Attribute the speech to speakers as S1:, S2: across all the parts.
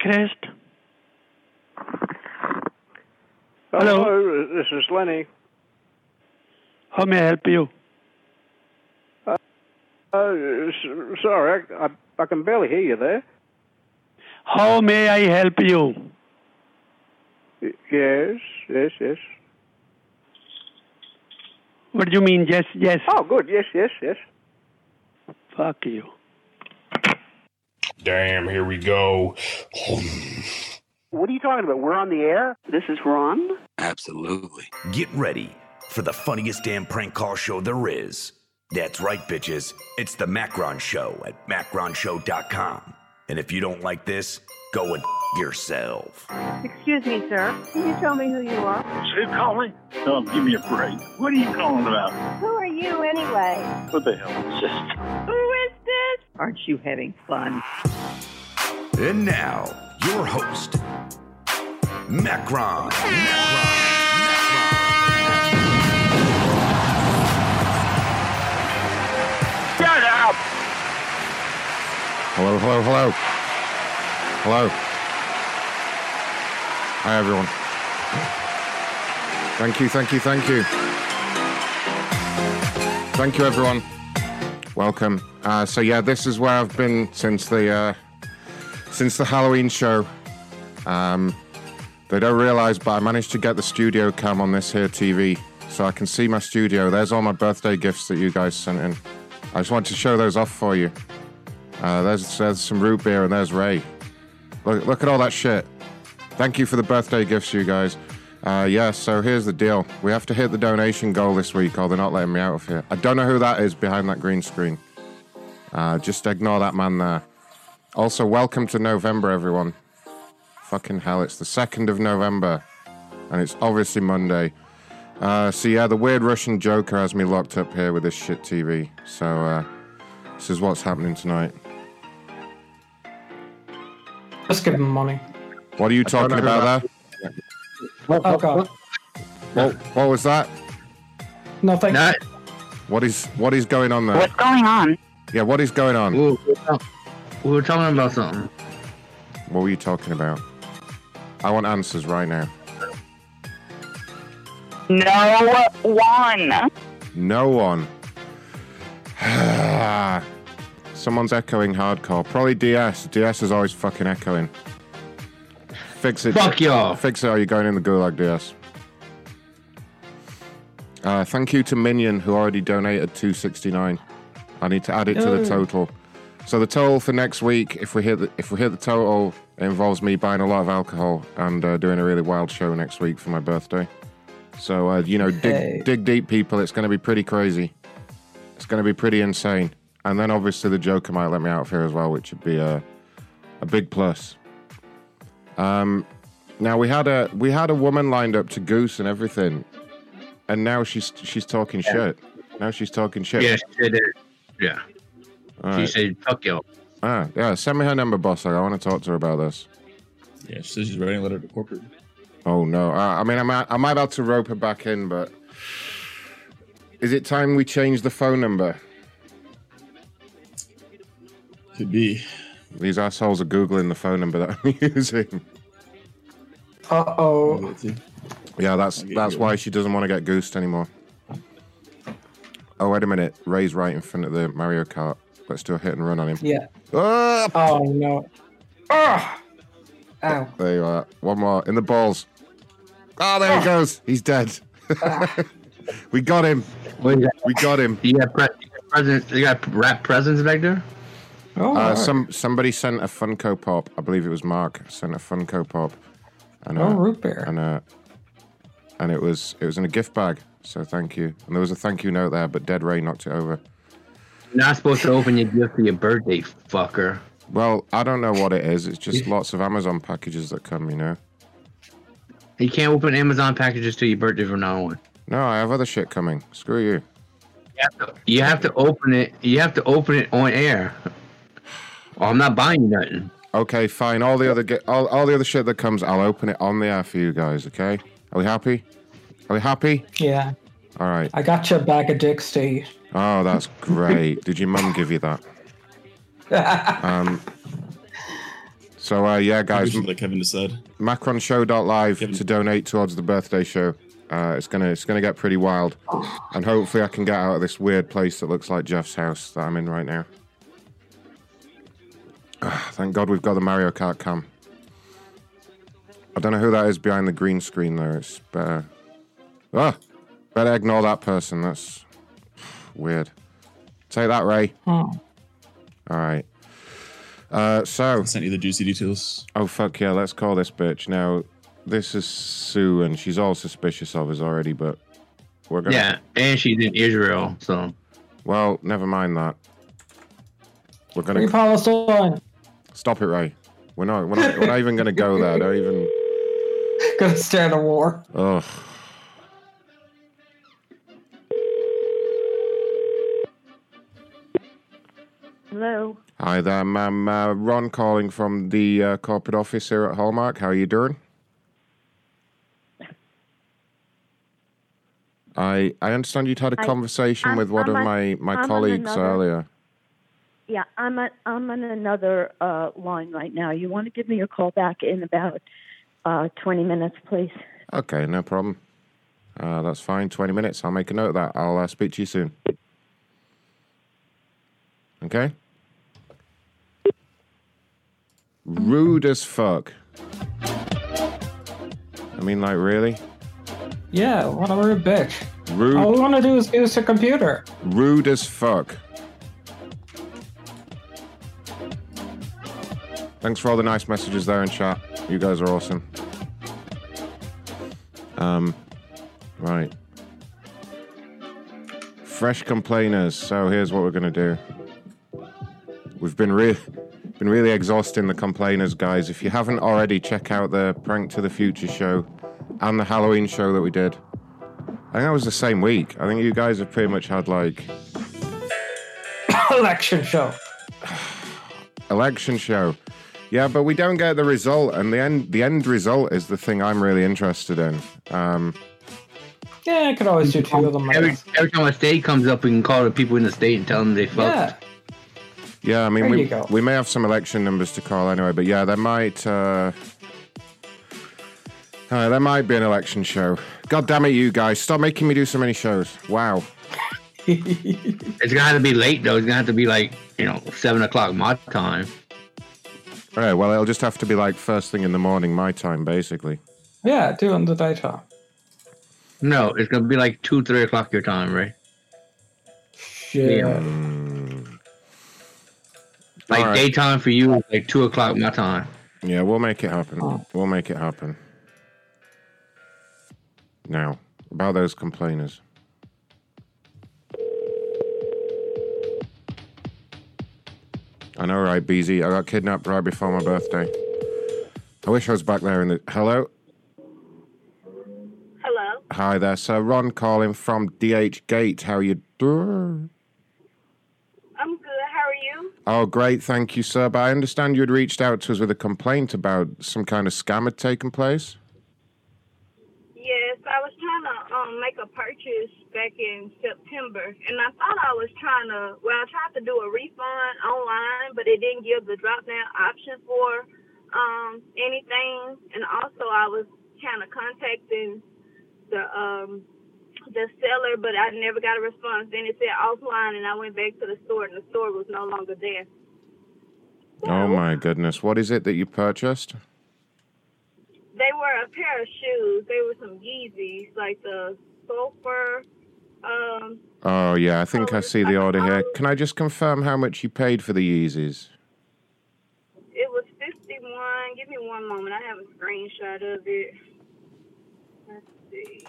S1: Crest.
S2: Hello. Hello. this is Lenny.
S1: How may I help you?
S2: Uh, uh, sorry, I, I, I, can barely hear you there.
S1: How may I help you?
S2: Yes, yes, yes.
S1: What do you mean, yes, yes?
S2: Oh, good, yes, yes, yes.
S1: Fuck you.
S3: Damn, here we go.
S4: What are you talking about? We're on the air?
S5: This is Ron?
S6: Absolutely. Get ready for the funniest damn prank call show there is. That's right, bitches. It's the Macron Show at macronshow.com. And if you don't like this, go and yourself.
S7: Excuse me, sir. Can you tell me who you are?
S8: Should call me? Oh, give me a break. What are you calling about?
S7: Who are you anyway?
S8: What the hell is this?
S7: Who is this?
S9: Aren't you having fun?
S6: And now, your host, Macron. Macron. Macron.
S8: Shut up!
S10: Hello, hello, hello. Hello. Hi, everyone. Thank you, thank you, thank you. Thank you, everyone. Welcome. Uh, so yeah, this is where I've been since the uh, since the Halloween show. Um, they don't realise, but I managed to get the studio cam on this here TV, so I can see my studio. There's all my birthday gifts that you guys sent in. I just wanted to show those off for you. Uh, there's there's some root beer and there's Ray. Look look at all that shit. Thank you for the birthday gifts, you guys. Uh, yeah, so here's the deal. We have to hit the donation goal this week, or they're not letting me out of here. I don't know who that is behind that green screen. Uh, just ignore that man there. Also, welcome to November, everyone. Fucking hell, it's the 2nd of November, and it's obviously Monday. Uh, so, yeah, the weird Russian Joker has me locked up here with this shit TV. So, uh, this is what's happening tonight.
S11: Just give him money.
S10: What are you talking about that. there?
S11: What, what, oh, what,
S10: what, what, was that?
S11: Nothing.
S10: No. What is what is going on there?
S5: What's going on?
S10: Yeah, what is going on? We
S12: were, we were talking about something.
S10: What were you talking about? I want answers right now.
S5: No one.
S10: No one. Someone's echoing hardcore. Probably DS. DS is always fucking echoing fix it.
S12: Fuck y'all.
S10: Fix it or you're going in the gulag, DS. Uh, thank you to Minion who already donated 269. I need to add it to the total. So the total for next week, if we hit the, if we hit the total, it involves me buying a lot of alcohol and uh, doing a really wild show next week for my birthday. So uh, you know, dig
S11: Hey.
S10: dig deep, people. It's going to be pretty crazy. It's going to be pretty insane. And then obviously the Joker might let me out of here as well, which would be uh, a a big plus. Um, now we had a we had a woman lined up to Goose and everything, and now she's she's talking shit. Now she's talking shit.
S12: Yeah, she did. Yeah.
S10: All
S12: she
S10: right.
S12: said, fuck you.
S10: Ah, yeah. Send me her number, boss. I want to talk to her about this.
S3: Yeah, she says she's writing a letter to corporate.
S10: Oh no! Uh, I mean, I might, I might be able to rope her back in, but is it time we change the phone number?
S3: Could be.
S10: These assholes are googling the phone number that I'm using.
S11: Uh oh.
S10: Yeah, that's
S11: I'll get
S10: that's
S11: you.
S10: why she doesn't want to get goosed anymore. Oh wait a minute! Ray's right in front of the Mario Kart. Let's do a hit and run on him.
S11: Yeah.
S10: Oh,
S11: no. Ah! Ow.
S10: There you are. One more in the balls. Oh, there he goes. He's dead. we got him. We got him.
S12: You got, pre- you got presents. You got wrap presents back there.
S11: Oh,
S10: uh, some somebody sent a Funko Pop. I believe it was Mark sent a Funko Pop, and
S11: Oh, root beer.
S10: and uh, and it was it was in a gift bag. So thank you. And there was a thank you note there, but Dead Ray knocked it over.
S12: You're not supposed to open your gift for your birthday, fucker.
S10: Well, I don't know what it is. It's just lots of Amazon packages that come, you know.
S12: You can't open Amazon packages till your birthday from now on.
S10: No, I have other shit coming. Screw you.
S12: You have to open it. You have to open it on air. Oh, I'm not buying you nothing.
S10: Okay, fine. All the other ge- all, all the other shit that comes, I'll open it on the air for you guys. Okay? Are we happy? Are we happy?
S11: Yeah.
S10: All right.
S11: I got your bag of dicks to eat.
S10: Oh, that's great. Did your mum give you that? Um, so uh, yeah, guys,
S3: like Kevin just said.
S10: macronshow.live to donate towards the birthday show. Uh, it's gonna it's gonna get pretty wild, and hopefully I can get out of this weird place that looks like Jeff's house that I'm in right now. Ah, thank God we've got the Mario Kart cam. I don't know who that is behind the green screen though. It's better. Ah, better ignore that person. That's weird. Take that, Ray.
S11: Hmm.
S10: All right. Uh, so I
S3: sent you the juicy details.
S10: Oh fuck yeah, let's call this bitch now. This is Sue, and she's all suspicious of us already, but we're gonna.
S12: Yeah, and she's in Israel, so
S10: Well, never mind that. We're
S11: Free
S10: gonna
S11: Palestine.
S10: stop it, Ray. We're not. We're not, we're not even gonna go there. Don't even.
S11: Gonna start a war.
S10: Ugh.
S7: Hello.
S10: Hi there, ma'am. Uh, Ron calling from the uh, corporate office here at Hallmark. How are you doing? I I understand you'd had a
S7: I-
S10: conversation
S7: I'm-
S10: with one
S7: I'm
S10: of
S7: on-
S10: my my
S7: I'm on
S10: colleagues
S7: another-
S10: earlier.
S7: Yeah, I'm i I'm on another uh, line right now. You want to give me a call back in about uh, 20 minutes, please?
S10: Okay, no problem. Uh, that's fine. 20 minutes. I'll make a note of that. I'll uh, speak to you soon. Okay? Rude as fuck. I mean, like, really?
S11: Yeah, what a rude bitch.
S10: Rude,
S11: All we want to do is use the computer.
S10: rude as fuck. Thanks for all the nice messages there in chat. You guys are awesome. Um, right. Fresh complainers. So here's what we're gonna do. We've been re- been really exhausting the complainers, guys. If you haven't already, check out the Prank to the Future show and the Halloween show that we did. I think that was the same week. I think you guys have pretty much had like
S11: Election show.
S10: election show. Yeah, but we don't get the result, and the end the end result is the thing I'm really interested in. Um,
S11: Yeah, I could always do two of them. I
S12: every
S11: guess.
S12: every time a state comes up, we can call the people in the state and tell them they
S11: Yeah.
S12: fucked.
S10: yeah, I mean,
S11: There
S10: we,
S11: you go.
S10: we may have some election numbers to call anyway, but yeah, there might uh, uh, there might be an election show. God damn it, you guys! Stop making me do so many shows. Wow.
S12: It's gonna have to be late though. It's gonna have to be like you know seven o'clock my time.
S10: All right. Well, it'll just have to be like first thing in the morning, my time, basically.
S11: Yeah, do it in the daytime.
S12: No, it's gonna be like two, three o'clock your time, right?
S11: Shit.
S12: Like
S10: Alright.
S12: daytime for you is like two o'clock my time.
S10: Yeah, we'll make it happen. We'll make it happen. Now, about those complainers. I know, right, BZ? I got kidnapped right before my birthday. I wish I was back there in the. Hello? Hello? Hi there. So, Ron calling from DH Gate. How you doing?
S9: I'm good. How are you?
S10: Oh, great. Thank you, sir. But I understand you had reached out to us with a complaint about some kind of scam had taken place.
S9: Yes, I was trying to um, make a purchase back in September, and I thought I was trying to. Well, I tried to do a refund online, but it didn't give the drop down option for um, anything. And also, I was kind of contacting the um, the seller, but I never got a response. Then it said offline, and I went back to the store, and the store was no longer there.
S10: Oh, my goodness. What is it that you purchased?
S9: They were a pair of shoes. They were some Yeezys, like the sulfur. Um,
S10: Oh, yeah. I think I see the order here. Can I just confirm how much you paid for the Yeezys?
S9: it was fifty-one. Give me one moment. I have a screenshot of it. Let's see.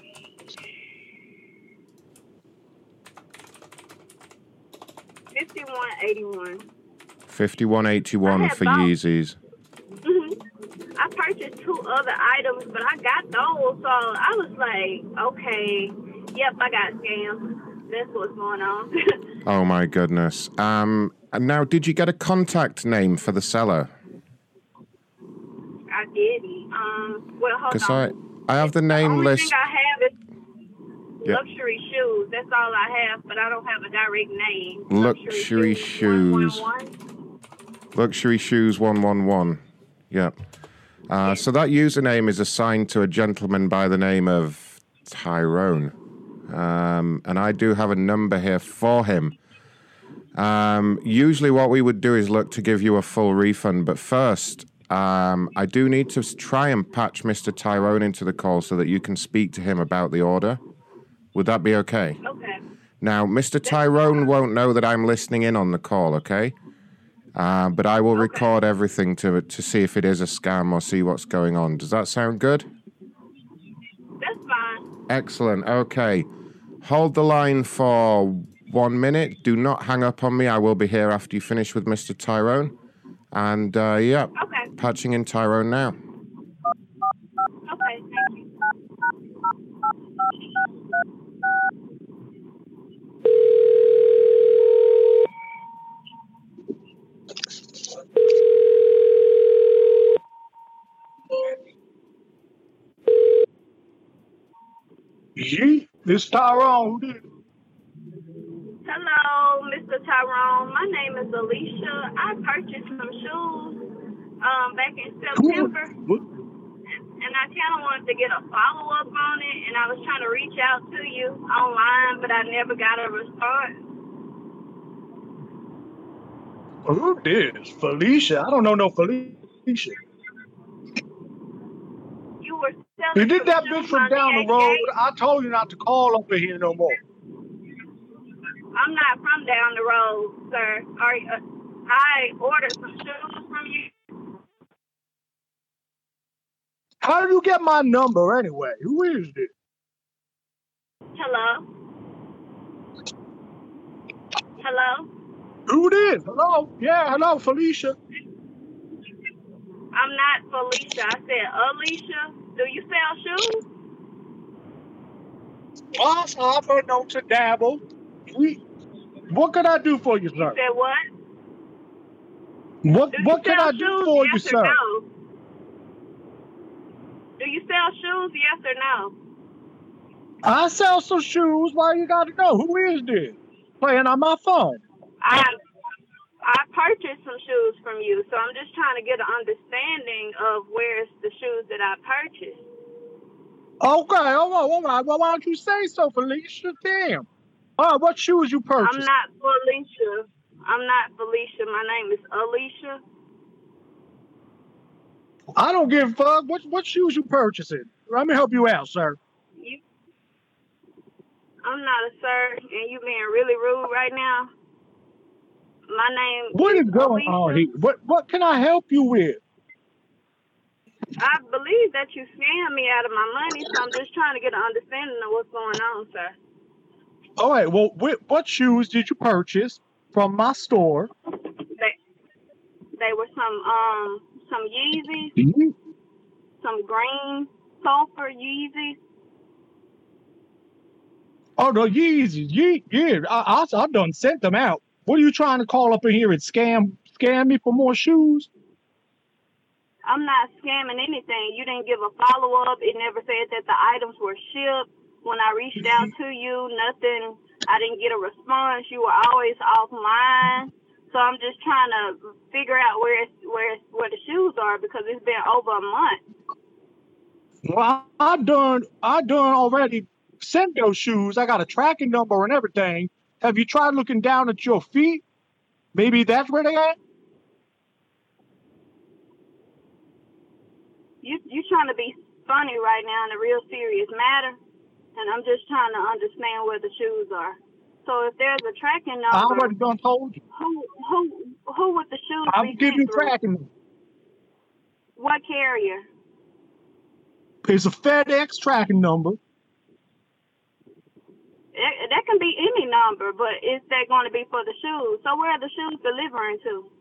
S9: Fifty-one eighty-one.
S10: 5181 for Yeezys.
S9: Mhm. I purchased two other items, but I got those, so I was like, okay, yep, I got scammed. That's what's going on.
S10: Oh, my goodness. Um, and now, did you get a contact name for the seller?
S9: I didn't. Um, well, hold
S10: Because
S9: on.
S10: I, I have Oh, the name
S9: only
S10: list.
S9: thing I have is
S10: Yeah.
S9: luxury shoes. That's all I have, but I don't have a direct name.
S10: Luxury shoes. Luxury shoes 111. Yeah. Uh, so that username is assigned to a gentleman by the name of Tyrone. Um, and I do have a number here for him. Um, usually, what we would do is look to give you a full refund. But first, um, I do need to s- try and patch Mr. Tyrone into the call so that you can speak to him about the order. Would that be okay?
S9: Okay.
S10: Now, Mr. Tyrone won't know that I'm listening in on the call, okay? Uh, but I will record everything to to see if it is a scam or see what's going on. Does that sound good?
S9: That's fine.
S10: Excellent. Okay. Hold the line for one minute. Do not hang up on me. I will be here after you finish with Mr. Tyrone. And uh, yeah, patching in Tyrone now.
S9: Okay, thank you.
S8: Yeet. This Tyrone. Who did it?
S9: Hello, Mr. Tyrone. My name is Alicia. I purchased some shoes um, back in September. And I kind of wanted to get a follow up on it, and I was trying to reach out to you online, but I never got a response.
S8: Who did this? Felicia. I don't know no Felicia.
S9: You were
S8: You
S9: selling
S8: did
S9: some
S8: that bitch
S9: shoes
S8: from
S9: on
S8: down the
S9: DHgate.
S8: road. I told you not to call over here no more.
S9: I'm not from down the road, sir. Are you, uh, I ordered some shoes from you.
S8: How did you get my number anyway? Who is this?
S9: Hello? Hello?
S8: Who it is? Hello? Yeah, hello, Felicia.
S9: I'm not Felicia. I said Alicia. Do you sell shoes?
S8: I offer no to dabble. We, what can I do for you,
S9: You
S8: sir?
S9: said what?
S8: What what can
S9: sell
S8: I do for you,
S9: yes
S8: sir?
S9: Or no? Do you sell shoes? Yes or no?
S8: I sell some shoes. Why you gotta know? Who is this? Playing on my phone.
S9: I I purchased some shoes from you, so I'm just trying to get an understanding of where's the shoes that I purchased.
S8: Okay, all right, all right. Well, why don't you say so, Felicia? Damn. All right, what shoes you purchased?
S9: I'm not Felicia. I'm not Felicia. My name is Alicia.
S8: I don't give a fuck. What what shoes you purchasing? Let me help you out, sir.
S9: You, I'm not a sir, and you being really rude right now. My name
S8: What is going on here? What what can I help you with?
S9: I believe that you scammed me out of my money, so I'm just trying to get an understanding of what's going on, sir.
S13: All right. Well, wh- what shoes did you purchase from my store?
S9: They they were some um some Yeezys, some green sulfur Yeezys.
S13: Oh no, Yeezys. Ye- yeah, I, I I done sent them out. What are you trying to call up in here and scam scam me for more shoes?
S9: I'm not scamming anything. You didn't give a follow up. It never said that the items were shipped. When I reached out to you, nothing. I didn't get a response. You were always offline. So I'm just trying to figure out where it's, where it's, where the shoes are because it's been over a month.
S13: Well, I, I done I done already sent those shoes. I got a tracking number and everything. Have you tried looking down at your feet? Maybe that's where they at.
S9: You you trying to be funny right now in a real serious matter, and I'm just trying to understand where the shoes are. So if there's a tracking number,
S13: I already done told you.
S9: who who who would the shoes
S13: I'm
S9: be
S13: giving you
S9: sent through?
S13: tracking. number.
S9: What carrier?
S13: It's a FedEx tracking number.
S9: That, that can be any number, but is that going to be for the shoes? So where are the shoes delivering to?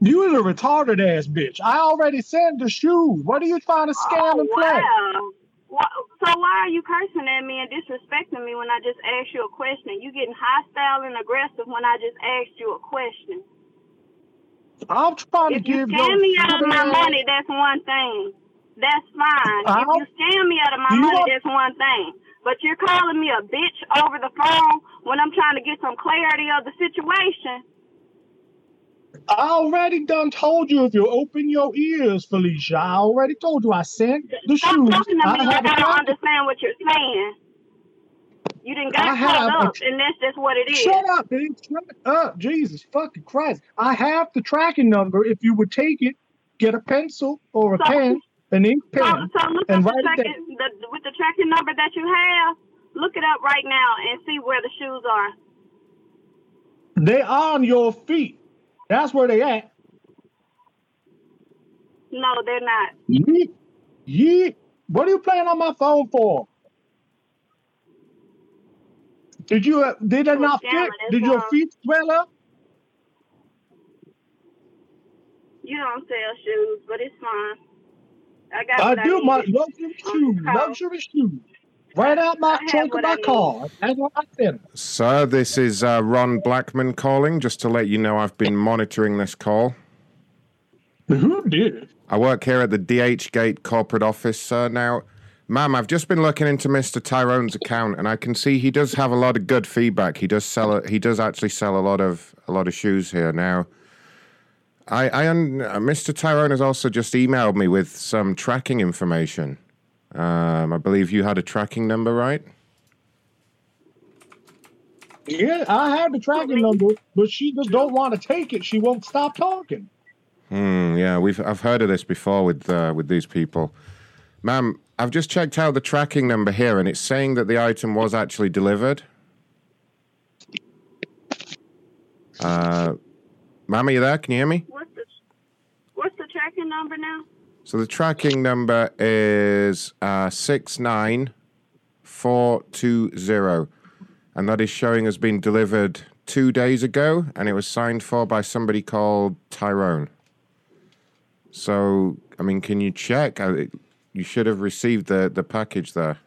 S13: You is a retarded ass bitch. I already sent the shoes. What are you trying to scam and play?
S9: Oh, Wow. Wha- So why are you cursing at me and disrespecting me when I just asked you a question? You getting hostile and aggressive when I just asked you a question.
S13: I'm trying
S9: If
S13: to
S9: you
S13: give
S9: scam
S13: your
S9: me out of my
S13: stupid ass-
S9: money, that's one thing. That's fine.
S13: I
S9: If you scam me out of my
S13: Do Uh-huh. you
S9: money,
S13: want-
S9: that's one thing. But you're calling me a bitch over the phone when I'm trying to get some clarity of the situation.
S13: I already done told you if you open your ears, Felicia. I already told you I sent the
S9: Stop
S13: shoes.
S9: talking to me
S13: I
S9: like
S13: have
S9: I don't
S13: a
S9: understand what you're saying. You didn't got
S13: I have
S9: caught
S13: a-
S9: up, and that's just what it is.
S13: Shut up, dude. Shut up. Jesus fucking Christ. I have the tracking number. If you would take it, get a pencil or a
S9: So-
S13: pen, an ink
S9: So,
S13: pen,
S9: so look
S13: and
S9: up
S13: write
S9: the
S13: it down.
S9: tracking, the, with the tracking number that you have. Look it up right now and see where the shoes are.
S13: They on your feet. That's where they at.
S9: No, they're not.
S13: Yeet. Yeet. What are you playing on my phone for? Did you uh, did it not
S9: Jamming,
S13: fit? Did your
S9: that's all.
S13: feet swell up?
S9: You don't sell shoes, but it's fine. I got
S13: I
S9: what
S13: do
S9: needed.
S13: my luxury shoes, luxury shoes. Right out my trunk of my car. That's what I said.
S10: Sir, this is uh, Ron Blackman calling, just to let you know I've been monitoring this call.
S13: Who did?
S10: I work here at the DH Gate corporate office, sir. Now, ma'am, I've just been looking into Mr. Tyrone's account, and I can see he does have a lot of good feedback. He does sell, a, he does actually sell a lot of a lot of shoes here. Now, I, I, un, uh, Mr. Tyrone has also just emailed me with some tracking information. Um, I believe you had a tracking number, right?
S13: Yeah, I have the tracking number, but she just don't want to take it. She won't stop talking.
S10: Hmm. Yeah, we've I've heard of this before with uh, with these people, ma'am. I've just checked out the tracking number here, and it's saying that the item was actually delivered. Uh, ma'am, are you there? Can you hear me?
S9: What's the What's the tracking number now?
S10: So the tracking number is uh, six nine four two zero, and that is showing as being delivered two days ago, and it was signed for by somebody called Tyrone. So I mean, can you check? Uh, it- You should have received the the package there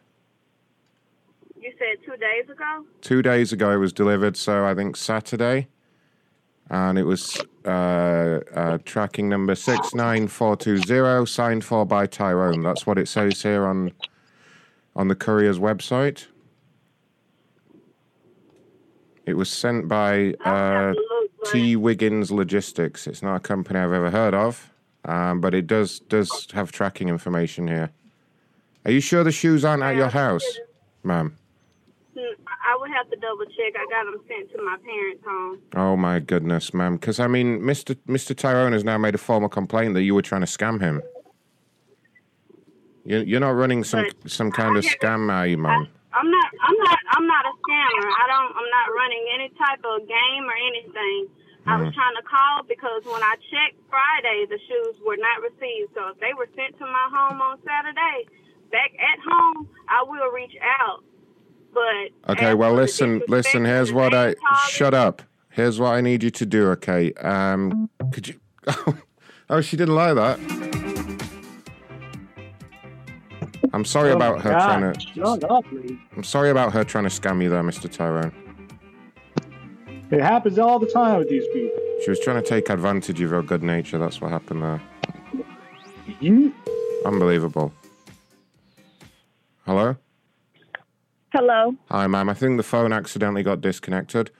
S9: You said two days ago.
S10: two days ago. It was delivered, so I think Saturday, and it was uh, uh, tracking number six nine four two zero, signed for by Tyrone. That's what it says here on on the courier's website. It was sent by uh, T Wiggins Logistics. It's not a company I've ever heard of, um, but it does does have tracking information here. Are you sure the shoes aren't at your house, ma'am?
S9: Hmm, I would have to double check. I got them sent to my parents' home.
S10: Oh my goodness, ma'am. Because I mean, Mister Mister Tyrone has now made a formal complaint that you were trying to scam him. You, you're not running some some kind of scam, are you, ma'am?
S9: I'm not. I'm not. I'm not a scammer. I don't. I'm not running any type of game or anything.
S14: I was trying to call because when I checked Friday, the shoes were not received. So if they were sent to my home on Saturday, back at home, I will reach out. But
S10: Okay, well, listen, listen. Here's what I shut up. Here's what I need you to do. Okay, um, could you? oh, she didn't like that. I'm sorry
S13: Oh
S10: about
S13: my
S10: her
S13: God,
S10: trying to.
S13: Shut up, lady.
S10: I'm sorry about her trying to scam you there, Mr. Tyrone.
S13: It happens all the time with these people.
S10: She was trying to take advantage of your good nature. That's what happened there.
S13: You?
S10: Unbelievable. Hello.
S9: Hello.
S10: Hi, ma'am. I think the phone accidentally got disconnected.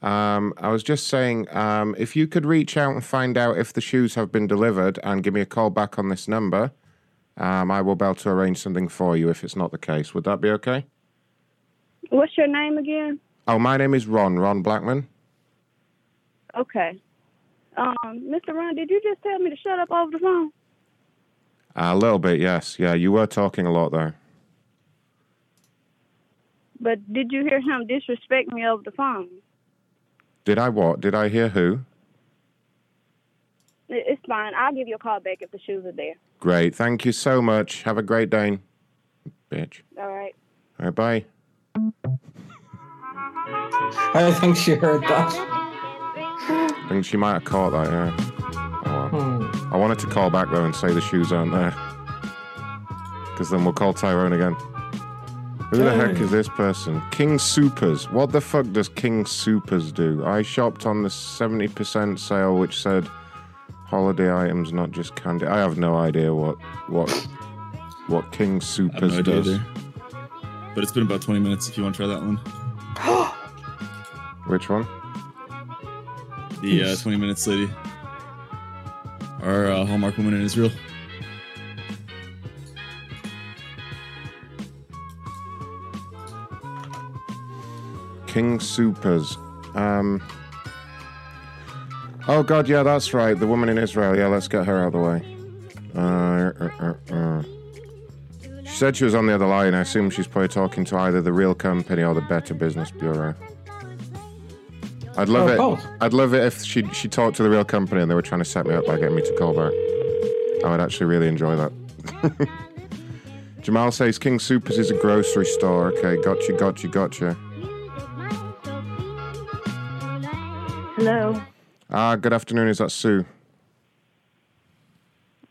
S10: Um, I was just saying, um, if you could reach out and find out if the shoes have been delivered and give me a call back on this number, um, I will be able to arrange something for you if it's not the case. Would that be okay?
S9: What's your name again?
S10: Oh, my name is Ron, Ron Blackman.
S9: Okay. Um, Mr. Ron, did you just tell me to shut up over the phone?
S10: a little bit, yes. Yeah, you were talking a lot there.
S9: But did you hear him disrespect me over the phone?
S10: Did I what? Did I hear who?
S9: I- It's fine. I'll give you a call back if the shoes are there.
S10: Great. Thank you so much. Have a great day. Bitch.
S9: All right.
S10: All right, bye.
S1: I think she heard that.
S10: I think she might have caught that, yeah. Oh, well. I wanted to call back though and say the shoes aren't there. Because then we'll call Tyrone again. Who the heck
S3: Hey.
S10: is this person? King Supers. What the fuck does King Supers do? I shopped on the 70% sale which said holiday items, not just candy. I have no idea what what what King
S3: I have
S10: Supers
S3: no idea
S10: does.
S3: either. But it's been about 20 minutes if you want to try that one.
S10: Which one?
S3: The uh, 20 minutes lady. Our uh, Hallmark woman in Israel.
S10: King Supers. Um. Oh God, yeah, that's right. The woman in Israel. Yeah, let's get her out of the way. Uh, uh, uh, uh. She said she was on the other line. I assume she's probably talking to either the real company or the Better Business Bureau. I'd love
S1: Oh,
S10: it.
S1: both.
S10: I'd love it if she she talked to the real company and they were trying to set me up by getting me to call back. I would actually really enjoy that. Jamal says King Supers is a grocery store. Okay, gotcha, gotcha, gotcha.
S15: Hello.
S10: Ah, good afternoon. Is that Sue?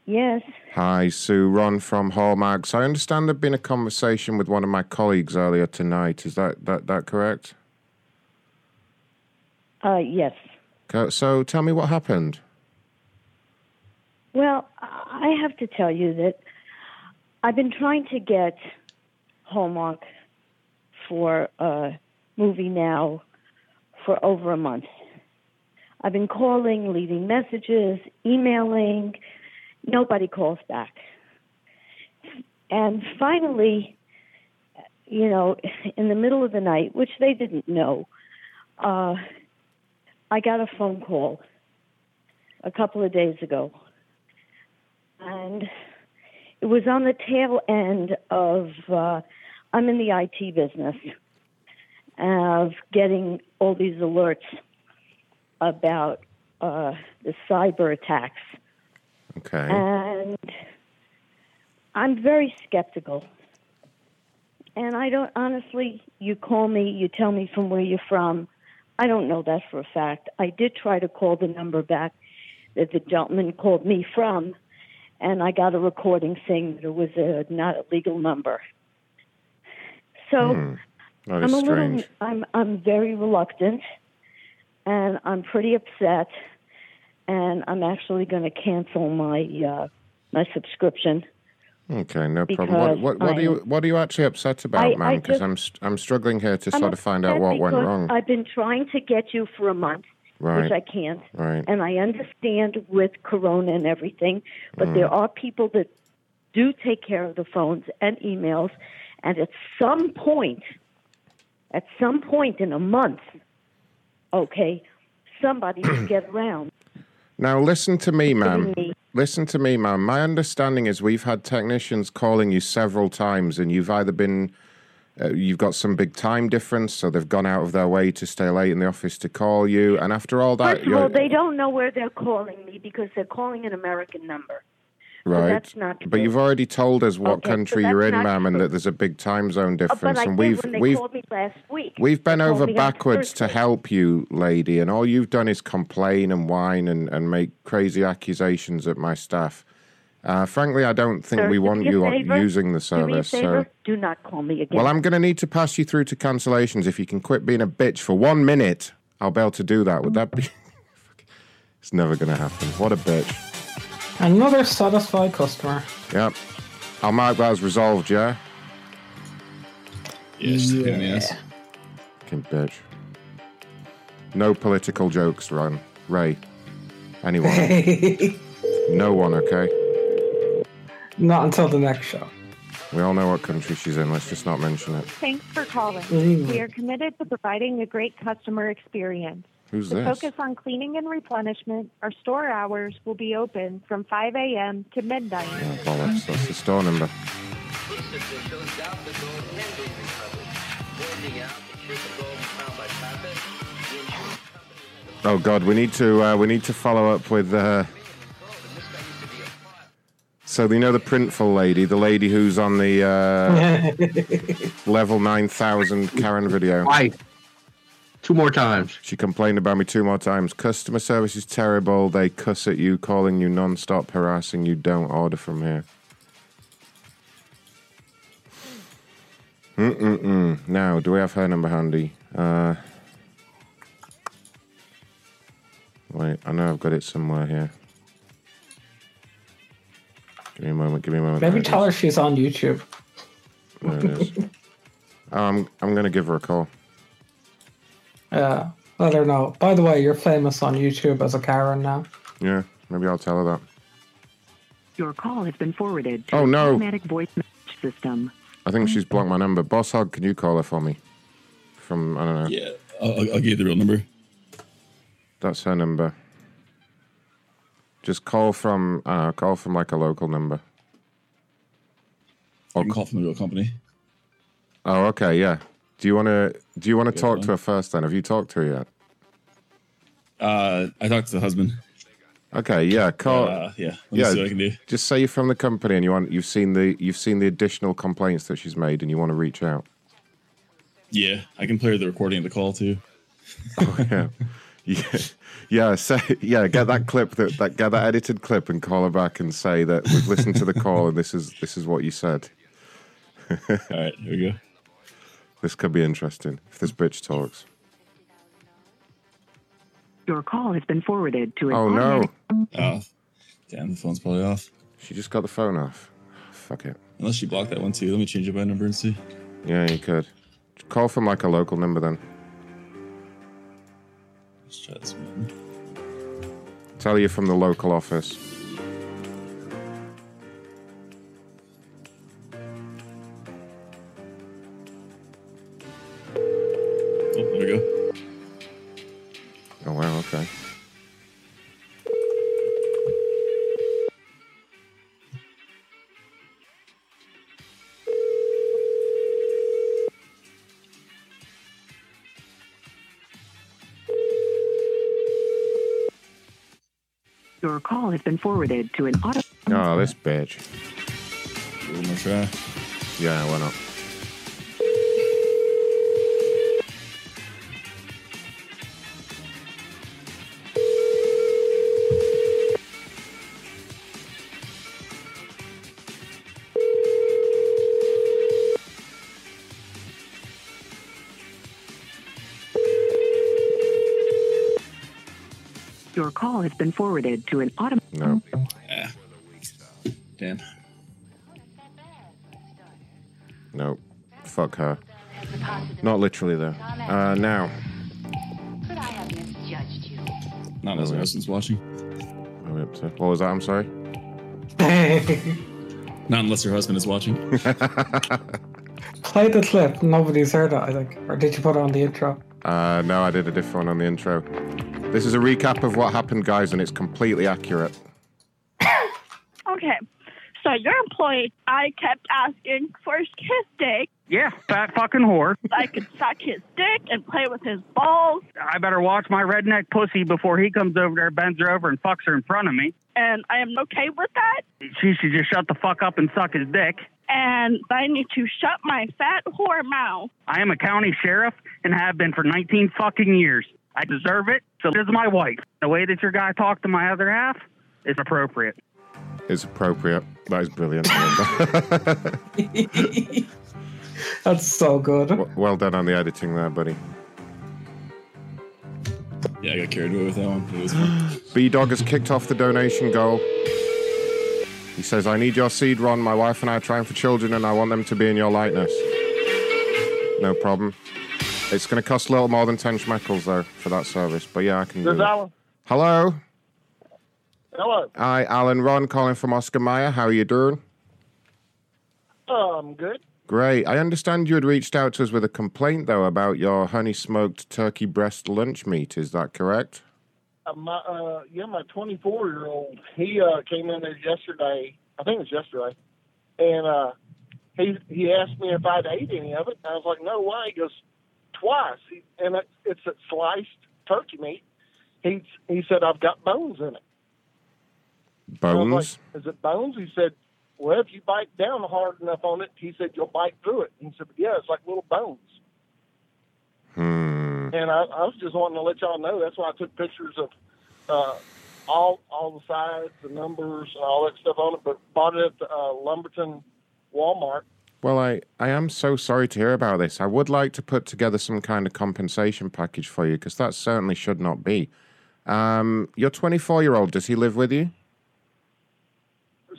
S15: Yes.
S10: Hi, Sue. Ron from Hallmark. So I understand there'd been a conversation with one of my colleagues earlier tonight. Is that that, that correct?
S15: Uh, yes.
S10: Co- So tell me what happened.
S15: Well, I have to tell you that I've been trying to get Hallmark for a movie now for over a month. I've been calling, leaving messages, emailing. Nobody calls back. And finally, you know, in the middle of the night, which they didn't know, uh, I got a phone call a couple of days ago and it was on the tail end of uh, I'm in the IT business of getting all these alerts about uh, the cyber attacks,
S10: Okay.
S7: Uh,
S15: and I'm very skeptical. And I don't honestly. You call me, you tell me from where you're from. I don't know that for a fact. I did try to call the number back that the gentleman called me from, and I got a recording saying that it was a not a legal number. So
S10: Hmm. That
S15: I'm
S10: is
S15: a
S10: strange.
S15: little I'm I'm very reluctant and I'm pretty upset and I'm actually going to cancel my uh my subscription.
S10: Okay, no problem. What, what,
S15: because
S10: what are
S15: I-
S10: you what are you actually upset
S15: I-
S10: about,
S15: I
S10: ma'am? Because
S15: just-
S10: I'm st- I'm struggling here to
S15: I'm
S10: sort of find out
S15: upset
S10: what went
S15: because
S10: wrong.
S15: I've been trying to get you for a month,
S10: Right.
S15: which I can't.
S10: Right.
S15: And I understand with corona and everything, but
S10: Mm.
S15: there are people that do take care of the phones and emails and at some point at some point in a month, okay, somebody will get around.
S10: Now listen to me, ma'am.
S15: me.
S10: Listen to me, ma'am. My understanding is we've had technicians calling you several times, and you've either been uh, you've got some big time difference, so they've gone out of their way to stay late in the office to call you. And after all that,
S7: First of all,
S10: you're-
S7: they don't know where they're calling me because they're calling an American number.
S10: right?
S7: that's not
S10: but you've already told us what
S7: Okay, so
S10: country
S7: that's
S10: you're in,
S7: not
S10: ma'am, and
S7: true.
S10: that there's a big time zone
S7: Uh, but
S10: difference.
S7: I
S10: and
S7: did
S10: we've
S7: when they
S10: we've
S7: called me last week.
S10: We've been
S7: They called
S10: over
S7: me on
S10: backwards to
S7: Thursday.
S10: help you, lady, and all you've done is complain and whine and, and make crazy accusations at my staff. Uh, frankly, I don't think
S7: Sir,
S10: we
S7: do
S10: want
S7: me a
S10: you on-
S7: favor.
S10: using the
S7: Do me a
S10: service.
S7: favor.
S10: So.
S7: Do not call me again.
S10: Well, I'm going to need to pass you through to cancellations. If you can quit being a bitch for one minute, I'll be able to do that. Would that be? it's never going to happen. What a bitch.
S11: Another satisfied customer.
S10: Yep. I'll mark that as resolved, yeah?
S3: Yeah, she's a pain in the ass.
S10: Fucking bitch. No political jokes, Ron. Ray. Anyone. no one, okay?
S11: Not until the next show.
S10: Oh, We all know what country she's in. Let's just not mention it.
S16: Thanks for calling.
S10: Mm.
S16: We are committed to providing a great customer experience.
S10: Who's
S16: the
S10: this?
S16: focus on cleaning and replenishment, our store hours will be open from 5 a.m. to midnight.
S10: Oh, bollocks. That's the store number. Oh God, we need to uh, we need to follow up with. Uh, so you know the printful lady, the lady who's on the uh, level nine thousand Karen video.
S12: Twice.
S10: Two more times. She complained about me two more times. Customer service is terrible. They cuss at you, calling you non-stop, harassing you. Don't order from here. Mm-mm-mm. Now, do we have her number handy? Uh, wait, I know I've got it somewhere here. Give me a moment. Give me a moment.
S11: Maybe
S10: There it
S11: tell her
S10: is.
S11: she's on YouTube.
S10: There it is. Oh, I'm I'm gonna give her a call.
S11: Yeah. Let her know. By the way, you're famous on YouTube as a Karen now.
S10: Yeah, maybe I'll tell her that.
S15: Your call has been forwarded
S10: to Oh, no.
S15: automatic voice message system.
S10: I think she's blocked my number. Boss Hog, can you call her for me? From I don't know.
S3: Yeah, I'll, I'll give you the real number.
S10: That's her number. Just call from uh, call from like a local number.
S3: Or call from the real company.
S10: Oh, okay, yeah. Do you want to do you want to
S3: Yeah,
S10: talk
S3: fine.
S10: to her first then? Have you talked to her yet?
S3: Uh, I talked to the husband.
S10: Okay, yeah, call.
S3: Uh, yeah, let me see what I can do.
S10: Just say you're from the company and you want you've seen the you've seen the additional complaints that she's made and you want to reach out.
S3: Yeah, I can play the recording of the call too.
S10: Oh yeah. Yeah, yeah, say, yeah. Get that clip, that, that get that edited clip, and call her back and say that we've listened to the call and this is this is what you said. All
S3: right, here we go.
S10: This could be interesting if this bitch talks.
S15: Your call has been forwarded to an
S10: Oh no!
S15: automatic-
S3: Oh, damn, the phone's probably off.
S10: She just got the phone off. Fuck it.
S3: Unless she blocked that one too. Let me change up my number and see.
S10: Yeah, you could call from like a local number then.
S3: Let's try this one.
S10: Tell you from the local office.
S3: Oh, there we go.
S10: Oh wow, okay.
S15: Your call has been forwarded to an auto.
S10: Oh, this bitch.
S3: One more try.
S10: Yeah, why not?
S15: Your call has been forwarded to an auto.
S10: No.
S3: Ah. Damn.
S10: No. Fuck her. Not literally though. Uh, now.
S3: Not unless her husband's watching.
S10: What are we up to? What was that? I'm sorry.
S3: Not unless her husband is watching.
S11: Play the clip. Nobody's heard it, I think. Or did you put it on the intro?
S10: Uh, no, I did a different one on the intro. This is a recap of what happened, guys, and it's completely accurate.
S9: Okay. So your employee, I kept asking for his kiss day
S17: Yeah, fat fucking whore.
S9: I could suck his dick and play with his balls,
S17: I better watch my redneck pussy before he comes over there, bends her over, and fucks her in front of me.
S9: and I am okay with that.
S17: She should just shut the fuck up and suck his dick.
S9: And I need to shut my fat whore mouth.
S17: I am a county sheriff and have been for 19 fucking years. I deserve it. So is my wife. The way that your guy talked to my other half is appropriate.
S10: It's appropriate. That is brilliant.
S11: That's so good.
S10: Well, done on the editing there, buddy.
S3: Yeah, I got carried away with that one. It was fun.
S10: B Dog has kicked off the donation goal. He says, I need your seed, Ron. My wife and I are trying for children, and I want them to be in your likeness. No problem. It's going to cost a little more than 10 schmeckles, though, for that service. But yeah, I can do
S18: This
S10: that.
S18: Alan.
S10: Hello.
S18: Hello.
S10: Hi, Alan Ron calling from Oscar Mayer. How are you doing?
S18: Um, good.
S10: Great. I understand you had reached out to us with a complaint, though, about your honey smoked turkey breast lunch meat. Is that correct?
S18: Uh, my uh, yeah, my 24 year old. He uh came in there yesterday. I think it was yesterday, and uh, he he asked me if I'd ate any of it. I was like, no way. He goes twice, he, and it, it's a sliced turkey meat. He he said I've got bones in it. I was like,
S10: Bones?
S18: Is it bones? He said, Well, if you bite down hard enough on it, he said, You'll bite through it. And he said, Yeah, it's like little bones.
S10: Hmm.
S18: And I, I was just wanting to let y'all know that's why I took pictures of uh, all all the sides, the numbers, and all that stuff on it, but bought it at the uh, Lumberton Walmart.
S10: Well, I, I am so sorry to hear about this. I would like to put together some kind of compensation package for you because that certainly should not be. Um, your 24 year old, does he live with you?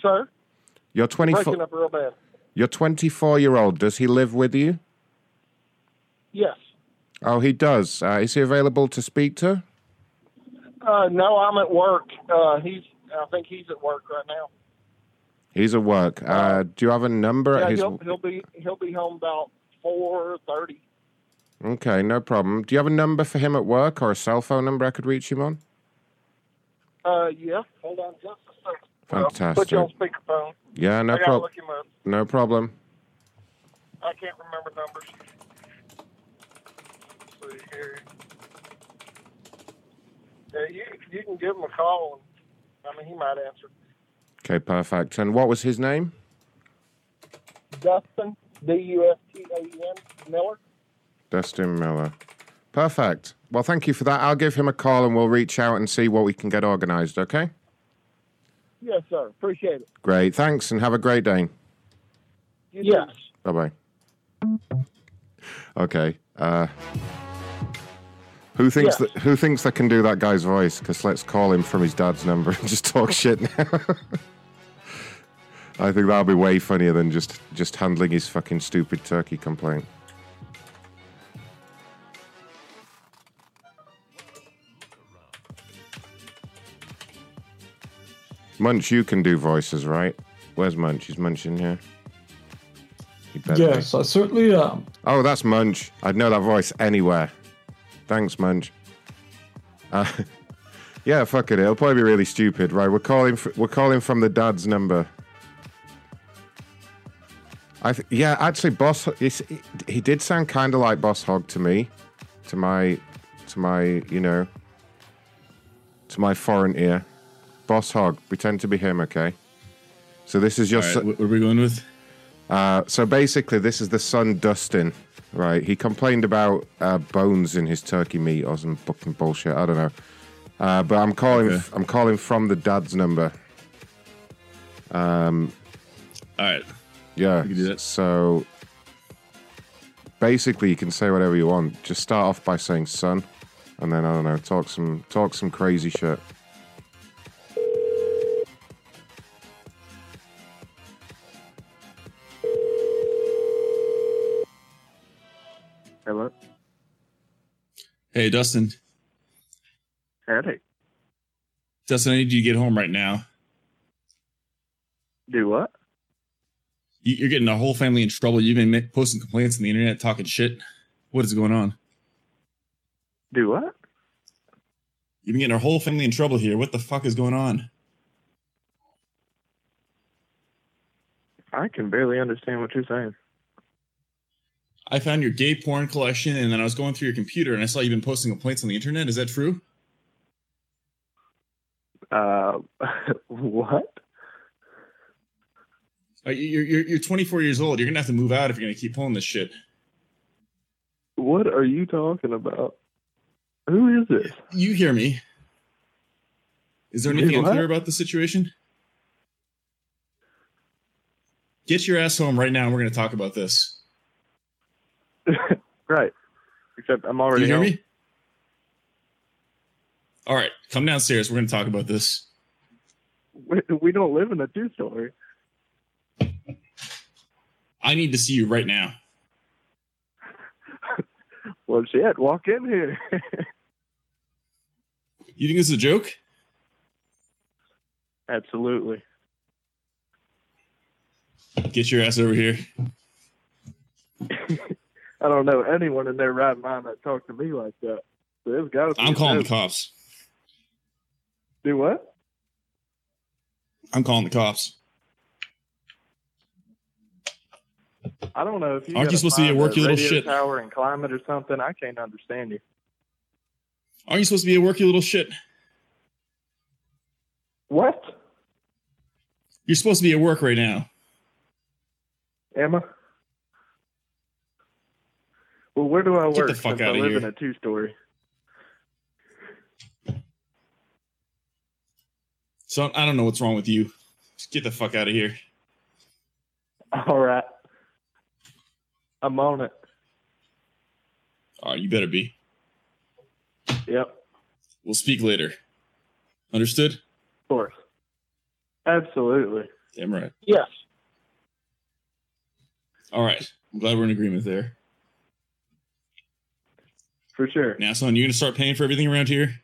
S18: Sir,
S10: Your
S18: breaking
S10: 24
S18: up real bad.
S10: your 24 year old, does he live with you?
S18: Yes.
S10: Oh, he does. Uh, is he available to speak to?
S18: Uh, no, I'm at work. Uh, he's I think he's at work right now.
S10: He's at work. Uh, do you have a number
S18: Yeah,
S10: at his?
S18: he'll, he'll be he'll be home about four thirty.
S10: Okay, no problem. Do you have a number for him at work or a cell phone number I could reach him on?
S18: Uh, yeah. Hold on just a second.
S10: Fantastic.
S18: Put you on speakerphone.
S10: Yeah, no
S18: I gotta
S10: problem.
S18: look him up.
S10: No problem.
S18: I can't remember numbers. Let's see here. Yeah, you you can give him a call. And, I mean, he might answer.
S10: Okay, perfect. And what was his name?
S18: Dustin D U S T A N Miller.
S10: Dustin Miller. Perfect. Well, thank you for that. I'll give him a call and we'll reach out and see what we can get organized, okay?
S18: Yes, sir. Appreciate it.
S10: Great. Thanks and have a great day.
S18: yes.
S10: Bye bye. Okay. Uh, who thinks that who thinks they can do that guy's voice? Because let's call him from his dad's number and just talk shit now. I think that'll be way funnier than just just handling his fucking stupid turkey complaint. Munch, you can do voices, right? Where's Munch? He's munching here. He better be.
S11: Yes, I certainly am.
S10: Oh, that's Munch. I'd know that voice anywhere. Thanks, Munch. Uh, yeah, fuck it. It'll probably be really stupid, right? We're calling. F- we're calling from the dad's number. I th- yeah, actually, boss. he's- He he did sound kind of like Boss Hog to me, to my, to my, you know, to my foreign ear. Boss Hog, pretend to be him, okay? So this is your.
S3: All right,
S10: son-
S3: what are we going with?
S10: Uh, so basically, this is the son Dustin, right? He complained about uh, bones in his turkey meat or some fucking bullshit. I don't know. Uh, but I'm calling. I'm calling from the dad's number. Um.
S3: All right.
S10: Yeah. So basically, you can say whatever you want. Just start off by saying "son," and then I don't know, talk some talk some crazy shit.
S1: Hello.
S3: Hey, Dustin.
S1: Howdy.
S3: Dustin, I need you to get home right now.
S1: Do what?
S3: You- You're getting the whole family in trouble. You've been ma- posting complaints on the internet, talking shit. What is going on?
S1: Do what?
S3: You've been getting our whole family in trouble here. What the fuck is going on?
S1: I can barely understand what you're saying.
S3: I found your gay porn collection, and then I was going through your computer, and I saw you've been posting complaints on the internet. Is that true?
S19: Uh, what?
S3: Uh, you- You're, you're, you're 24 years old. You're gonna have to move out if you're gonna keep pulling this shit.
S19: What are you talking about? Who is this?
S3: You hear me? Is there
S19: You
S3: anything
S19: what?
S3: unclear about the situation? Get your ass home right now, and we're gonna talk about this.
S19: Right. Except I'm already
S3: you hear
S19: home.
S3: me? All right, come downstairs. We're gonna talk about this.
S19: We, we don't live in a two story.
S3: I need to see you right now.
S19: Well, shit, walk in here.
S3: You think this is a joke?
S19: Absolutely.
S3: Get your ass over here.
S19: I don't know anyone in their right mind that talked to me like that. So it's got to be.
S3: I'm
S19: a
S3: calling the
S19: joke.
S3: cops.
S19: Do what?
S3: I'm calling the cops.
S19: I don't know if you
S3: Aren't
S19: got
S3: you
S19: a
S3: supposed to be at
S19: mind
S3: work, you little
S19: radio
S3: shit?
S19: Tower and climate or something. I can't understand you.
S3: Aren't you supposed to be at work, you little shit?
S19: What?
S3: You're supposed to be at work right now.
S19: Emma. Well, where do I
S3: Get
S19: work?
S3: the fuck
S19: since
S3: outta
S19: I live
S3: here.
S19: in a two-story.
S3: So I don't know what's wrong with you. Just get the fuck out of here.
S19: All right. I'm on it.
S3: All right, you better be.
S19: Yep.
S3: We'll speak later. Understood?
S19: Of course. Absolutely.
S3: Damn right.
S19: Yes.
S3: All right. I'm glad we're in agreement there.
S19: For sure.
S3: Now, son, you gonna start paying for everything around here?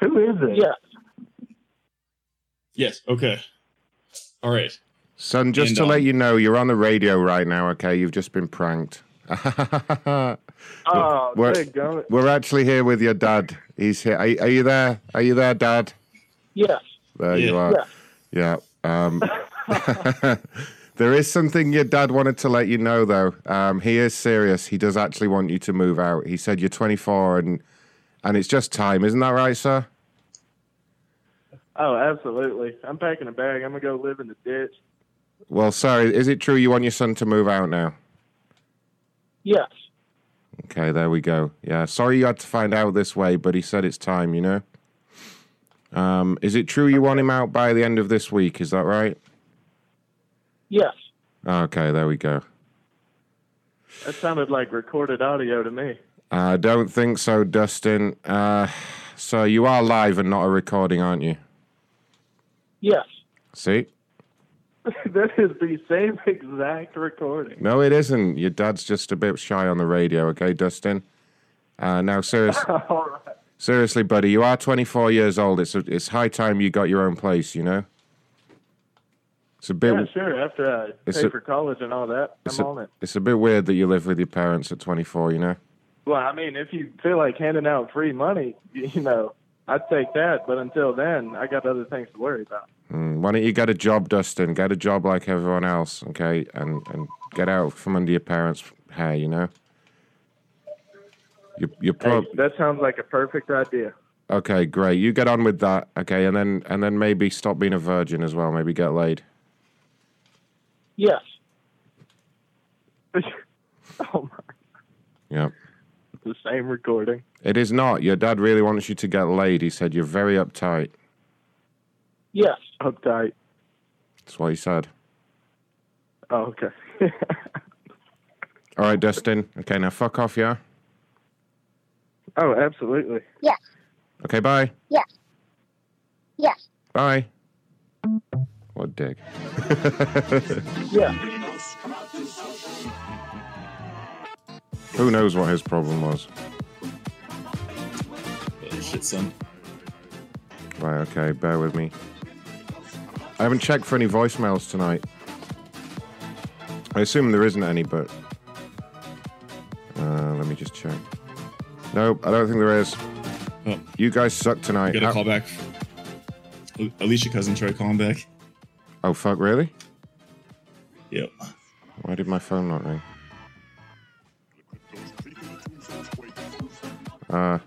S19: Who is it?
S20: Yeah.
S3: Yes. Okay. All right.
S10: Son, just
S3: And,
S10: to let
S3: um,
S10: you know, you're on the radio right now, okay? You've just been pranked.
S19: Oh,
S10: we're,
S19: thank God.
S10: we're actually here with your dad. He's here. Are, are you there? Are you there, Dad?
S20: Yes.
S10: There you
S20: Yeah.
S10: are. Yeah. Um, there is something your dad wanted to let you know, though. Um, he is serious. He does actually want you to move out. He said you're 24 and and it's just time, isn't that right, sir?
S19: Oh, absolutely. I'm packing a bag. I'm gonna go live in the ditch.
S10: Well, sir, is it true you want your son to move out now?
S20: Yes.
S10: Okay, there we go. Yeah, sorry you had to find out this way, but he said it's time, you know? Um, is it true you want him out by the end of this week? Is that right?
S20: Yes.
S10: Okay, there we go.
S19: That sounded like recorded audio to me.
S10: Uh, I don't think so, Dustin. Uh, so you are live and not a recording, aren't you?
S19: Yes.
S10: See?
S19: that is the same exact recording.
S10: No, it isn't. Your dad's just a bit shy on the radio, okay, Dustin? Uh, now, seriously,
S19: All right.
S10: seriously, buddy, you are 24 years old. It's, it's high time you got your own place, you know? It's a bit.
S19: Yeah, sure. After I
S10: It's
S19: pay
S10: a-
S19: for college and all that, I'm
S10: It's a,
S19: on it.
S10: it's a bit weird that you live with your parents at 24, you know?
S19: Well, I mean, if you feel like handing out free money, you know, I'd take that. But until then, I got other things to worry about.
S10: Mm, why don't you get a job, Dustin? Get a job like everyone else, okay? And and get out from under your parents' hair, you know? You, you're
S19: Hey,
S10: prob-
S19: that sounds like a perfect idea.
S10: Okay, great. You get on with that, okay? And then and then maybe stop being a virgin as well. Maybe get laid.
S20: Yes.
S19: oh my,
S10: Yeah.
S19: the same recording.
S10: It is not. Your dad really wants you to get laid. He said you're very uptight.
S19: Yes. Uptight.
S10: That's what he said.
S19: Oh, okay.
S10: All right, Dustin. Okay, now fuck off, yeah?
S19: Oh, absolutely.
S10: Okay, bye.
S20: Yes. Yes.
S10: Bye. What a dick.
S20: Yeah.
S10: Who knows what his problem was?
S3: Oh, shit, son.
S10: Right, okay, bear with me. I haven't checked for any voicemails tonight. I assume there isn't any, but. Uh, let me just check. No, I don't think there is. You guys suck tonight.
S3: Oh. You got
S10: How-
S3: a call back. Al- Alicia cousin tried calling back.
S10: Oh, fuck, really?
S3: Yep.
S10: Why did my phone not ring? Uh,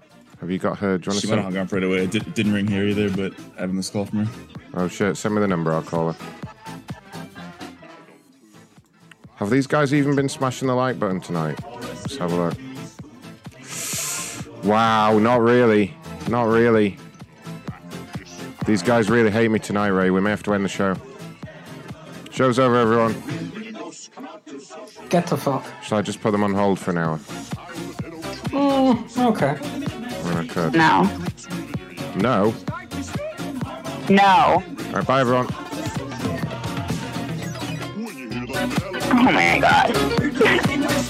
S10: have you got her? Do you want
S3: She
S10: to
S3: might have hung up right away. It did, didn't ring here either, but I have a missed call from her.
S10: Oh shit! Send me the number. I'll call her. Have these guys even been smashing the like button tonight? Let's have a look. Wow, not really. Not really. These guys really hate me tonight, Ray. We may have to end the show. Show's over, everyone.
S11: Get the fuck.
S10: Shall I just put them on hold for an hour?
S11: Mm, okay.
S10: Or I could.
S5: No.
S10: No.
S5: No.
S10: All right, bye, everyone.
S5: Oh my god.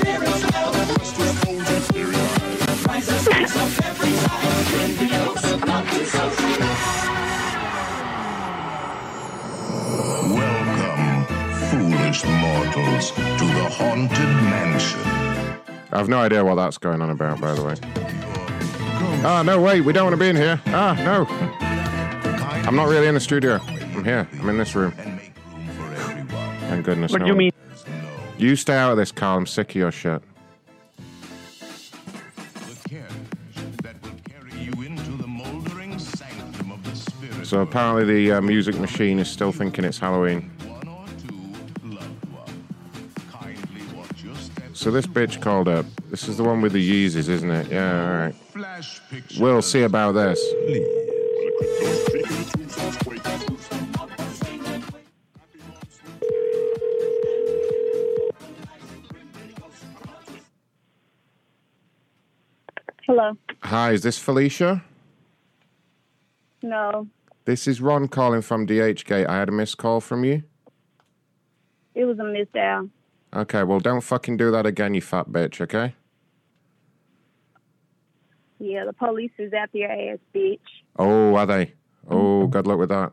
S21: Welcome, foolish mortals, to the haunted mansion.
S10: I have no idea what that's going on about, by the way. Ah, no, wait, we don't want to be in here. Ah, no. I'm not really in the studio. I'm here. I'm in this room. Thank goodness.
S1: What do
S10: no
S1: you
S10: one-
S1: mean?
S10: You stay out of this, Carl. I'm sick of your shit. So apparently the uh, music machine is still thinking it's Halloween. So this bitch called up. This is the one with the Yeezys, isn't it? Yeah, all right. We'll see about this.
S22: Hello.
S10: Hi, is this Felicia?
S22: No,
S10: This is Ron calling from DHgate. I had a missed call from you.
S22: it was a miss down.
S10: Okay, well, don't fucking do that again, you fat bitch, okay?
S22: Yeah, the police is after your ass, bitch.
S10: Oh, are they? Oh, good luck with that.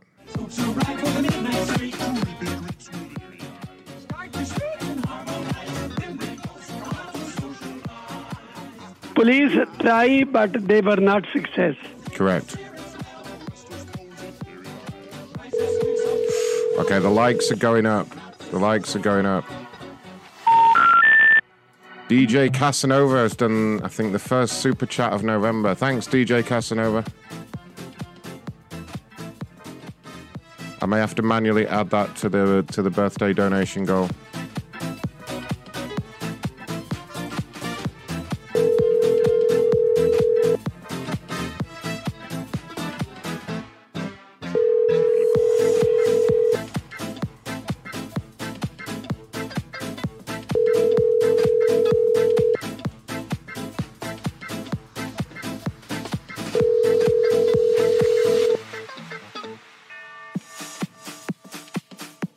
S1: Police try, but they were not success.
S10: Correct. Okay, the likes are going up. The likes are going up. DJ Casanova has done, I think, the first super chat of November. Thanks, DJ Casanova. I may have to manually add that to the to the birthday donation goal.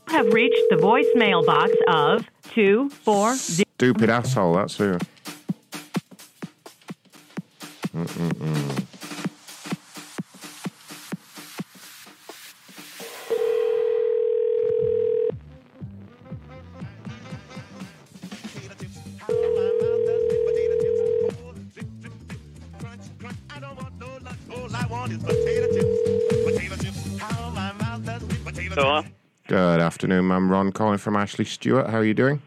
S18: have reached the voicemail box of two four zero.
S10: Stupid asshole, that's who. Mm-mm-mm.
S23: Hello?
S10: Good afternoon, ma'am. Ron calling from Ashley Stewart. How are you doing?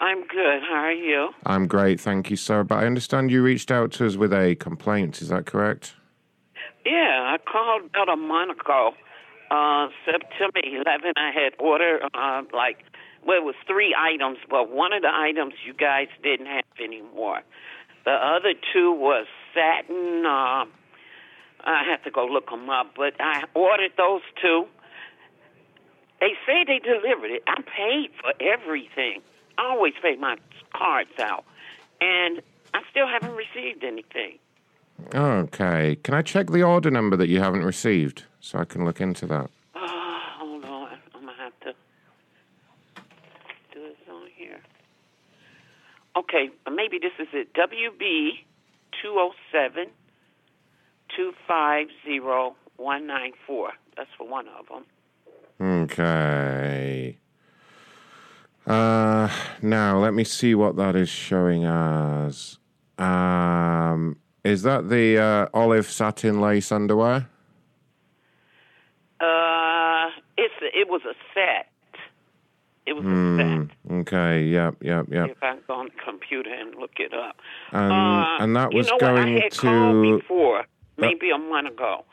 S23: I'm good. How are you?
S10: I'm great, thank you, sir. But I understand you reached out to us with a complaint. Is that correct?
S23: Yeah, I called about a month ago. Uh, September 11, I had ordered, uh, like, well, it was three items, but one of the items you guys didn't have anymore. The other two was satin. Uh, I have to go look them up, but I ordered those two. They say they delivered it. I paid for everything. I always pay my cards out, and I still haven't received anything.
S10: Okay. Can I check the order number that you haven't received so I can look into that?
S23: Oh, hold on. I'm going to have to do this on here. Okay, maybe this is it. WB 207 250194. That's for one of them.
S10: Okay. Uh, now let me see what that is showing us. Um, is that the uh, olive satin lace underwear?
S23: Uh, it's it was a set. It was
S10: Hmm. Okay. Yep. Yep. Yep.
S23: if I go on the computer and look it up.
S10: And
S23: Uh,
S10: and that
S23: you
S10: was
S23: know what?
S10: going
S23: I had
S10: to.
S23: called before, maybe a month ago.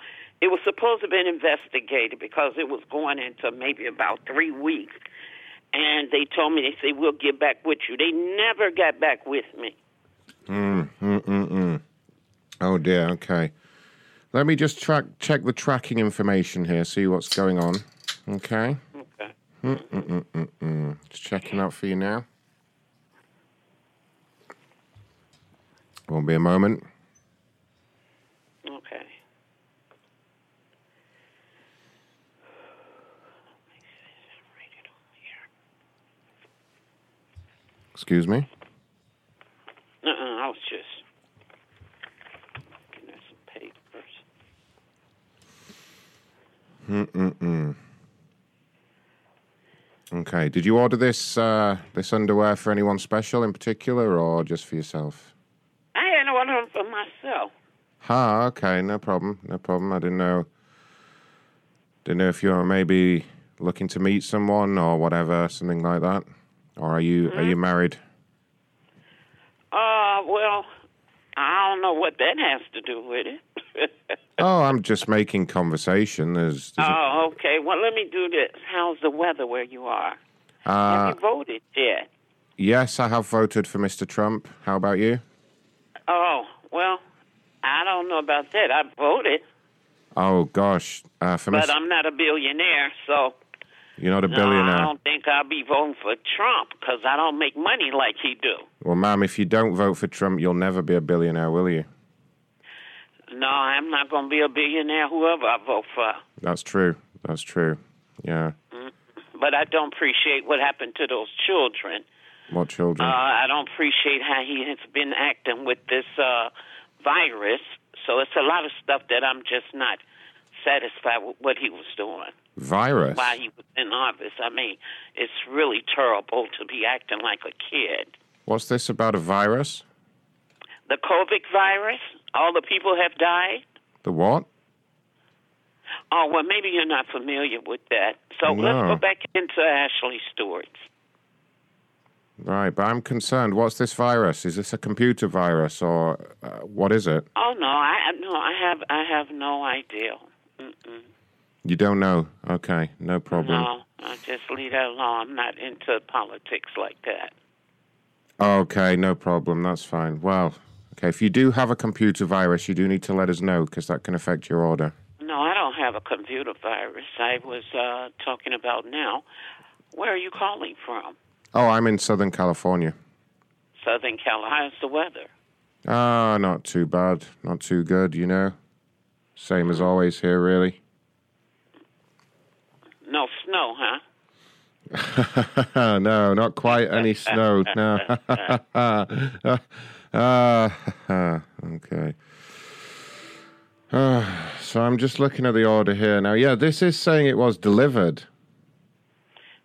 S23: It was supposed to have been investigated because it was going into maybe about three weeks. And they told me, they said, we'll get back with you. They never got back with me.
S10: Mm, mm, mm, mm. Oh dear. Okay. Let me just track check the tracking information here. See what's going on. Okay.
S23: Okay.
S10: Mm, mm, mm, mm, mm. Just checking out for you now. Won't be a moment.
S23: Okay.
S10: Excuse me.
S23: Uh-uh, I was just looking at some papers.
S10: Mm, mm, mm. Okay. Did you order this uh, this underwear for anyone special in particular, or just for yourself?
S23: I had one of them for myself.
S10: Ah, okay, no problem, no problem. I didn't know. Didn't know if you're maybe looking to meet someone or whatever, something like that. Or are you are
S23: Mm-hmm.
S10: you married?
S23: Uh, well, I don't know what that has to do with it.
S10: oh, I'm just making conversation. There's, there's
S23: oh, okay. Well, let me do this. How's the weather where you are?
S10: uh,
S23: Have you voted yet?
S10: yes, I have voted for Mr. Trump. How about you?
S23: Oh, well, I don't know about that. I voted,
S10: Oh gosh, uh, for
S23: but
S10: Miss,
S23: I'm not a billionaire, so
S10: you're not a
S23: no,
S10: billionaire.
S23: I don't think I'll be voting for Trump because I don't make money like he do.
S10: Well, ma'am, if you don't vote for Trump, you'll never be a billionaire, will you?
S23: No, I'm not going to be a billionaire, whoever I vote for.
S10: That's true. That's true. Yeah.
S23: But I don't appreciate what happened to those children.
S10: What children?
S23: Uh, I don't appreciate how he has been acting with this uh, virus. So it's a lot of stuff that I'm just not satisfied with what he was doing.
S10: Virus.
S23: While he was in office. I mean, it's really terrible to be acting like a kid.
S10: What's this about a virus?
S23: The COVID virus, all the people have died.
S10: The what?
S23: Oh, well, maybe you're not familiar with that. So let's
S10: No.
S23: go back into Ashley Stewart.
S10: Right, but I'm concerned. What's this virus? Is this a computer virus or uh, what is it?
S23: Oh no, I I- no, I have I have no idea. Mm-mm.
S10: You don't know. Okay, no problem.
S23: No, I just leave that alone. I'm not into politics like that.
S10: Okay, no problem. That's fine. Well, okay, if you do have a computer virus, you do need to let us know because that can affect your order.
S23: No, I don't have a computer virus. I was uh, talking about now. Where are you calling from?
S10: Oh, I'm in Southern California.
S23: Southern Cal. How's the weather?
S10: Ah, not too bad. Not too good, you know. Same as always here, really.
S23: No snow, huh?
S10: no, not quite any snow. No. Ah, okay. Ah, so I'm just looking at the order here now. Yeah, this is saying it was delivered.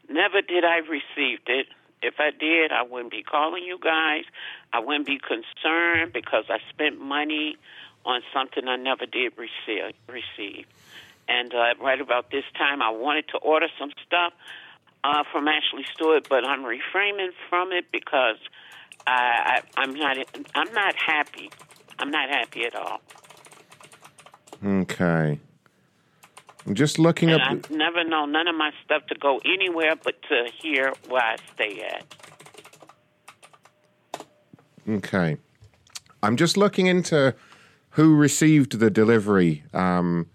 S23: Never did I receive it. If I did, I wouldn't be calling you guys. I wouldn't be concerned because I spent money on something I never did receive. receive. And uh, right about this time, I wanted to order some stuff uh, from Ashley Stewart, but I'm refraining from it because I, I, I'm not. I'm not happy. I'm not happy at all.
S10: Okay. I'm just looking
S23: and
S10: up.
S23: I've never known none of my stuff to go anywhere but to here where I stay at.
S10: Okay. I'm just looking into who received the delivery. Um,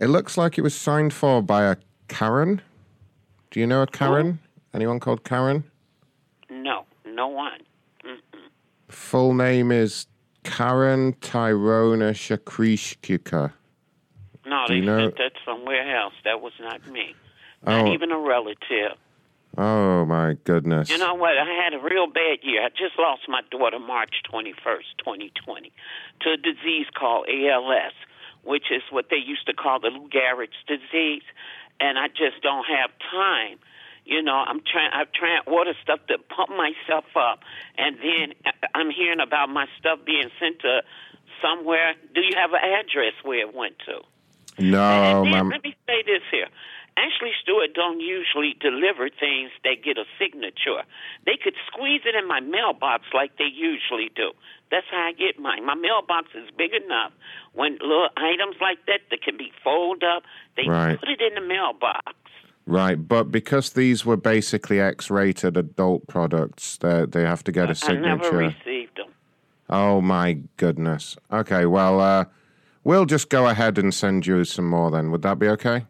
S10: it looks like it was signed for by a Karen. Do you know a Karen? Anyone called Karen?
S23: No, no one.
S10: Full name is Karen Tyrona Shakrishkika.
S23: No,
S10: Do
S23: they
S10: you know-
S23: sent that somewhere else. That was not me. Not
S10: Oh,
S23: even a relative.
S10: oh my goodness.
S23: You know what? I had a real bad year. I just lost my daughter March 21st, 2020, to a disease called ALS, which is what they used to call the Lou Gehrig's disease. And I just don't have time. You know, I'm trying. I'm trying to order stuff to pump myself up, and then I- I'm hearing about my stuff being sent to somewhere. Do you have an address where it went to?
S10: No,
S23: And then
S10: ma'am.
S23: let me say this here. Ashley Stewart don't usually deliver things that get a signature. They could squeeze it in my mailbox like they usually do. That's how I get mine. My mailbox is big enough when little items like that that can be folded up, they
S10: Right.
S23: put it in the mailbox.
S10: Right, but because these were basically X-rated adult products, they they have to get a
S23: I never
S10: signature.
S23: received them.
S10: Oh my goodness. Okay, well, uh, we'll just go ahead and send you some more then. Would that be okay?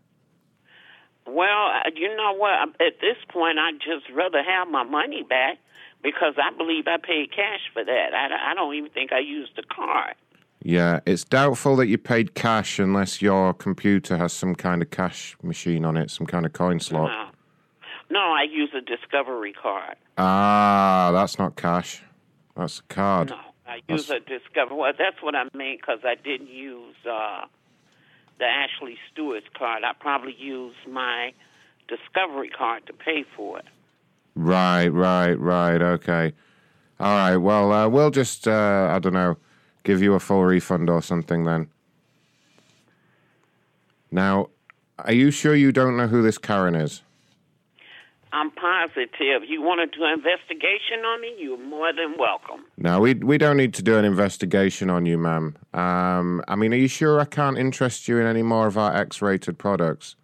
S23: Well, uh, you know what? At this point, I'd just rather have my money back because I believe I paid cash for that. I, I don't even think I used the card.
S10: Yeah, it's doubtful that you paid cash unless your computer has some kind of cash machine on it, some kind of coin slot.
S23: No, I use a Discovery card.
S10: Ah, that's not cash. That's a card.
S23: I use a Discovery. Well, that's what I mean because I didn't use uh, the Ashley Stewart's card. I probably used my Discovery card to pay for it.
S10: Right, right, right. Okay. All right. Well, uh, we'll just, uh, I don't know, give you a full refund or something then. Now, are you sure you don't know who this Karen is?
S23: I'm positive. You want to do an investigation on me? You're more than welcome.
S10: No, we we don't need to do an investigation on you, ma'am. Um, I mean, are you sure I can't interest you in any more of our X-rated products?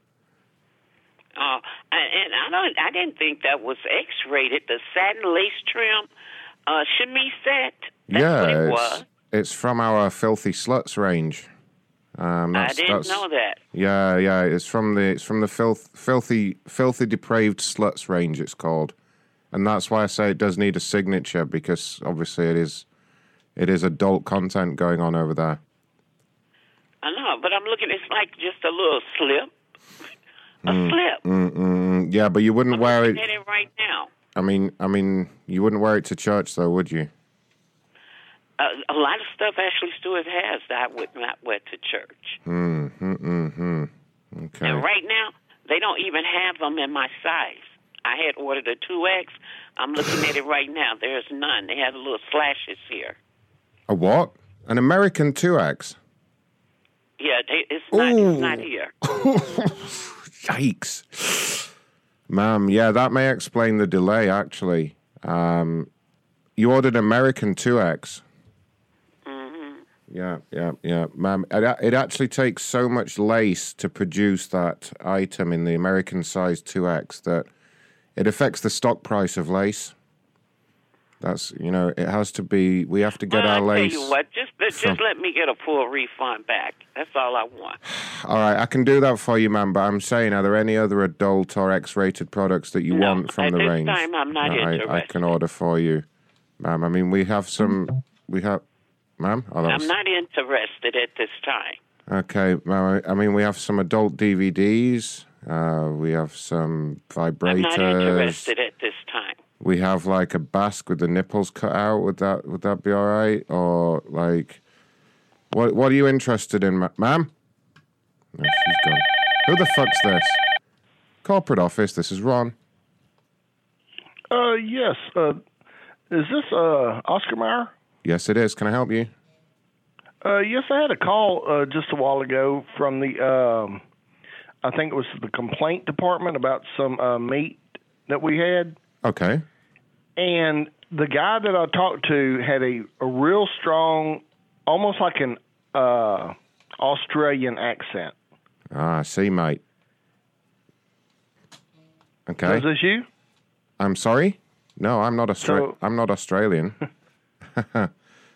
S23: Uh, and and I don't. I didn't think that was X-rated. The satin lace trim, uh, chemise set.
S10: yeah,
S23: what it
S10: it's,
S23: was.
S10: it's from our filthy sluts range. Um,
S23: I
S10: that's-
S23: didn't
S10: that's-
S23: know that.
S10: Yeah, yeah, it's from the it's from the filth, filthy, filthy, depraved sluts range. It's called, and that's why I say it does need a signature because obviously it is, it is adult content going on over there.
S23: I know, but I'm looking. It's like just a little slip. A slip.
S10: Mm, mm, yeah, but you wouldn't wear
S23: I'm
S10: it.
S23: at it right now.
S10: I mean, I mean, you wouldn't wear it to church though, would you?
S23: Uh, a lot of stuff Ashley Stewart has that I would not wear to church.
S10: Hmm. Hmm. Hmm. hmm. Okay.
S23: And right now, they don't even have them in my size. I had ordered a 2X. I'm looking at it right now. There's none. They have little slashes here.
S10: A what? An American two X.
S23: Yeah, they, it's not. It's not here.
S10: Yikes. Ma'am, yeah, that may explain the delay, actually. Um, you ordered American 2X.
S23: Mm-hmm.
S10: Yeah, yeah, yeah. Ma'am, it, a- it actually takes so much lace to produce that item in the American size 2X that it affects the stock price of lace. That's, you know, it has to be, we have to get
S23: well,
S10: our
S23: I
S10: lace.
S23: tell you what, just just
S10: from-
S23: let me get a full refund back. That's all I want.
S10: All right, I can do that for you, ma'am. But I'm saying, are there any other adult or X-rated products that you want from
S23: at
S10: the
S23: this
S10: range?
S23: time, I'm not
S10: that I, I
S23: interested.
S10: can order for you, ma'am. I mean, we have some. We have, ma'am. Oh, that
S23: I'm not interested at this time.
S10: was- okay, ma'am. I I mean, we have some adult DVDs. Uh, we have some
S23: I'm
S10: vibrators.
S23: not interested at this time.
S10: We have like a basque with the nipples cut out. Would that would that be all right? Or like, what what are you interested in, ma- ma'am? No, she's gone. Who the fuck's this? Corporate office. This is Ron.
S24: Uh, yes. Uh, is this uh Oscar Mayer?
S10: Yes, it is. Can I help you?
S24: Uh, yes, I had a call uh, just a while ago from the um, I think it was the complaint department about some uh, meat that we had,
S10: Okay.
S24: and the guy that I talked to had a, a real strong, almost like an uh, Australian accent.
S10: Ah, I see, mate. Okay.
S24: Is this you?
S10: I'm sorry. No, I'm not Austra-
S24: So-
S10: I'm not Australian.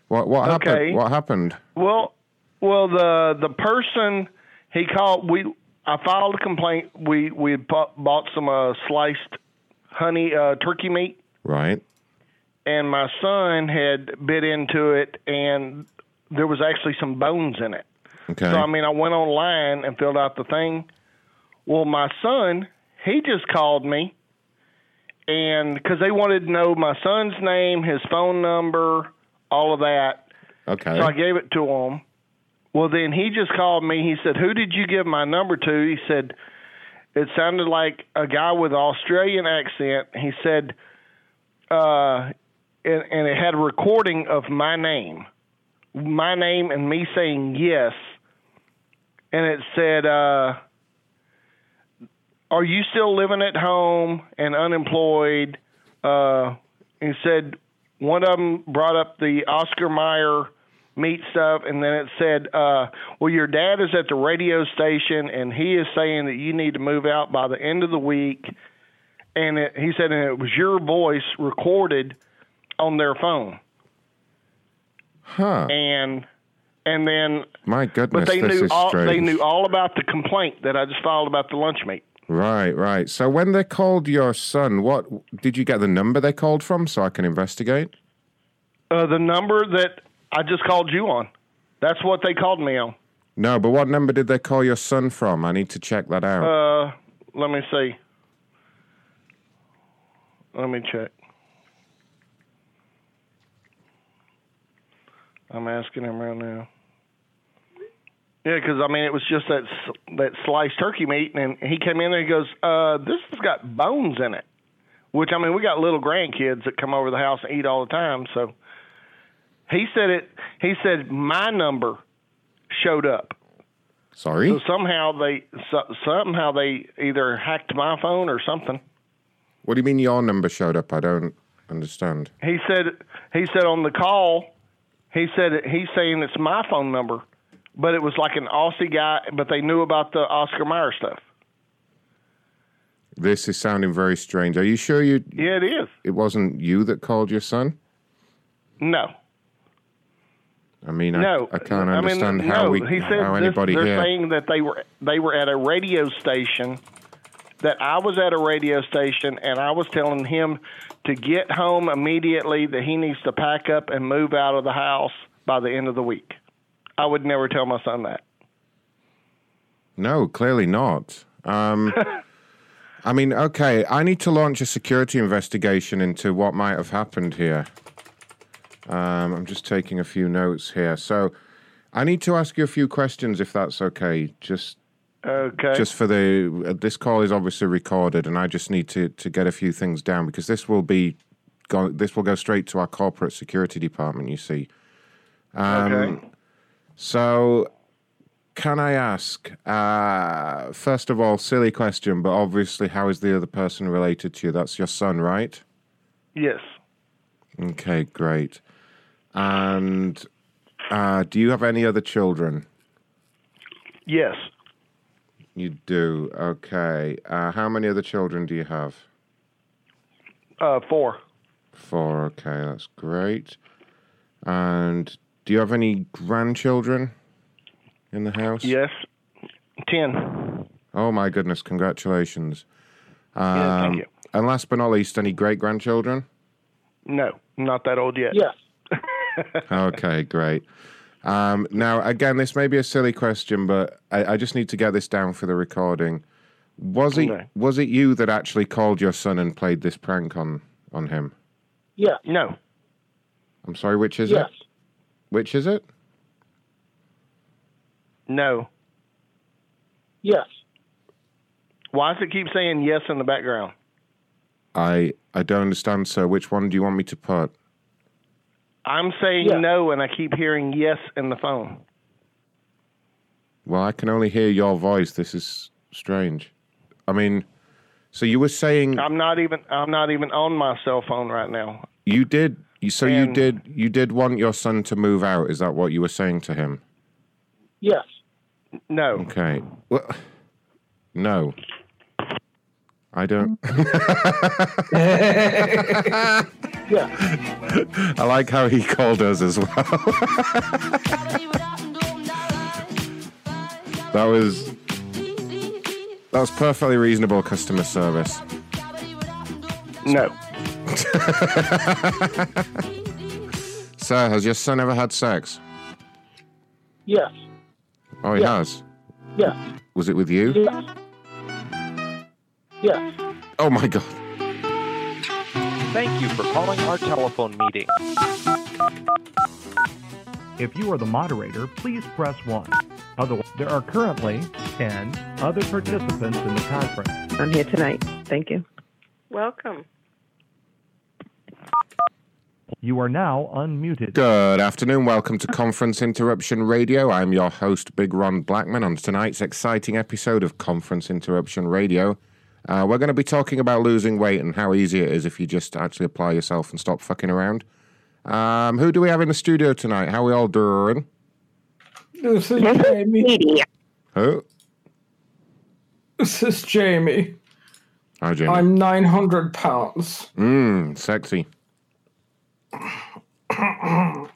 S10: what what
S24: Okay.
S10: happened? What happened?
S24: Well, well, the the person he called, we I filed a complaint. We we had bu- bought some uh, sliced honey uh, turkey meat,
S10: Right.
S24: and my son had bit into it, and there was actually some bones in it.
S10: Okay.
S24: So I mean, I went online and filled out the thing. Well, my son, he just called me, and because they wanted to know my son's name, his phone number, all of that.
S10: Okay.
S24: So I gave it to him. Well, then he just called me. He said, "Who did you give my number to?" He said, "It sounded like a guy with an Australian accent." He said, "Uh, and, and it had a recording of my name, my name, and me saying yes." And it said, uh, are you still living at home and unemployed? Uh, and said one of them brought up the Oscar Mayer meat stuff, and then it said, uh, "Well, your dad is at the radio station, and he is saying that you need to move out by the end of the week." And it, he said, and it was your voice recorded on their phone,
S10: Huh.
S24: and and then
S10: My goodness,
S24: but they
S10: this
S24: knew
S10: is
S24: all
S10: strange.
S24: they knew all about the complaint that I just filed about the lunch meat.
S10: Right, right. So when they called your son, what did you get the number they called from so I can investigate?
S24: Uh, the number that I just called you on. That's what they called me on.
S10: No, but what number did they call your son from? I need to check that out.
S24: Uh, let me see. Let me check. I'm asking him right now. Yeah, because I mean, it was just that s- that sliced turkey meat, and he came in there. He goes, uh, "This has got bones in it," which I mean, we got little grandkids that come over the house and eat all the time. So he said it. He said my number showed up.
S10: Sorry?
S24: So somehow they so, somehow they either hacked my phone or something.
S10: What do you mean your number showed up? I don't understand.
S24: He said he said on the call, he said he's saying it's my phone number, but it was like an Aussie guy, but they knew about the Oscar Mayer stuff.
S10: This is sounding very strange. Are you sure you
S24: Yeah, it is.
S10: it wasn't you that called your son?
S24: No,
S10: I mean,
S24: no,
S10: I, I can't
S24: I mean,
S10: understand how
S24: no.
S10: we
S24: he said
S10: how
S24: this-
S10: anybody
S24: they're
S10: here.
S24: saying that they were they were at a radio station, that I was at a radio station, and I was telling him to get home immediately, that he needs to pack up and move out of the house by the end of the week. I would never tell my son that.
S10: No, clearly not. Um, I mean, okay, I need to launch a security investigation into what might have happened here. Um, I'm just taking a few notes here. So I need to ask you a few questions if that's okay. Just
S24: Okay.
S10: just for the uh, this call is obviously recorded and I just need to to get a few things down because this will be go, this will go straight to our corporate security department, you see. Um
S24: Okay.
S10: so can I ask uh first of all silly question but obviously how is the other person related to you? That's your son, right?
S24: Yes.
S10: Okay, great. And uh do you have any other children?
S24: Yes.
S10: You do. Okay. Uh, how many other children do you have?
S24: Uh, four.
S10: Four. Okay, that's great. And do you have any grandchildren in the house?
S24: Yes. Ten.
S10: Oh my goodness! Congratulations. Um,
S24: Yeah, thank you.
S10: And last but not least, any great grandchildren?
S24: No, not that old yet. Yes.
S10: okay, great. Um, now, again, this may be a silly question, but I, I just need to get this down for the recording. Was it
S24: Okay.
S10: was it you that actually called your son and played this prank on on him?
S24: Yeah. No.
S10: I'm sorry, which is
S24: Yes.
S10: it? Which is it?
S24: No. Yes. Why does it keep saying yes in the background?
S10: I I don't understand, sir. Which one do you want me to put?
S24: I'm saying no, and I keep hearing yes in the phone.
S10: Well, I can only hear your voice. This is strange. I mean, so you were saying
S24: I'm not even. um, I'm not even on my cell phone right now.
S10: you did. You, so you
S24: And-
S10: did. You did want your son to move out. Is that what you were saying to him?
S24: Yes. No.
S10: Okay. Well, no. I don't. I like how he called us as well. that was that was perfectly reasonable customer service.
S24: No.
S10: Sir, has your son ever had sex?
S24: Yes.
S10: Oh, he has.
S24: Yes.
S10: Was it with you?
S24: Yes.
S10: Oh my god.
S13: Thank you for calling our telephone meeting.
S4: If you are the moderator, please press 1. Otherwise, there are currently 10 other participants in the conference.
S25: I'm here tonight. Thank you.
S7: Welcome.
S4: You are now unmuted.
S10: Good afternoon. Welcome to Conference Interruption Radio. I'm your host, Big Ron Blackman, on tonight's exciting episode of Conference Interruption Radio. Uh, we're going to be talking about losing weight and how easy it is if you just actually apply yourself and stop fucking around. Um, who do we have in the studio tonight? How we all doing?
S11: This is Jamie.
S10: Who?
S11: This is Jamie.
S10: Hi, Jamie.
S11: I'm 900 pounds.
S10: Mmm, sexy. How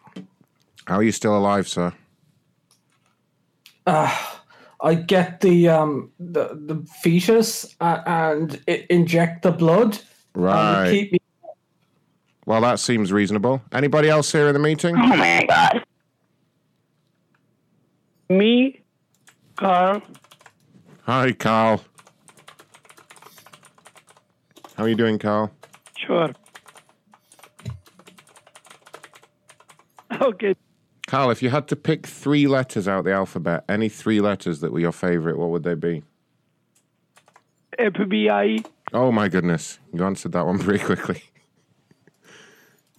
S10: are you still alive, sir?
S11: Uh, I get the um the, the fetus uh, and i inject the blood.
S10: Right.
S11: And Uh, keep me.
S10: Well, that seems reasonable. Anybody else here in the meeting?
S5: Oh my god.
S1: Me, Carl.
S10: Hi, Carl. How are you doing, Carl?
S1: Sure. Okay.
S10: Carl, if you had to pick three letters out of the alphabet, any three letters that were your favorite, what would they be?
S1: FBI.
S10: Oh my goodness, you answered that one pretty quickly.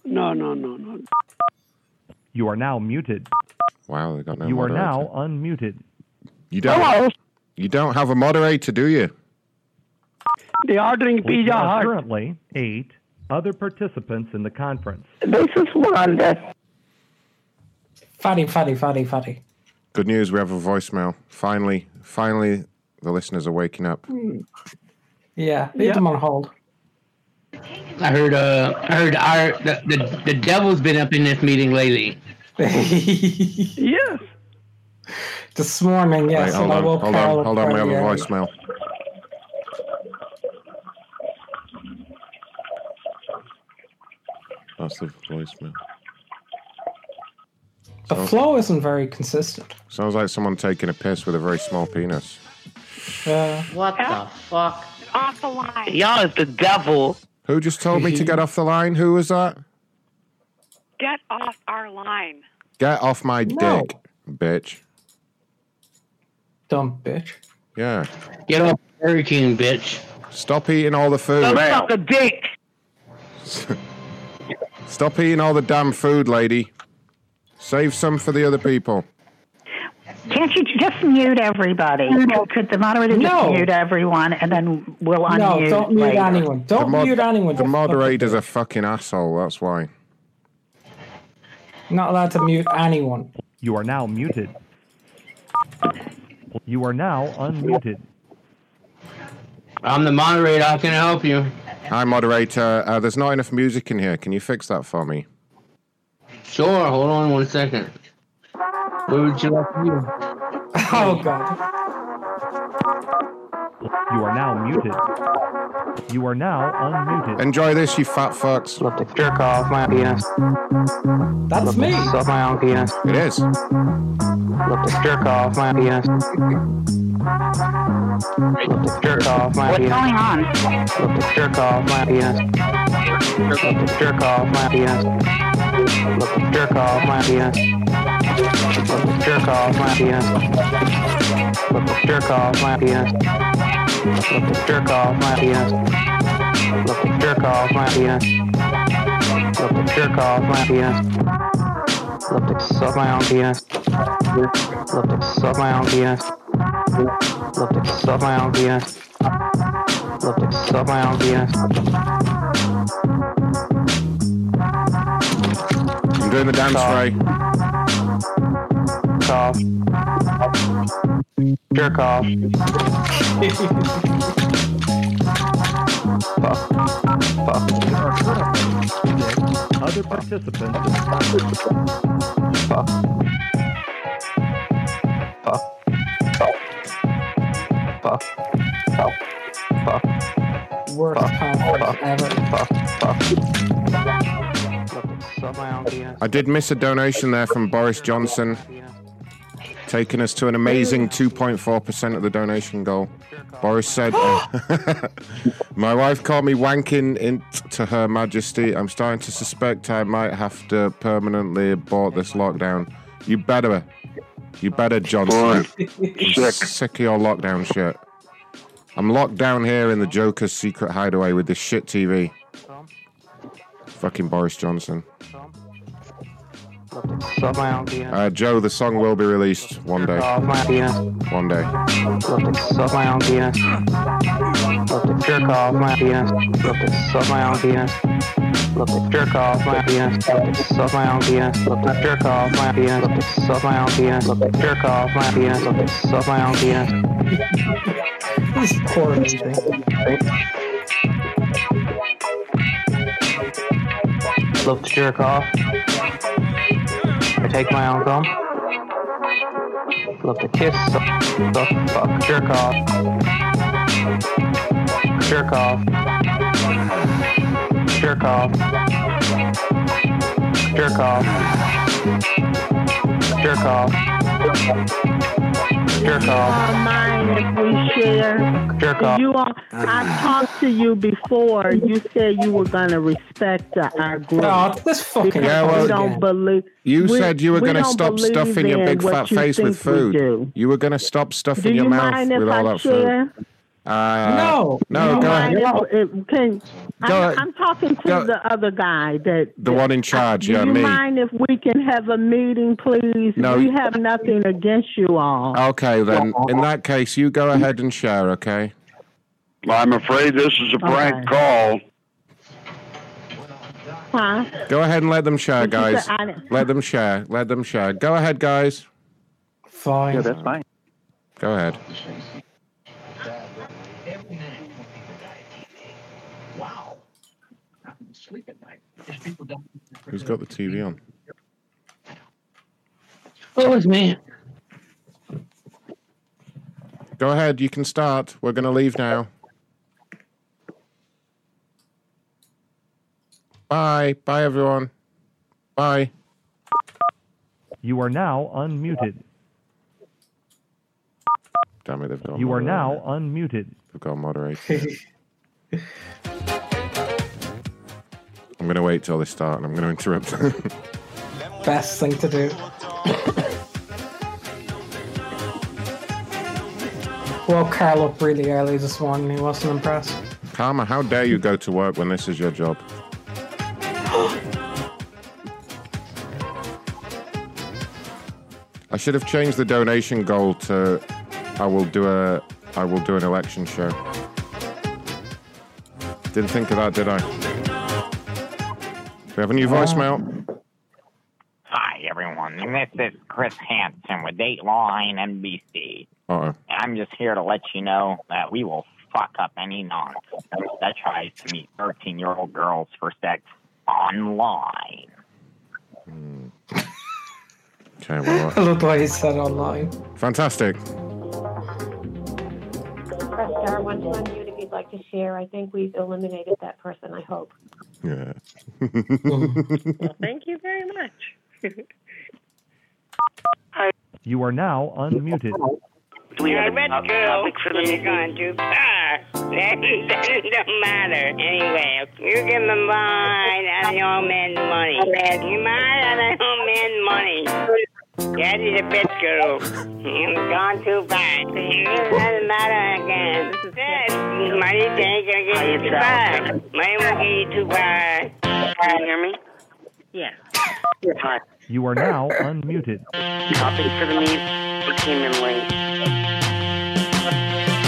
S1: No, no, no, no.
S4: You are now muted.
S10: Wow, they got no.
S4: you are
S10: moderator.
S4: now unmuted.
S10: You don't. You don't have a moderator, do you?
S1: They ordering
S4: We
S1: Pizza
S4: have
S1: Hut.
S4: currently eight other participants in the conference.
S11: This is one that. Fatty, fatty, fatty, fatty.
S10: Good news, we have a voicemail. Finally, finally, the listeners are waking up.
S11: Hmm. Yeah, leave them on hold.
S12: I heard. Uh, I heard. Our, the, the the devil's been up in this meeting lately.
S1: yes.
S11: This morning, yes.
S10: Wait, hold
S11: and I
S10: on,
S11: woke
S10: hold
S11: Carl
S10: on,
S11: up
S10: hold on. We have a
S11: earlier.
S10: voicemail. That's the voicemail.
S11: The flow isn't very consistent.
S10: Sounds like someone taking a piss with a very small penis.
S11: Yeah.
S6: What the fuck?
S26: Off the line.
S10: Y'all is the devil. Who just told me to get off the line? Who was that?
S26: Get off our line.
S10: Get off my
S26: No.
S10: dick, bitch.
S11: Dumb bitch.
S10: Yeah.
S12: Get off Burger King, bitch.
S10: Stop eating all the food.
S12: a dick.
S10: Stop eating all the damn food, lady. Save some for the other people.
S6: Can't you just mute everybody? Could the moderator
S11: No.
S6: just mute everyone and then we'll unmute?
S11: No, don't mute
S6: later?
S11: anyone. Don't mute anyone.
S10: The moderator's a fucking asshole. That's why.
S11: Not allowed to mute anyone.
S4: You are now muted. You are now unmuted.
S12: I'm the moderator. How can I help you?
S10: Hi, moderator. Uh, there's not enough music in here. Can you fix that for me?
S12: Sure. Hold on one second. What would you like to do?
S11: Oh god.
S4: You are now muted. You are now unmuted.
S10: Enjoy this, you fat fucks.
S7: Love to jerk off my penis.
S11: That's me.
S7: Suck my own penis.
S10: It is.
S7: Love to jerk off my penis. Love to jerk off my penis.
S5: going on?
S7: Love to jerk off my penis. Love to jerk off my penis. Love to jerk off my penis. Love to jerk off my penis. Love to jerk off my penis. Love to jerk off my penis. Love to jerk off my penis. Love to jerk off my penis. Love to suck my own penis. Love to suck my own penis. Love to suck my own penis. Love to suck my own penis.
S10: I'm doing the dance, Ray.
S7: Cough. Jerk off.
S4: There are currently six other participants in the conference.
S11: Worst conference ever.
S7: Suck my own penis.
S10: I did miss a donation there from Boris Johnson, taking us to an amazing 2.4% of the donation goal. Boris said, uh, My wife called me wanking in to Her Majesty. I'm starting to suspect I might have to permanently abort this lockdown. You better. You better, Johnson. I'm sick of your lockdown shit. I'm locked down here in the Joker's secret hideaway with this shit TV. Fucking Boris Johnson.
S7: Suck my own penis.
S10: Uh, Joe, the song will be released one day.
S7: Off my penis.
S10: One day.
S7: Love to suck my own penis. Love to
S11: jerk off my penis. Look at suck my own penis. Look at jerk off my penis. Look at suck my own penis. Look at jerk off my penis. Look at suck my own penis. Look at jerk off my penis. Look at suck my own penis.
S1: This poor
S11: Look to jerk off. I take my own gum. Look to kiss. Suck, fuck, jerk off. Jerk off. Jerk off. Jerk off. Jerk off. Jerk off.
S2: mind if we share.
S11: Jerk off.
S2: You all, I talked to you before. You said you were gonna respect uh, our group.
S1: Oh, this fucking-
S2: because
S10: Yeah, well,
S2: we don't believe.
S10: You
S2: we-
S10: said you were
S2: we
S10: going to
S2: don't
S10: stop
S2: believe
S10: stuffing your
S2: in
S10: big
S2: what
S10: fat
S2: you
S10: face with
S2: think we do.
S10: food. You were going to stop stuffing
S2: Do
S10: your
S2: you
S10: mouth
S2: mind if
S10: with all
S2: I
S10: that food.
S2: share?
S10: Uh, No,
S2: You
S10: go
S2: mind
S10: ahead.
S2: if- if- can-
S10: Go
S2: I'm,
S10: ahead.
S2: I'm talking to
S10: Go-
S2: the other guy that.
S10: The one in charge,
S2: Do
S10: yeah,
S2: you
S10: me.
S2: mind if we can have a meeting, please?
S10: No, Uh,
S2: we
S10: you-
S2: have nothing against you all.
S10: Okay, then. In that case, you go ahead and share, okay?
S27: I'm afraid this is a prank call.
S2: Huh?
S10: Go ahead and let them share,
S2: you
S10: guys.
S2: said I didn't-
S10: Let them share. Let them share. Go ahead, guys.
S1: Fine.
S10: Yeah, that's fine. Go ahead. Who's got the TV on?
S28: What was me?
S10: Go ahead. You can start. We're going to leave now. Bye. Bye, everyone. Bye.
S4: You are now unmuted.
S10: Damn it, they've gone.
S4: You are now unmuted.
S10: They've gone moderated. I'm going to wait till they start and I'm going to interrupt.
S1: Best thing to do. Woke Carl up really early this morning. He wasn't impressed.
S10: Karma, how dare you go to work when this is your job? I should have changed the donation goal to I will do a I will do an election show. Didn't think of that, did I? Do we have a new voicemail?
S23: Hi, everyone. This is Chris Hansen with Dateline NBC.
S10: Uh oh.
S23: I'm just here to let you know that we will fuck up any nonsense that tries to meet 13 year old girls for sex online.
S10: Okay, well. uh,
S1: I love the way he said online.
S10: Fantastic.
S8: Press star one to unmute if you'd like to share. I think we've eliminated that person, I hope.
S10: Yeah.
S8: Thank you very much.
S4: You are now unmuted.
S21: I read the girl she's going too far. Ah, That doesn't matter. Anyway, you give a mind on your old man's money. You mind on your old man's money. That is a bitch girl. You've gone too far. It doesn't matter again. Yes, Money ain't gonna get you too far. Money won't get you too far. Can you hear me? Yeah. Hi.
S4: You are now unmuted.
S21: Copy for the meet. It came in late.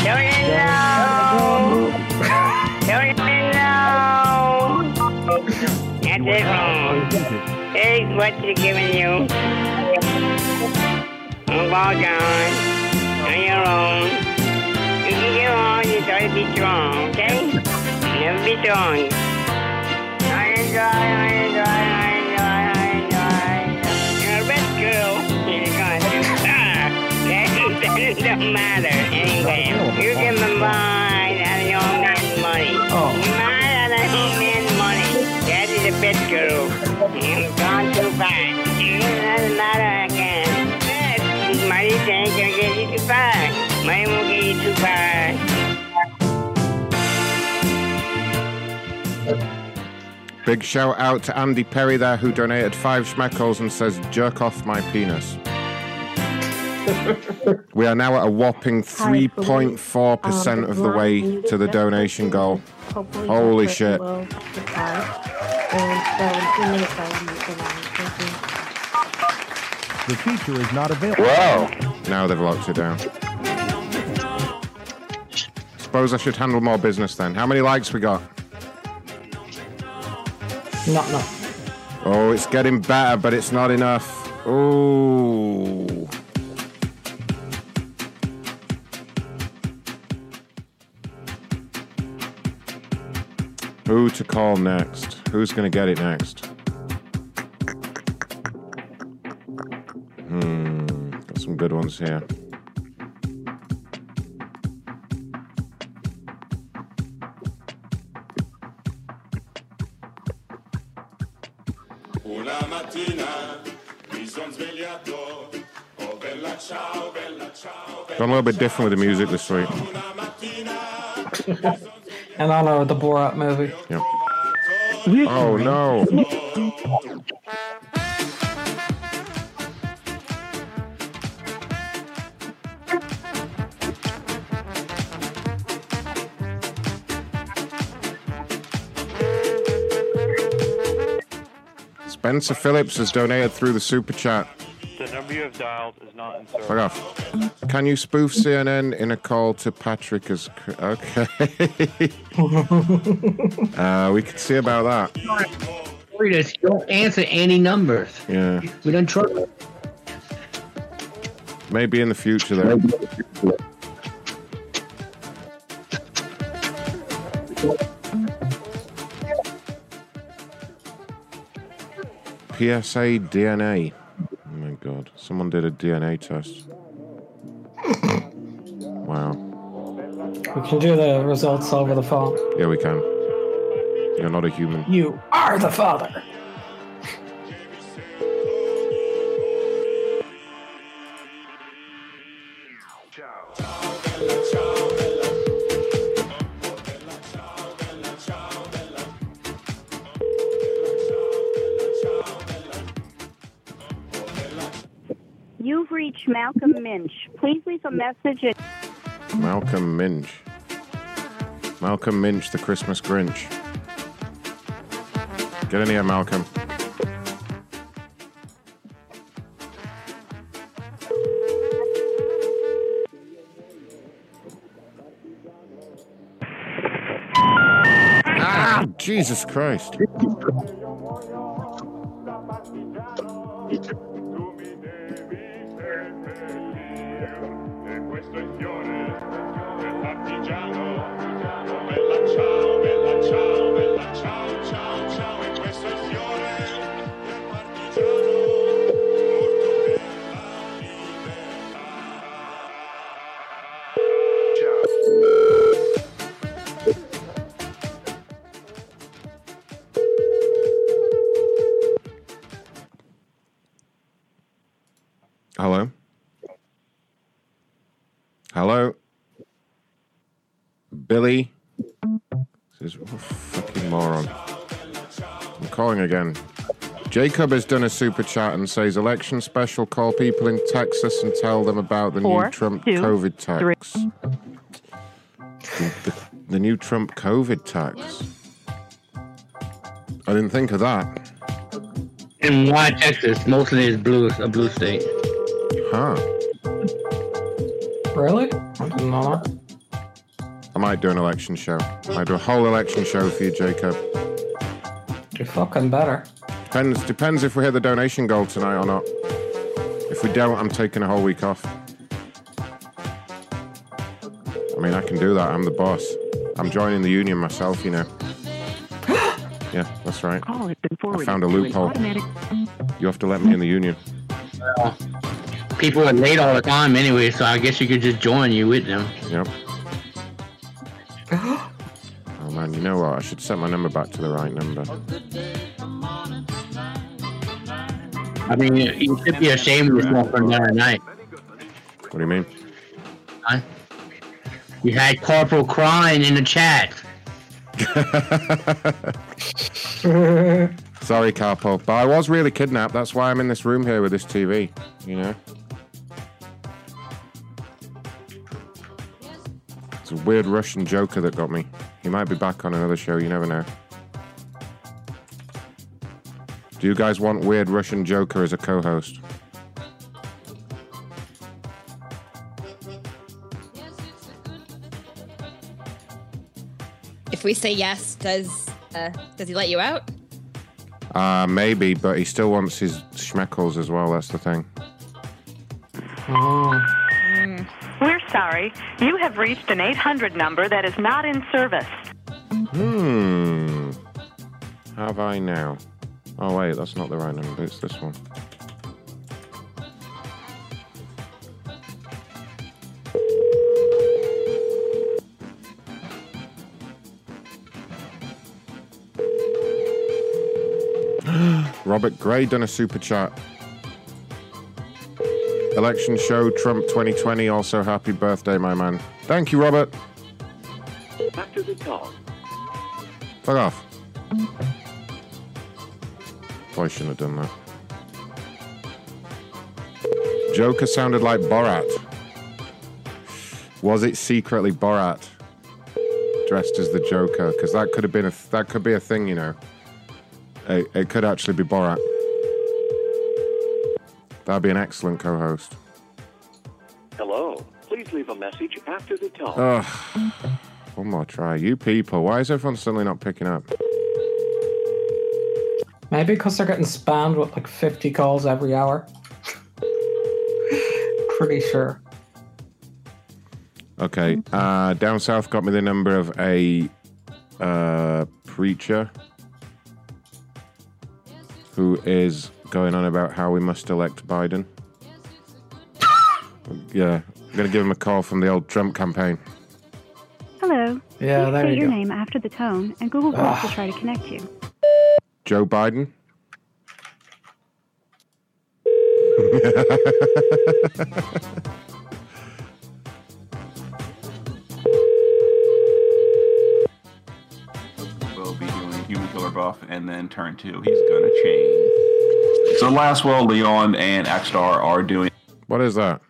S21: Don't you know? Don't you know? That's it wrong. Here's what they're giving you. I'm all gone. On your own. You can get on, you gotta be strong, okay? Never be strong. I enjoy, I enjoy, I enjoy, I enjoy. You're a rich girl. You're going to star. That doesn't matter. Anyway, you give them mine out of your own man's money. Oh. Mine out of your own man's money. That is a bitch girl. You've gone too far. It doesn't matter again. Yes, Money ain't gonna get you too far. Money won't get you too far.
S10: Big shout out to Andy Perry there who donated five schmeckles and says jerk off my penis. we are now at a whopping
S8: Hi, Felice.
S10: 3.4%
S8: Um,
S10: of the way
S8: Ron,
S10: to the
S8: you
S10: donation goal.
S8: Hopefully that
S10: Holy
S8: person
S10: shit.
S8: will reply.
S7: uh,
S8: And so in two minutes, I'll unmute the line. Thank you.
S4: The feature is not available.
S10: Wow. Now they've locked it down. Suppose I should handle more business then. How many likes we got?
S11: Not no.
S10: Oh, it's getting better, but it's not enough. Ooh. Who to call next? Who's going to get it next? Hmm. Got some good ones here. Gone a little bit different with the music this week.
S11: And I know the Borat movie.
S10: Yep. Oh no. Spencer Phillips has donated through the super chat.
S3: The number you have dialed is not in service.
S10: Fuck off. Can you spoof CNN in a call to Patrick as. c- Okay. uh, we could see about that.
S12: Readers, don't answer any numbers.
S10: Yeah.
S12: We don't trust.
S10: Maybe in the future, though. PSA DNA. Oh my god. Someone did a DNA test. Wow.
S11: We can do the results over the phone.
S10: Yeah, we can. You're not a human.
S11: You are the father.
S22: You've reached Malcolm Minch. Please leave a message at
S10: Malcolm Minch. Malcolm Minch, the Christmas Grinch. Get in here, Malcolm. Ah, Jesus Christ. Hello? Hello? Billy? This is what a fucking moron. I'm calling again. Jacob has done a super chat and says election special call people in Texas and tell them about the
S18: Four,
S10: new Trump
S18: two,
S10: COVID tax. The, the new Trump COVID tax. I didn't think of that.
S12: And why Texas? Mostly is blue, a blue state.
S10: Huh.
S11: Really? I didn't know that.
S10: I might do an election show. I might do a whole election show for you, Jacob.
S11: You're fucking better.
S10: Depends. Depends if we hit the donation goal tonight or not. If we don't, I'm taking a whole week off. I mean, I can do that. I'm the boss. I'm joining the union myself, you know. yeah, that's right.
S1: Oh,
S18: Call has been
S10: I
S18: forwarded
S10: found a
S18: to an
S10: loophole.
S18: automatic-
S10: You have to let me in the union.
S12: People are late all the time anyway, so I guess you could just join you with them.
S10: Yep. Oh man, you know what? I should set my number back to the right number.
S12: I mean, you- you should be ashamed of yourself for another night.
S10: What do you mean?
S12: Huh? You had Corporal crying in the chat.
S10: Sorry, Carpo, but I was really kidnapped. That's why I'm in this room here with this TV. You know, it's a weird Russian Joker that got me. He might be back on another show. You never know. Do you guys want weird Russian Joker as a co-host?
S21: we say yes, does uh, does he let you out?
S10: Uh, maybe, but he still wants his schmeckles as well. That's the thing.
S11: Mm.
S7: We're sorry. You have reached an 800 number that is not in service.
S10: Hmm. Have I now? Oh wait, that's not the right number. It's this one. Robert Gray done a super chat. Election show Trump 2020. Also, happy birthday, my man. Thank you, Robert.
S29: Back to the dog.
S10: Fuck off. Probably shouldn't have done that. Joker sounded like Borat. Was it secretly Borat dressed as the Joker? Because that could have been a that could be a thing, you know. It, it could actually be Borat. That'd be an excellent co-host.
S29: Hello. Please leave a message after the
S4: Oh.
S29: tone.
S10: Ugh. One more try. You people, why is everyone suddenly not picking up?
S11: Maybe because they're getting spammed with like 50 calls every hour. Pretty sure.
S10: Okay. Uh, down south got me the number of a uh, preacher who is going on about how we must elect Biden. yeah, I'm going to give him a call from the old Trump campaign.
S1: Hello.
S10: Yeah, there
S1: Please say
S10: you
S1: your
S10: go. Ah.
S1: name after the tone, and Google Voice will try to connect you.
S10: Joe Biden.
S3: will be doing Human Killer Buff and then turn two. He's gonna change. So last well, Leon and Axstar are doing.
S10: What is that?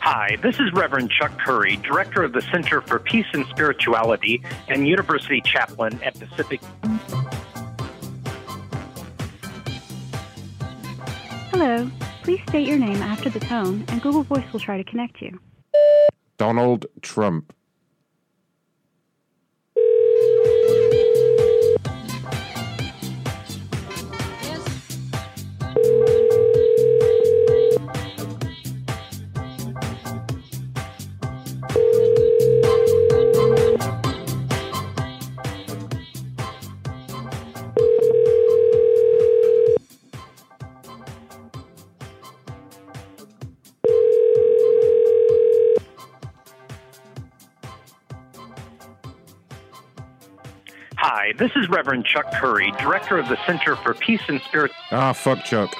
S4: Hi, this is Reverend Chuck Curry, Director of the Center for Peace and Spirituality and University Chaplain at Pacific.
S1: Hello. Please state your name after the tone, and Google Voice will try to connect you.
S10: Donald Trump.
S4: Hi, this is Reverend Chuck Curry, Director of the Center for Peace and Spirit.
S10: Ah, fuck Chuck.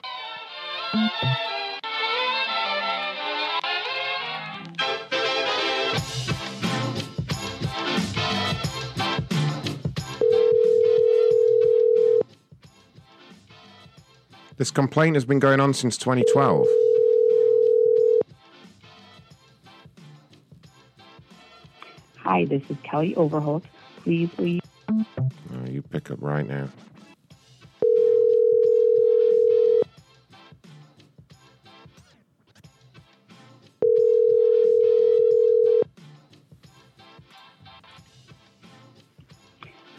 S10: This complaint has been going on since 2012.
S30: Hi, this is Kelly Overholt. Please leave.
S10: Oh, you pick up right now.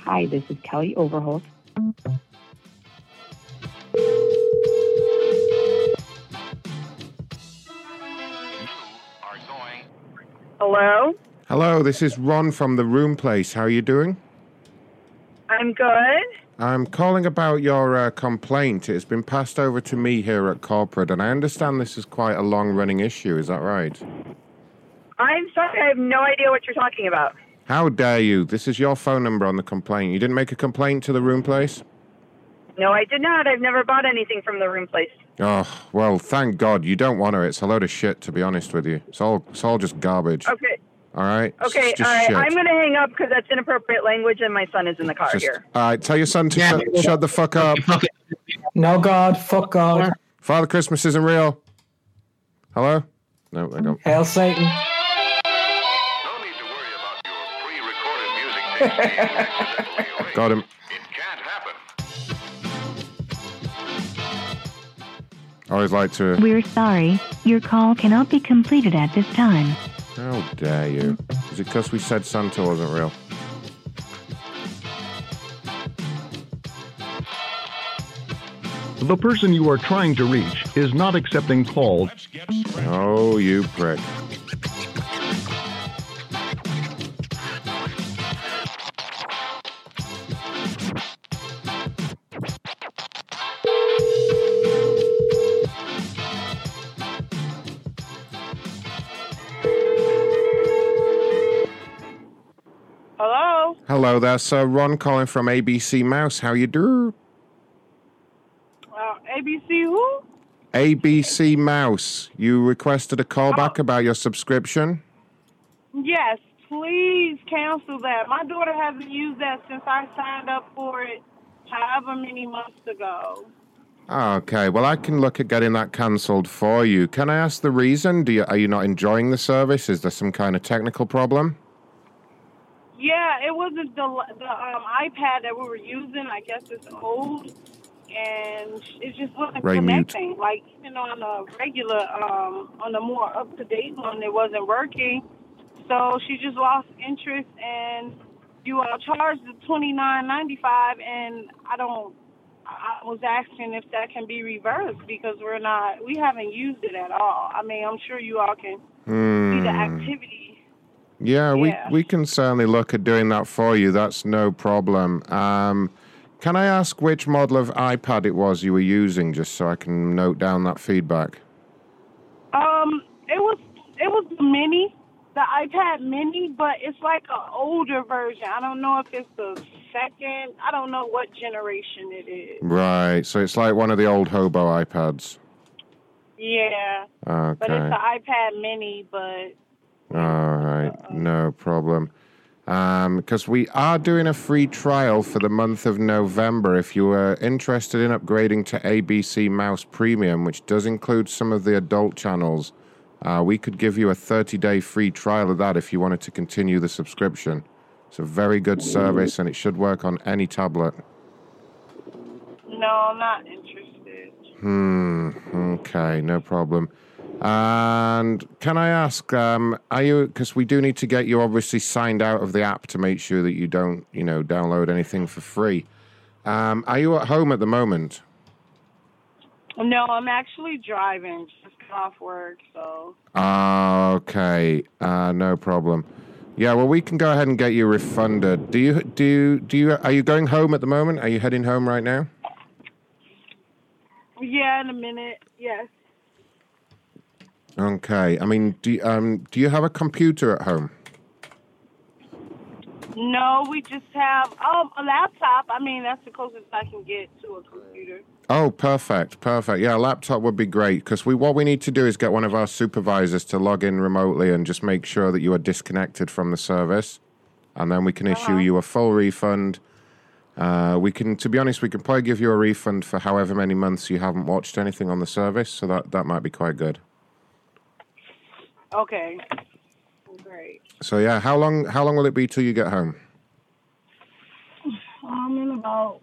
S30: Hi, this is Kelly Overholt.
S8: Hello?
S10: Hello, this is Ron from the Room Place. How are you doing?
S8: I'm good.
S10: I'm calling about your uh, complaint. It's been passed over to me here at corporate, and I understand this is quite a long running issue. Is that right?
S8: I'm sorry, I have no idea what you're talking about.
S10: How dare you? This is your phone number on the complaint. You didn't make a complaint to the room place?
S8: No, I did not. I've never bought anything from the room place.
S10: Oh, well, thank God. You don't want her. It's a load of shit, to be honest with you. It's all, it's all just garbage.
S8: Okay.
S10: All right? It's
S8: Okay,
S10: just
S8: all right.
S10: shit.
S8: I'm going to hang up because that's inappropriate language and my son is in the car
S10: Just-
S8: here.
S10: All right, tell your son to shut, shut the fuck up.
S11: No God, fuck God.
S10: Father Christmas isn't real. Hello? No, I don't.
S11: Hail Satan.
S10: Got him. Always like to.
S1: We're sorry. Your call cannot be completed at this time.
S10: How dare you? Is it because we said Santa wasn't real?
S1: The person you are trying to reach is not accepting calls.
S10: Oh, you prick.
S2: Hello.
S10: Hello, that's uh, Ron calling from ABC Mouse. How you do?
S2: Uh, ABC who?
S10: ABC Mouse, you requested a call back about your subscription.
S2: Yes. Please cancel that. My daughter hasn't used that since I signed up for it, however many months ago.
S10: Okay, well, I can look at getting that cancelled for you. Can I ask the reason? Do you, are you not enjoying the service? Is there some kind of technical problem?
S2: Yeah, it wasn't the the um, iPad that we were using. I guess it's old, and it just wasn't
S10: Ray, mute.
S2: connecting. Like even on the regular, um, on the more up to date one, it wasn't working. So she just lost interest, and you all charged the twenty nine ninety five, and I don't. I I was asking if that can be reversed because we're not, we haven't used it at all. I mean, I'm sure you all can see the
S10: Hmm.
S2: activity
S10: Yeah, we,
S2: Yeah.
S10: we can certainly look at doing that for you. That's no problem. Um, can I ask which model of iPad it was you were using, just so I can note down that feedback?
S2: Um, it was it was the mini, the iPad mini, but it's like an older version. I don't know if it's the second. I don't know what generation it is.
S10: Right, so it's like one of the old hobo iPads.
S2: Yeah,
S10: Okay.
S2: but it's the iPad mini. But
S10: All right, no problem. Because we are doing a free trial for the month of November. If you are interested in upgrading to ABC Mouse Premium, which does include some of the adult channels, uh, we could give you a 30 day free trial of that if you wanted to continue the subscription. It's a very good service and it should work on any tablet.
S2: no, I'm not interested.
S10: Hmm. Okay. No problem. And can I ask, um, are you? Because we do need to get you obviously signed out of the app to make sure that you don't, you know, download anything for free. Um, are you at home at the moment?
S2: No, I'm actually driving. Just got off work, so
S10: Okay. Uh, no problem. Yeah. Well, we can go ahead and get you refunded. Do you? Do you? Do you? Are you going home at the moment? Are you heading home right now?
S2: yeah, in a minute. Yes.
S10: Okay. I mean, do you, um, do you have a computer at home?
S2: No, we just have um a laptop. I mean, that's the closest I can get to a computer.
S10: Oh, perfect, perfect. Yeah, a laptop would be great because we what we need to do is get one of our supervisors to log in remotely and just make sure that you are disconnected from the service, and then we can issue you a full refund. Uh, we can, to be honest, we can probably give you a refund for however many months you haven't watched anything on the service, so that that might be quite good.
S2: Okay. Great.
S10: So yeah, how long how long will it be till you get home?
S2: Um, in about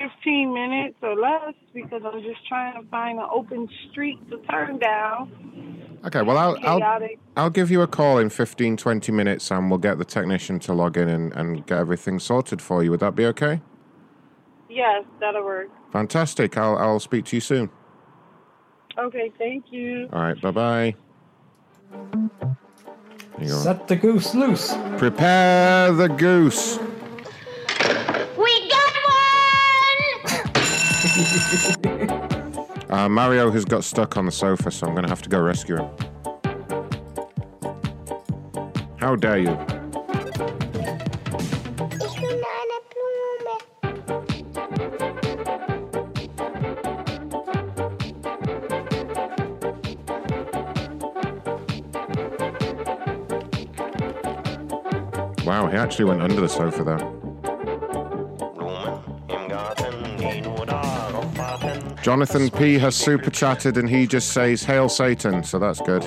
S2: 15 minutes or less because I'm just trying to find an open street to turn down.
S10: Okay, well I'll I'll,
S2: Chaotic.
S10: I'll give you a call in 15, 20 minutes, and we'll get the technician to log in and, and get everything sorted for you. Would that be okay?
S2: Yes, that'll work.
S10: Fantastic. I'll, I'll speak to you soon.
S2: Okay, thank you.
S10: All right. Bye bye.
S11: Set the goose loose.
S10: Prepare the goose.
S6: We got one!
S10: Uh, Mario has got stuck on the sofa, so I'm going to have to go rescue him. How dare you? Wow, he actually went under the sofa there. Jonathan P has super chatted and he just says, Hail Satan, so that's good.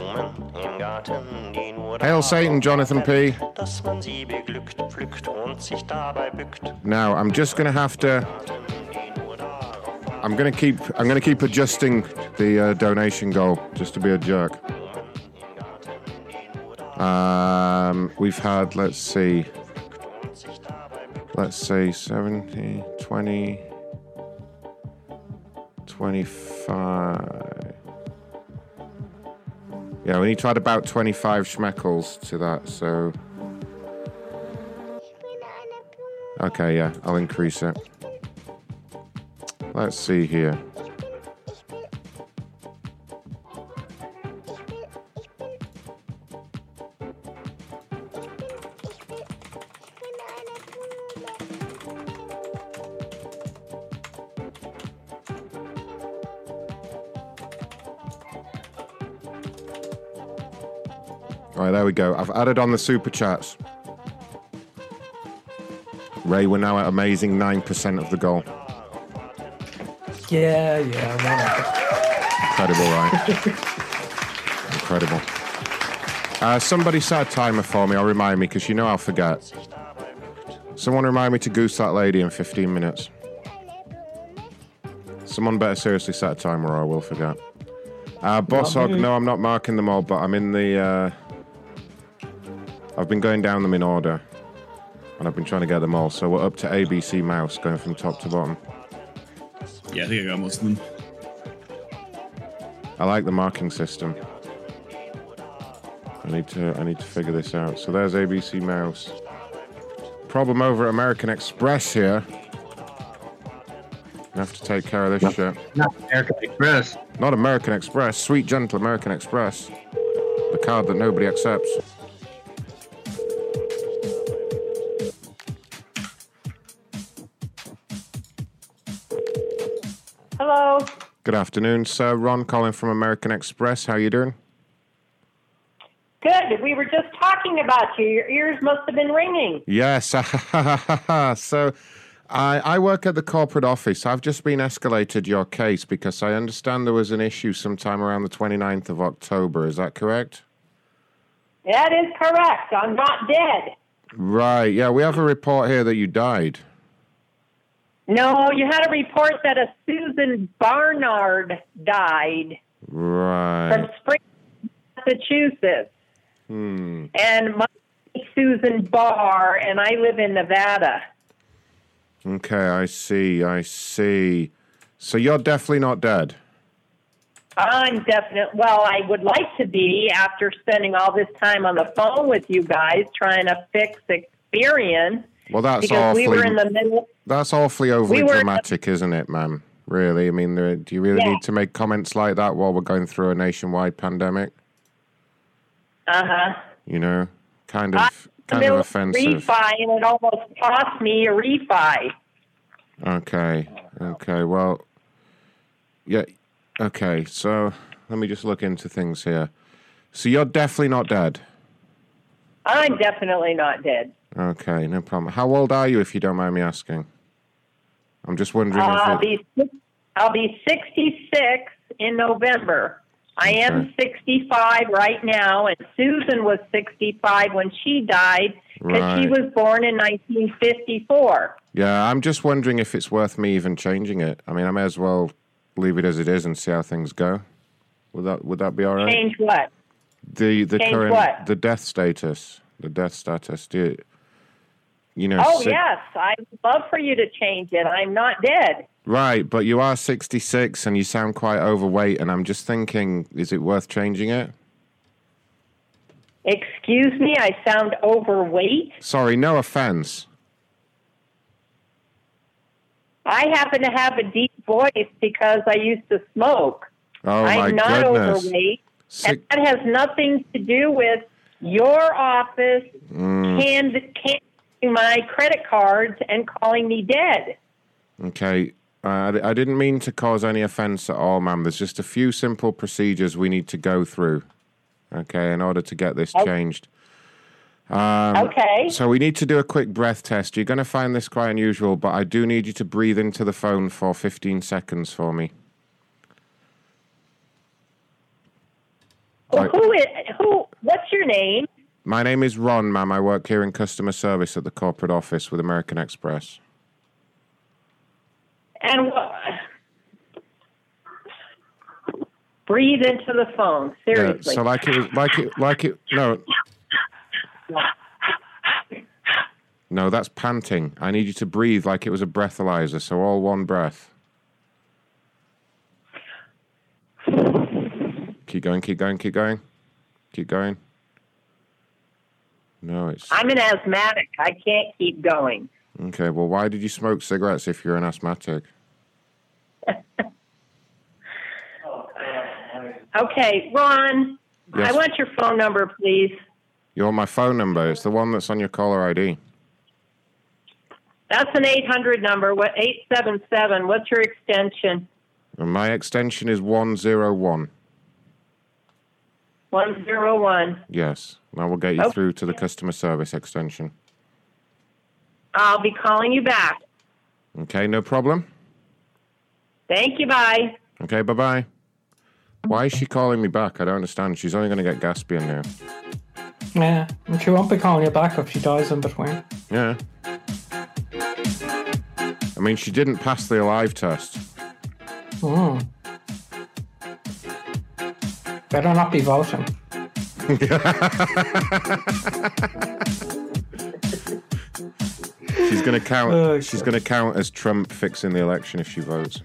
S10: Hail Satan, Jonathan P.
S7: dass man sie beglückt, pflückt und sich dabei bückt.
S10: Now I'm just gonna have to. I'm gonna keep. I'm gonna keep adjusting the uh, donation goal just to be a jerk. Um, we've had. Let's see. Let's see. 70, 20, 25. Yeah, we need to add about 25 schmeckles to that, so. Okay, yeah, I'll increase it. Let's see here. Right, there we go. I've added on the super chats. Ray, we're now at amazing 9% of the goal.
S11: Yeah, yeah.
S10: Incredible, right?
S11: Whatever.
S10: Incredible. Uh, somebody set a timer for me or remind me because you know I'll forget. Someone remind me to goose that lady in 15 minutes. Someone better seriously set a timer or I will forget. Uh, Boss
S5: Not
S10: Hog,
S5: me.
S10: no, I'm not marking them all, but I'm in the. Uh, I've been going down them in order and I've been trying to get them all. So we're up to ABC Mouse going from top to bottom.
S5: Yeah, I think I got most of them.
S10: I like the marking system. I need to I need to figure this out. So there's ABC Mouse. Problem over at American Express here. Gonna have to take care of this shit.
S12: Not American Express.
S10: Not American Express. Sweet gentle American Express. The card that nobody accepts.
S2: Hello.
S10: Good afternoon, sir. Ron calling from American Express. How you doing?
S8: Good. We were just talking about you. Your ears must have been ringing.
S10: Yes. so I, I work at the corporate office. I've just been escalated your case because I understand there was an issue sometime around the 29th of October. Is that correct?
S8: That is correct. I'm not dead.
S10: Right. Yeah, we have a report here that you died.
S8: No, you had a report that a Susan Barnard died
S10: Right.
S8: from Springfield, Massachusetts.
S10: Hmm.
S8: And my name is Susan Barr, and I live in Nevada.
S10: Okay, I see. I see. So you're definitely not dead.
S8: I'm definite. Well, I would like to be after spending all this time on the phone with you guys trying to fix Experian.
S10: Well, that's
S8: because
S10: awfully.
S8: we were in the middle.
S10: That's awfully overly
S8: We were-
S10: dramatic, isn't it, ma'am? Really? I mean, there- do you really
S8: Yeah.
S10: need to make comments like that while we're going through a nationwide pandemic?
S8: Uh huh.
S10: You know, kind
S8: Uh,
S10: of, kind
S8: middle
S10: of
S8: a
S10: offensive.
S8: Refi, and it almost cost me a refi.
S10: Okay. Okay. Well, yeah. Okay. So let me just look into things here. So you're definitely not dead.
S8: I'm definitely not dead.
S10: Okay. No problem. How old are you, if you don't mind me asking? I'm just wondering
S8: Uh, I'll
S10: if it,
S8: be I'll be 66 in November. I am 65 right now, and Susan was 65 when she died because
S10: Right.
S8: she was born in 1954.
S10: yeah, I'm just wondering if it's worth me even changing it. I mean, I may as well leave it as it is and see how things go. Would that would that be all right?
S8: Change what?
S10: the the
S8: change
S10: current
S8: what?
S10: the death status, the death status. Do you, you know?
S8: oh
S10: si-
S8: yes, I would love for you to change it. I'm not dead.
S10: Right, but you are 66 and you sound quite overweight, and I'm just thinking, is it worth changing it?
S8: Excuse me, I sound overweight.
S10: Sorry, no offense.
S8: I happen to have a deep voice because I used to smoke.
S10: Oh my
S8: I'm not
S10: goodness.
S8: overweight.
S10: Sick-
S8: And that has nothing to do with your office
S10: Mm,
S8: hand canceling my credit cards and calling me dead.
S10: okay. Uh, I I didn't mean to cause any offense at all, ma'am. There's just a few simple procedures we need to go through, okay, in order to get this changed. Um,
S8: Okay.
S10: So we need to do a quick breath test. You're going to find this quite unusual, but I do need you to breathe into the phone for 15 seconds for me.
S8: Well,
S10: Right.
S8: who is who? What's your name?
S10: My name is Ron, ma'am. I work here in customer service at the corporate office with American Express.
S8: And wha- breathe into the phone. Seriously.
S10: so like it was like it like it no no that's panting. I need you to breathe like it was a breathalyzer. So all one breath. Keep going, keep going, keep going. Keep going. No, it's.
S8: I'm an asthmatic. I can't keep going.
S10: Okay, well, why did you smoke cigarettes if you're an asthmatic?
S8: Okay, Ron,
S10: Yes.
S8: I want your phone number, please.
S10: You want my phone number? It's the one that's on your caller ID.
S8: That's an 800 number. What 877? What's your extension?
S10: And my extension is 101.
S8: 101.
S10: Yes. Now we'll get you
S8: Okay.
S10: through to the customer service extension.
S8: I'll be calling you back.
S10: Okay, no problem.
S8: Thank you. Bye.
S10: Okay, bye bye. Why is she calling me back? I don't understand. She's only going to get Gaspian now.
S11: Yeah, and she won't be calling you back if she dies in between.
S10: Yeah. I mean, she didn't pass the alive test.
S11: Hmm. Better not be voting.
S10: She's going to count. she's going to count as Trump fixing the election if she votes.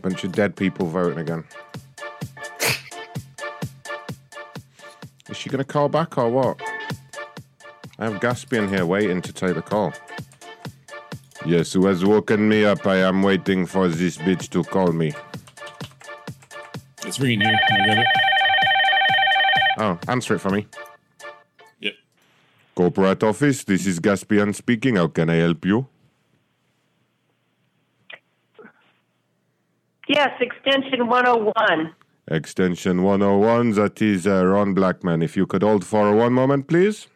S10: Bunch of dead people voting again. Is she going to call back or what? I have Gaspian here waiting to take the call. Yes, who has woken me up? I am waiting for this bitch to call me.
S5: It's ringing here. Can I get it?
S10: Oh, answer it for me.
S5: Yep.
S10: Corporate office, this is Gaspian speaking. How can I help you?
S8: Yes, extension 101.
S10: Extension 101, that is uh, Ron Blackman. If you could hold for one moment, please.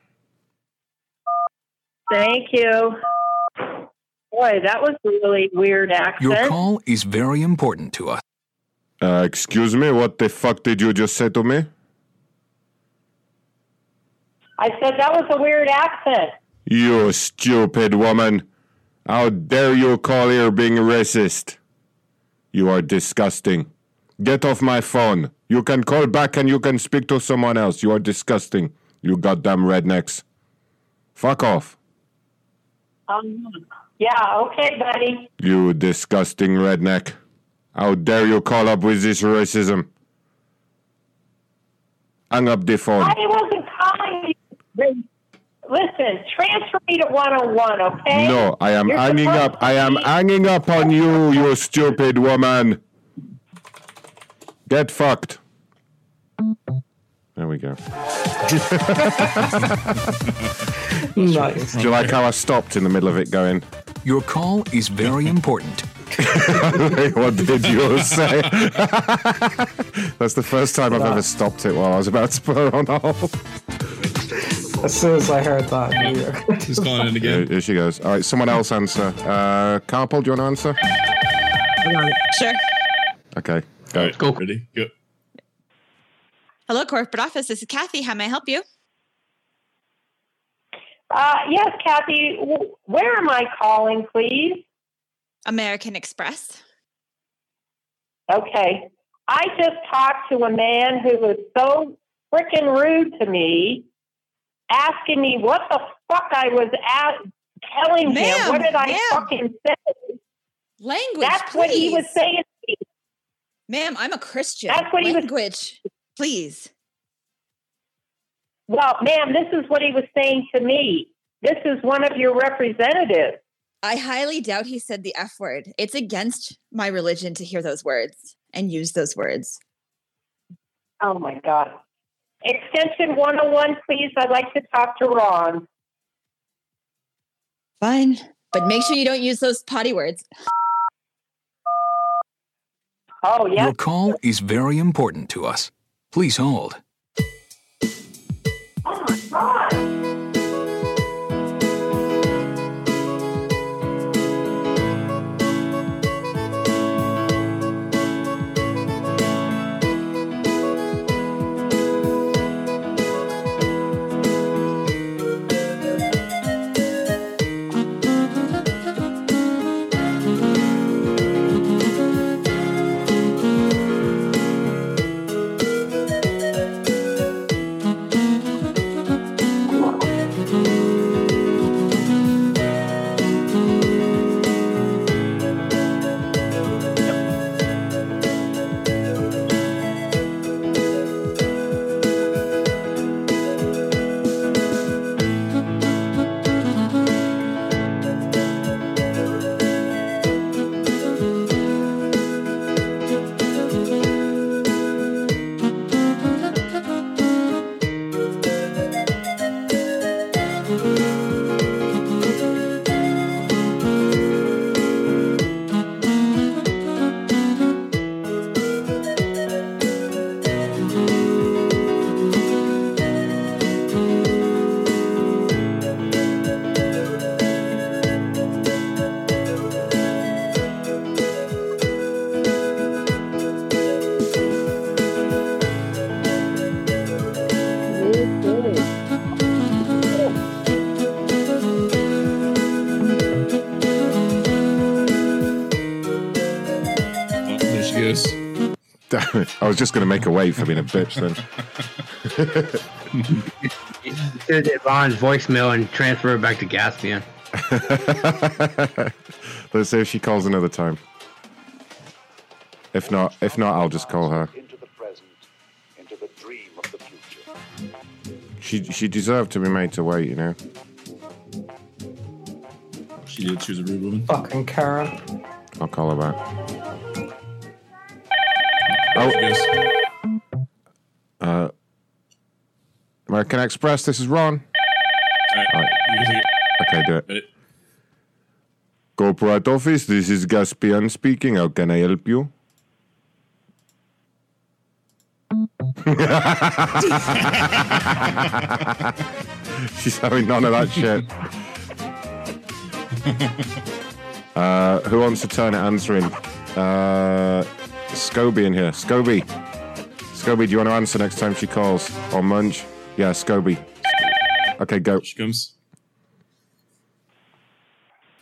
S8: Thank you. Boy, that was a really weird accent.
S4: call is very important to us.
S10: Uh, excuse me, what the fuck did you just say to me?
S8: I said that was a weird accent.
S10: You stupid woman. How dare you call here being racist? You are disgusting. Get off my phone. You can call back and you can speak to someone else. You are disgusting. You goddamn rednecks. Fuck off.
S8: Um, yeah, okay, buddy.
S10: You disgusting redneck. How dare you call up with this racism? Hang up the phone.
S8: I wasn't calling you. Listen, transfer me to 101, okay?
S10: No, I am
S8: You're
S10: hanging
S8: supposed
S10: up. I am hanging up on you, you stupid woman. Get fucked. There we go.
S11: nice.
S10: Do you like how I stopped in the middle of it going?
S4: Your call is very important.
S10: what did you say? That's the first time I've ever stopped it while I was about to put it on hold.
S11: As soon as I heard that, I knew you-
S10: She's calling in again. Here, here she goes. All right, someone else answer. Uh, Carpal, do you want to answer?
S9: Sure.
S10: Okay, go.
S5: go. Ready? Go.
S9: Hello, corporate office. This is Kathy. How may I help you?
S8: Uh, yes, Kathy, w- where am I calling, please?
S9: American Express.
S8: Okay. I just talked to a man who was so freaking rude to me, asking me what the fuck I was at, telling him.
S9: Ma'am,
S8: What did I
S9: ma'am.
S8: fucking say?
S9: Language.
S8: That's what he was
S9: please.
S8: saying. to me.
S9: Ma'am, I'm a Christian.
S8: That's what he was-
S9: Language. Please.
S8: Well, ma'am, this is what he was saying to me. This is one of your representatives.
S9: I highly doubt he said the F word. It's against my religion to hear those words and use those words.
S8: Oh my God. Extension 101, please. I'd like to talk to Ron.
S9: Fine. But make sure you don't use those potty words.
S8: Oh, yeah.
S4: Your call is very important to us. Please hold.
S5: is.
S10: Damn it. I was just going to make a wait for being a bitch then.
S12: Send it Ron's voicemail and transfer it back to Gaspian.
S10: Let's see if she calls another time. If not, if not, I'll just call her.
S3: into the present, into the dream of the future.
S10: She she deserved to be made to wait, you know.
S5: She did. She was a rude woman.
S11: Fucking Karen.
S10: I'll call her back. Oh. Uh, American Express. This is Ron. All right. Okay, do it. Corporate office. This is Gaspian speaking. How can I help you? She's having none of that shit. Uh, who wants to turn it answering? Uh, Scobie in here. Scobie. Scobie, do you want to answer next time she calls? Or Munch? Yeah, Scobie. Okay, go. She
S5: comes.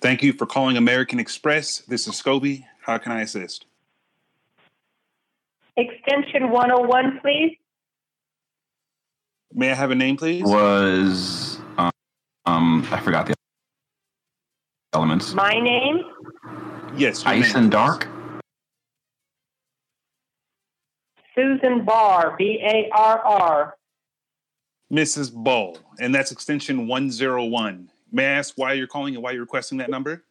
S16: Thank you for calling American Express. This is Scobie. How can I assist?
S8: Extension 101, please.
S16: May I have a name, please?
S31: Was um, um I forgot the elements.
S8: My name?
S16: Yes.
S31: Ice and dark.
S8: Susan Barr, B A R R.
S16: Mrs. Ball, and that's extension 101. May I ask why you're calling and why you're requesting that number?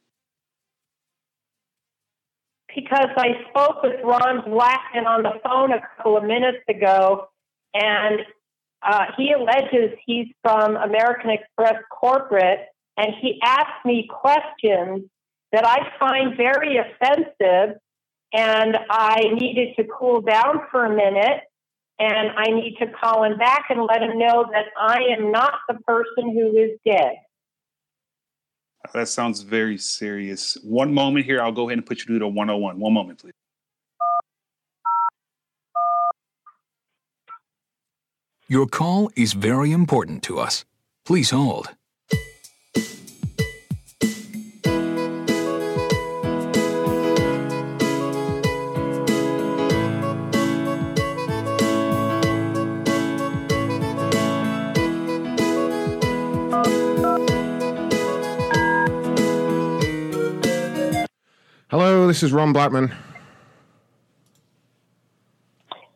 S8: Because I spoke with Ron Blackman on the phone a couple of minutes ago, and uh, he alleges he's from American Express Corporate, and he asked me questions that I find very offensive, and I needed to cool down for a minute. And I need to call him back and let him know that I am not the person who is dead.
S16: That sounds very serious. One moment here, I'll go ahead and put you through to 101. One moment, please.
S4: Your call is very important to us. Please hold.
S10: Hello, this is Ron Blackman.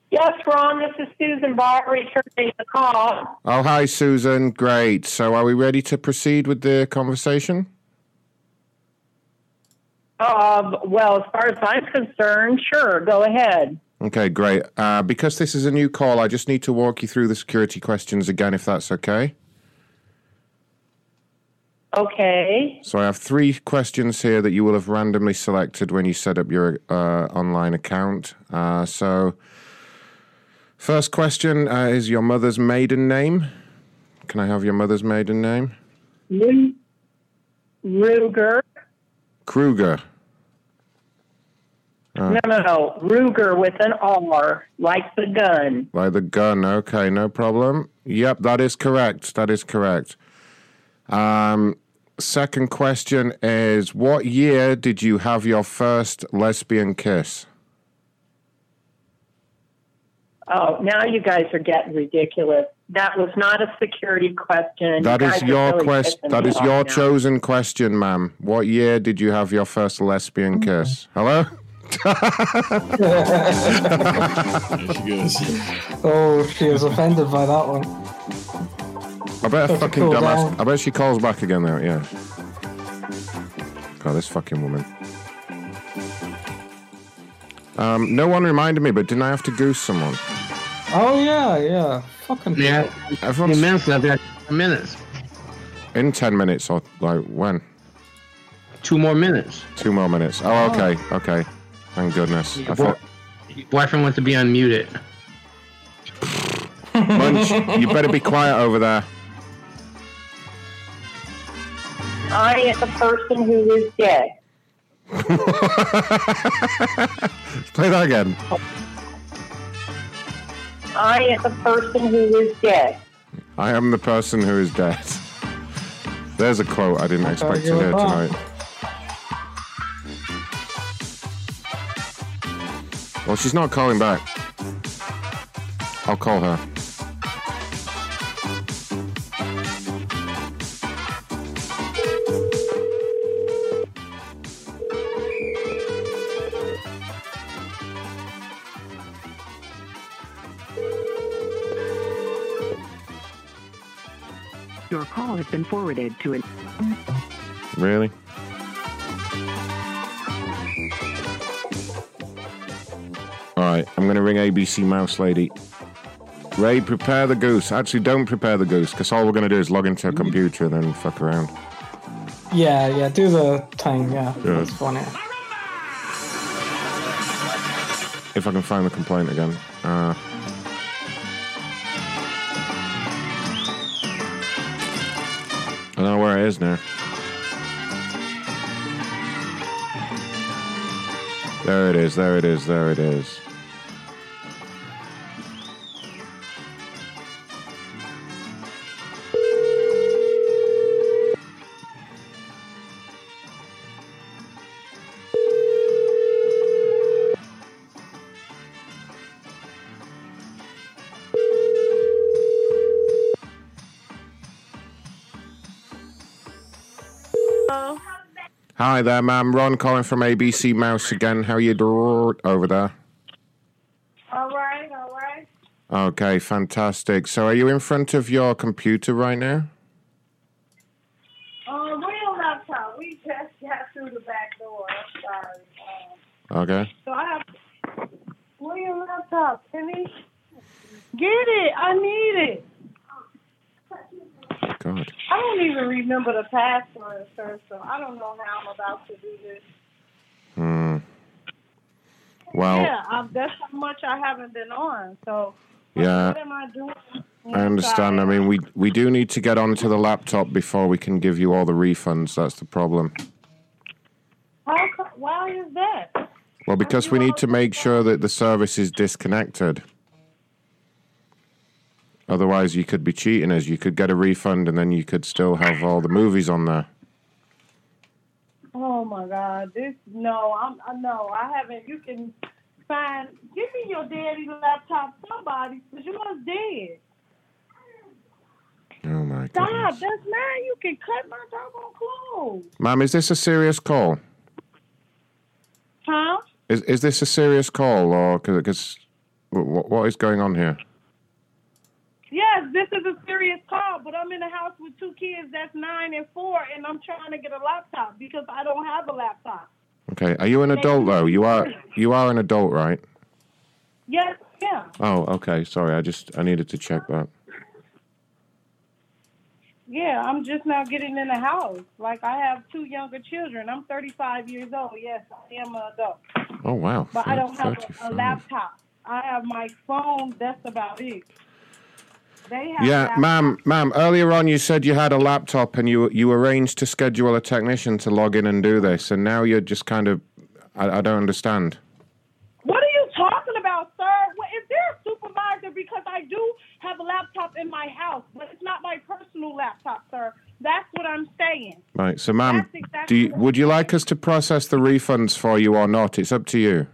S8: Yes, Ron, this is Susan Barr returning the call.
S10: Oh, hi, Susan. Great. So, are we ready to proceed with the conversation?
S8: Um, well, as far as I'm concerned, sure, go ahead.
S10: Okay, great. Uh, because this is a new call, I just need to walk you through the security questions again, if that's okay.
S8: Okay.
S10: So I have three questions here that you will have randomly selected when you set up your uh, online account. Uh, so, first question uh, is your mother's maiden name. Can I have your mother's maiden name?
S8: Ru- Ruger.
S10: Kruger. Uh,
S8: No, no, no. Ruger with an R, like the gun.
S10: Like the gun. Okay, no problem. Yep, that is correct. That is correct. Um, second question is What year did you have your first lesbian kiss?
S8: Oh, now you guys are getting ridiculous. That was not a security question.
S10: That
S8: You
S10: is
S8: guys are
S10: your
S8: really
S10: quest.
S8: pissing
S10: That
S8: me
S10: is
S8: off
S10: your
S8: now.
S10: chosen question, ma'am. What year did you have your first lesbian
S11: Mm-hmm.
S10: kiss? Hello.
S11: Oh, she was offended by that one.
S10: I bet a
S11: That's a
S10: fucking
S11: cool
S10: dumbass.
S11: down.
S10: I bet she calls back again though. Yeah. God, this fucking woman. Um, no one reminded me, but didn't I have to goose someone?
S11: Oh yeah, yeah. Fucking
S12: Yeah.
S10: Everyone's
S12: minutes left. yeah, Ten minutes.
S10: In ten minutes or like when?
S12: Two more minutes.
S10: Two more minutes. Oh,
S12: Oh.
S10: okay, okay. Thank goodness. I
S12: Your
S10: thought
S12: boy- your boyfriend wants to be unmuted.
S10: Munch, you better be quiet over there.
S8: I am the person who is dead.
S10: Play that again.
S8: I am the person who is dead.
S10: I am the person who is dead. There's a quote I didn't expect to hear tonight. Well, she's not calling back. I'll call her.
S1: Your call has been forwarded to an.
S10: Really? All right, I'm going to ring ABC Mouse Lady. Ray, prepare the goose. Actually, don't prepare the goose because all we're going to do is log into a computer and then fuck around.
S11: Yeah, yeah, do the thing. Yeah,
S10: Yeah.
S11: that's funny.
S10: If I can find the complaint again. Uh, I don't know where it is now. There it is, there it is, there it is.
S2: Hello.
S10: Hi there, ma'am. Ron calling from ABC Mouse again. How you doing over there?
S2: All right, all right.
S10: Okay, fantastic. So, are you in front of your computer right now?
S2: Um, we don't have time. We just got through the back door. I'm sorry. Um,
S10: Okay.
S2: so I have. Where your laptop, Timmy? Get it. I need it.
S10: God.
S2: I don't even remember the password, sir. So I don't know how I'm about to do this.
S10: Hmm. Well,
S2: yeah, um, that's how much I haven't been on. So
S10: yeah,
S2: what am I doing?
S10: I understand. I mean, we we do need to get onto the laptop before we can give you all the refunds. That's the problem.
S2: How? co- Why is that?
S10: Well, because we need to make sure that the service is disconnected. Otherwise, you could be cheating us. You could get a refund, and then you could still have all the movies on there.
S2: Oh my God! This no, I'm I no, I haven't. You can find. Give me your daddy's laptop, somebody, because yours dead.
S10: Oh my
S2: Stop! That's mine. You can cut my doggone clothes.
S10: Ma'am, is this a serious call?
S2: Huh?
S10: Is is this a serious call, or because what, what is going on here?
S2: Yes, this is a serious call, but I'm in the house with two kids that's nine and four, and I'm trying to get a laptop because I don't have a laptop.
S10: Okay, are you an adult though? You are you are an adult, right?
S2: Yes, yeah.
S10: Oh, okay. Sorry, I just I needed to check that.
S2: Yeah, I'm just now getting in the house. Like I have two younger children. I'm 35 years old. Yes, I am an adult,
S10: Oh wow.
S2: but I don't have a, a
S10: 35.
S2: laptop. I have my phone. That's about it. They have
S10: Yeah, ma'am, ma'am. Earlier on, you said you had a laptop and you you arranged to schedule a technician to log in and do this, and now you're just kind of I, I don't understand.
S2: What are you talking about, sir? What, is there a supervisor? Because I do have a laptop in my house, but it's not my personal laptop, sir. That's what I'm saying.
S10: Right. So, ma'am,
S2: That's exactly
S10: do you,
S2: what-
S10: would you like us to process the refunds for you or not? It's up to you.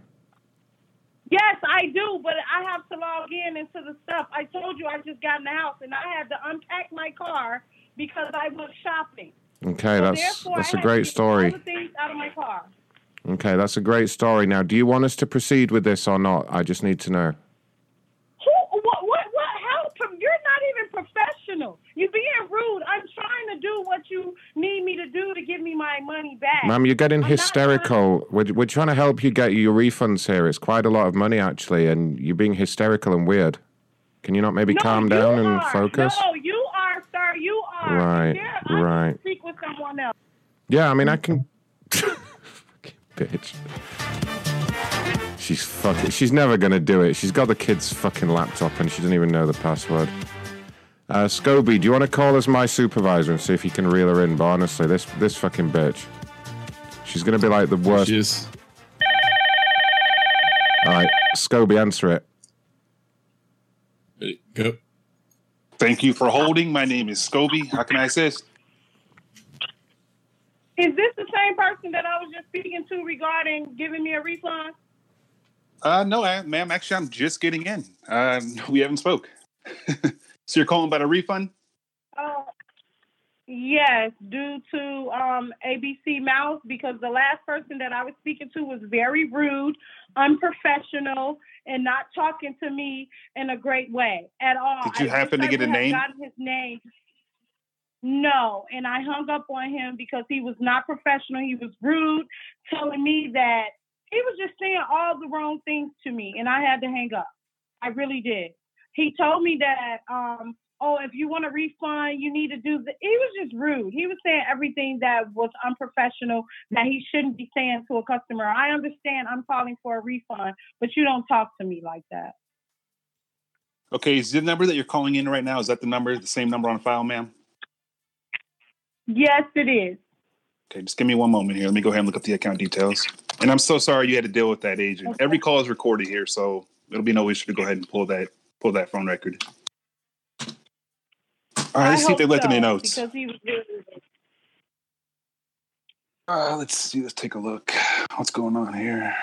S2: Yes, I do, but I have to log in into the stuff. I told you I just got in the house and I had to unpack my car because I went shopping.
S10: Okay,
S2: So
S10: that's
S2: therefore,
S10: that's
S2: I
S10: a
S2: had to
S10: great
S2: get All
S10: story.
S2: the things out of my car.
S10: Okay, that's a great story. Now, do you want us to proceed with this or not? I just need to know.
S2: Who? What? What? What? How? pro- You're not even professional. You're being rude. I'm trying to do what you need me to do to give me my money back.
S10: Ma'am, you're getting hysterical. We're, we're trying to help you get your refunds here. It's quite a lot of money, actually, and you're being hysterical and weird. Can you not maybe
S2: No,
S10: calm
S2: you
S10: down and
S2: are.
S10: focus?
S2: No, you are, sir. You are.
S10: Right,
S2: There, I need to
S10: right.
S2: Speak with someone else.
S10: Yeah, I mean, I can. Fucking bitch. She's fucking. She's never gonna do it. She's got the kid's fucking laptop and she doesn't even know the password. Uh, Scobie, do you want to call as my supervisor and see if you can reel her in? But honestly, this this fucking bitch. She's gonna be like the worst. She is. All right, Scobie, answer it.
S16: Go. Thank you for holding. My name is Scobie. How can I assist?
S2: Is this the same person that I was just speaking to regarding giving me a refund?
S16: Uh, no, I, ma'am. Actually, I'm just getting in. Um, we haven't spoke. so you're calling about a refund?
S2: Uh, yes, due to um, ABC Mouse, because the last person that I was speaking to was very rude, unprofessional, and not talking to me in a great way at all.
S16: Did you
S2: I
S16: happen
S2: wish
S16: to get
S2: I
S16: a
S2: would have
S16: name?
S2: Gotten his name. No, and I hung up on him because he was not professional. He was rude, telling me that he was just saying all the wrong things to me, and I had to hang up. I really did. He told me that, um, oh, if you want a refund, you need to do the. He was just rude. He was saying everything that was unprofessional that he shouldn't be saying to a customer. I understand I'm calling for a refund, but you don't talk to me like that.
S16: Okay, is the number that you're calling in right now is that the number, the same number on file, ma'am?
S2: Yes, it is.
S16: Okay, just give me one moment here. Let me go ahead and look up the account details. And I'm so sorry you had to deal with that agent.
S2: Okay.
S16: Every call is recorded here, so it'll be no issue to go ahead and pull that pull that phone record. All right,
S2: I
S16: let's see if
S2: hope
S16: they left
S2: so,
S16: any notes.
S2: Because he was rude.
S16: Uh, let's see. Let's take a look. What's going on here?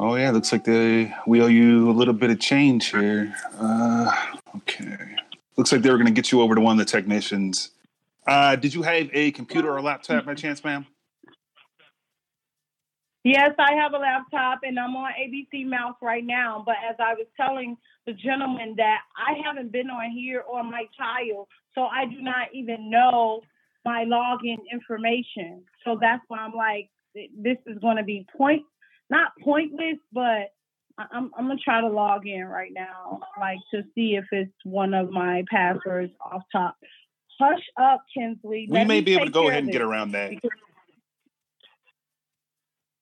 S16: Oh yeah, looks like they we owe you a little bit of change here. Uh, okay, looks like they were going to get you over to one of the technicians. Uh, did you have a computer or laptop by chance, ma'am?
S2: Yes, I have a laptop and I'm on ABC Mouse right now. But as I was telling the gentleman that I haven't been on here or my child, so I do not even know my login information. So that's why I'm like, th- this is going to be point, not pointless, but I- I'm, I'm going to try to log in right now, like to see if it's one of my passwords off top. Hush up, Kinsley.
S16: We
S2: Let
S16: may
S2: me
S16: be able to
S2: take
S16: go
S2: care
S16: ahead
S2: of
S16: and get
S2: this.
S16: around that.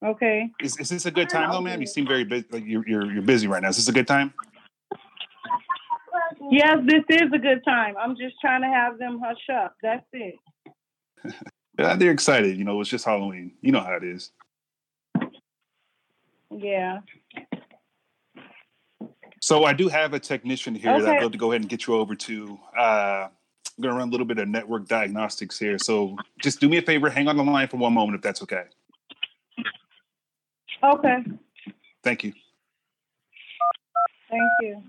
S2: Okay.
S16: Is, is this a good time though, ma'am? You seem very busy. Like you're, you're you're busy right now. Is this a good time?
S2: Yes, this is a good time. I'm just trying to have them hush up. That's it.
S16: Yeah, they're excited. You know, it's just Halloween. You know how it is.
S2: Yeah.
S16: So I do have a technician here that
S2: Okay.
S16: I'd love to go ahead and get you over to. Uh, I'm going to run a little bit of network diagnostics here. So just do me a favor, hang on the line for one moment if that's okay.
S2: Okay.
S16: Thank you.
S2: Thank you.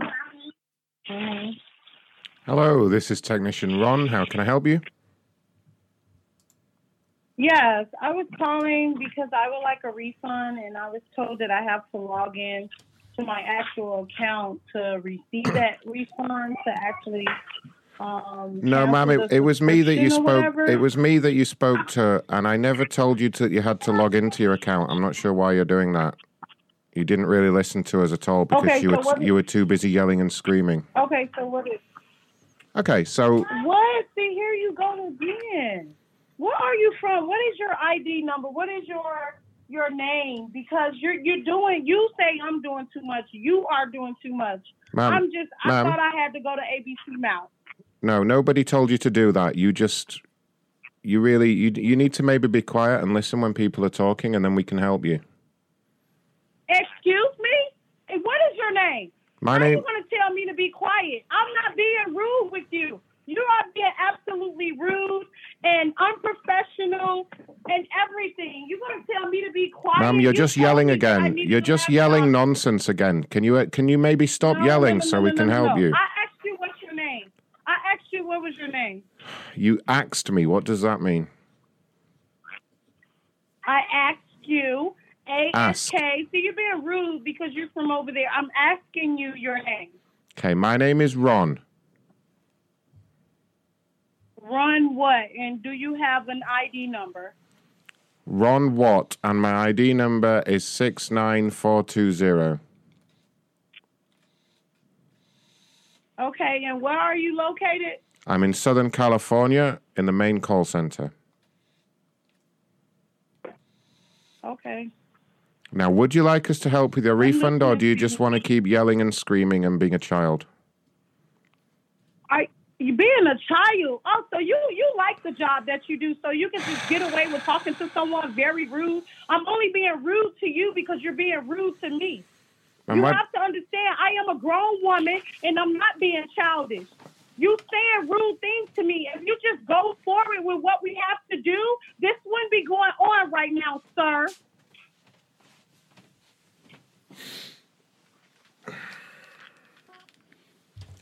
S2: Mm-hmm.
S10: Hello, this is Technician Ron. How can I help you?
S2: Yes, I was calling because I would like a refund, and I was told that I have to log in to my actual account to receive that refund to actually. Um,
S10: No, ma'am,
S2: cancel
S10: it,
S2: the
S10: it was me that you
S2: subscription or
S10: spoke.
S2: whatever.
S10: It was me that you spoke to, and I never told you that you had to log into your account. I'm not sure why you're doing that. You didn't really listen to us at all because
S2: Okay,
S10: you
S2: so
S10: were
S2: what-
S10: you were too busy yelling and screaming.
S2: Okay, so what is?
S10: Okay, so
S2: What? See, here you go again. Where are you from? What is your ID number? What is your your name? Because you're you're doing. You say I'm doing too much. You are doing too much.
S10: Ma'am,
S2: I'm just. I
S10: ma'am.
S2: thought I had to go to ABC Mouth.
S10: no, nobody told you to do that. You just you really you you need to maybe be quiet and listen when people are talking, and then we can help you.
S2: Excuse me. And What is your name?
S10: My
S2: How
S10: name-
S2: You want to tell me to be quiet? I'm not being rude with you. You are being absolutely rude and unprofessional and everything. You want to tell me to be quiet?
S10: Ma'am, you're
S2: You
S10: just
S2: told
S10: yelling
S2: me that I
S10: again.
S2: need
S10: You're
S2: to
S10: just yelling nonsense again. Can you uh, can you maybe stop
S2: No, no,
S10: yelling
S2: no,
S10: so
S2: no,
S10: we
S2: no,
S10: can
S2: no,
S10: help
S2: no.
S10: you?
S2: I asked you what's your name. I asked you what was your name.
S10: You axed me. What does that mean?
S2: I asked you A S
S10: Ask.
S2: K. See, you're being rude because you're from over there. I'm asking you your name.
S10: Okay, my name is Ron.
S2: Run what? And do you have an ID number?
S10: Ron Watt, and my ID number is six nine four two zero.
S2: Okay, and where are you located?
S10: I'm in Southern California in the main call center.
S2: Okay.
S10: Now, would you like us to help with your refund, or do you just want to keep yelling and screaming and being a child?
S2: I you being a child. Oh, so you you like the job that you do, so you can just get away with talking to someone very rude. I'm only being rude to you because you're being rude to me.
S10: And
S2: you
S10: what-
S2: have to understand, I am a grown woman and I'm not being childish. You saying rude things to me. If you just go forward with what we have to do, this be going on right now, sir.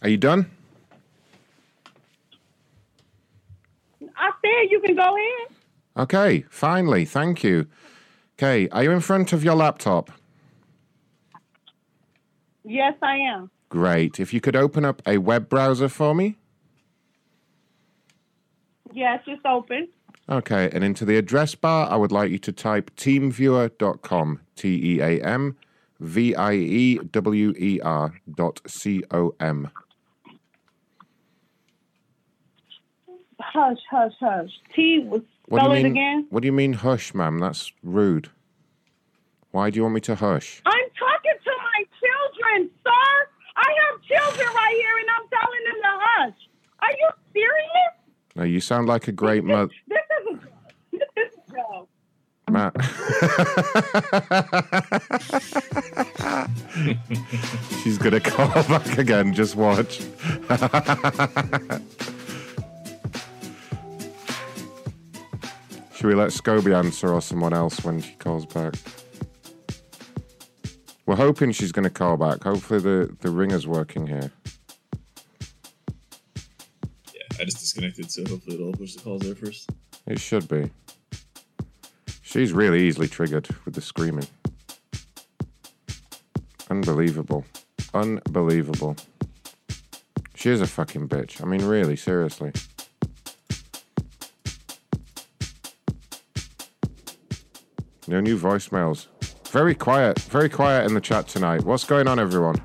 S10: Are you done?
S2: I said you can go in.
S10: Okay, finally, thank you. Okay, are you in front of your laptop?
S2: Yes, I am.
S10: Great. If you could open up a web browser for me.
S2: Yes, it's open.
S10: Okay, and into the address bar, I would like you to type teamviewer.com, T E A M V I E W E R dot C O M.
S2: Hush, hush, hush. T was spell it again.
S10: What do you mean, hush, ma'am? That's rude. Why do you want me to hush?
S2: I'm talking to my children, sir. I have children right here, and I'm telling them to hush. Are you serious?
S10: No, you sound like a great mother.
S2: This is a, this is a joke.
S10: Ma- She's gonna call back again. Just watch. Should we let Scobie answer or someone else when she calls back? We're hoping she's gonna call back. Hopefully the the ringer's working here.
S3: Yeah, I just disconnected, so hopefully it'll push the calls there first.
S10: It should be. She's really easily triggered with the screaming. Unbelievable. Unbelievable. She is a fucking bitch. I mean, really, seriously. No new voicemails. Very quiet. Very quiet in the chat tonight. What's going on, everyone?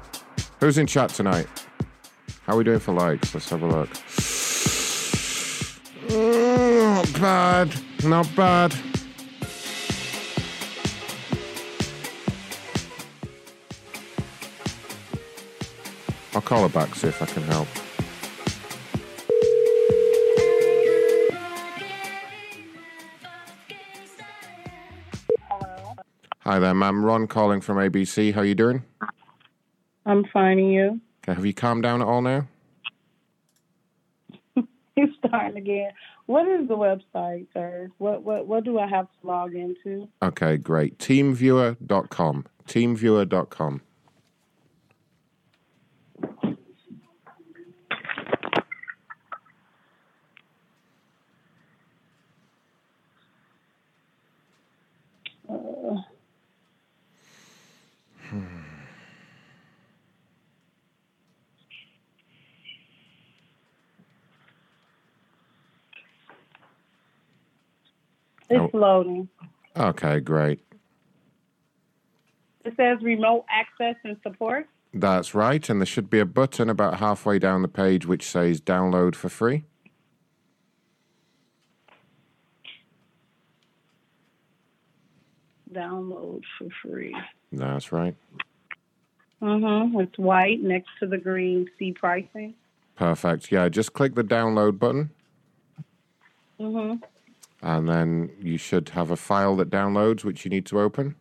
S10: Who's in chat tonight? How are we doing for likes? Let's have a look. Mm, Not bad. Not bad. I'll call her back, see if I can help. Hi there, ma'am. Ron calling from ABC. How you doing?
S2: I'm finding you.
S10: Okay, have you calmed down at all now?
S2: He's starting again. What is the website, sir? What what what do I have to log into?
S10: Okay, great. Teamviewer.com. Teamviewer.com.
S2: Uh, it's loading.
S10: Okay, great.
S2: It says remote access and support.
S10: That's right. And there should be a button about halfway down the page which says download for free.
S2: Download for free.
S10: That's right.
S2: Mm-hmm. It's white next to the green. See pricing.
S10: Perfect. Yeah, just click the download button
S2: Mm-hmm.
S10: and then you should have a file that downloads which you need to open.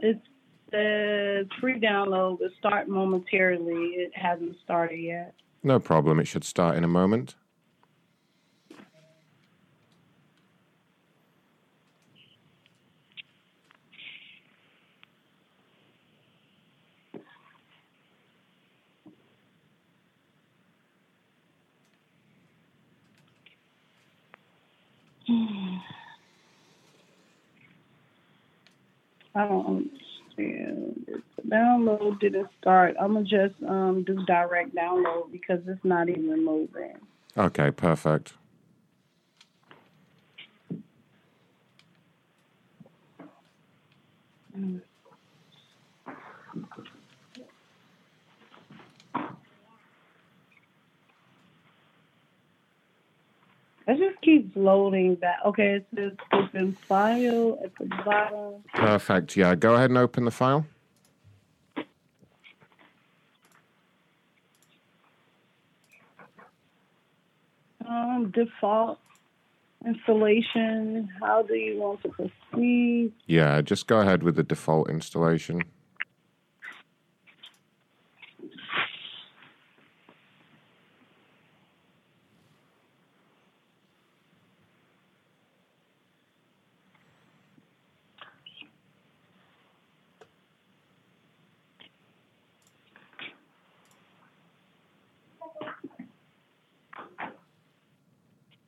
S2: It says free download will start momentarily. It hasn't started yet.
S10: No problem. It should start in a moment.
S2: I don't understand. If the download didn't start. I'm gonna just um, do direct download because it's not even moving.
S10: Okay, perfect.
S2: It just keeps loading that. Okay, it says open file at the bottom.
S10: Perfect. Yeah, go ahead and open the file.
S2: Um, default installation. How do you want to proceed?
S10: Yeah, just go ahead with the default installation.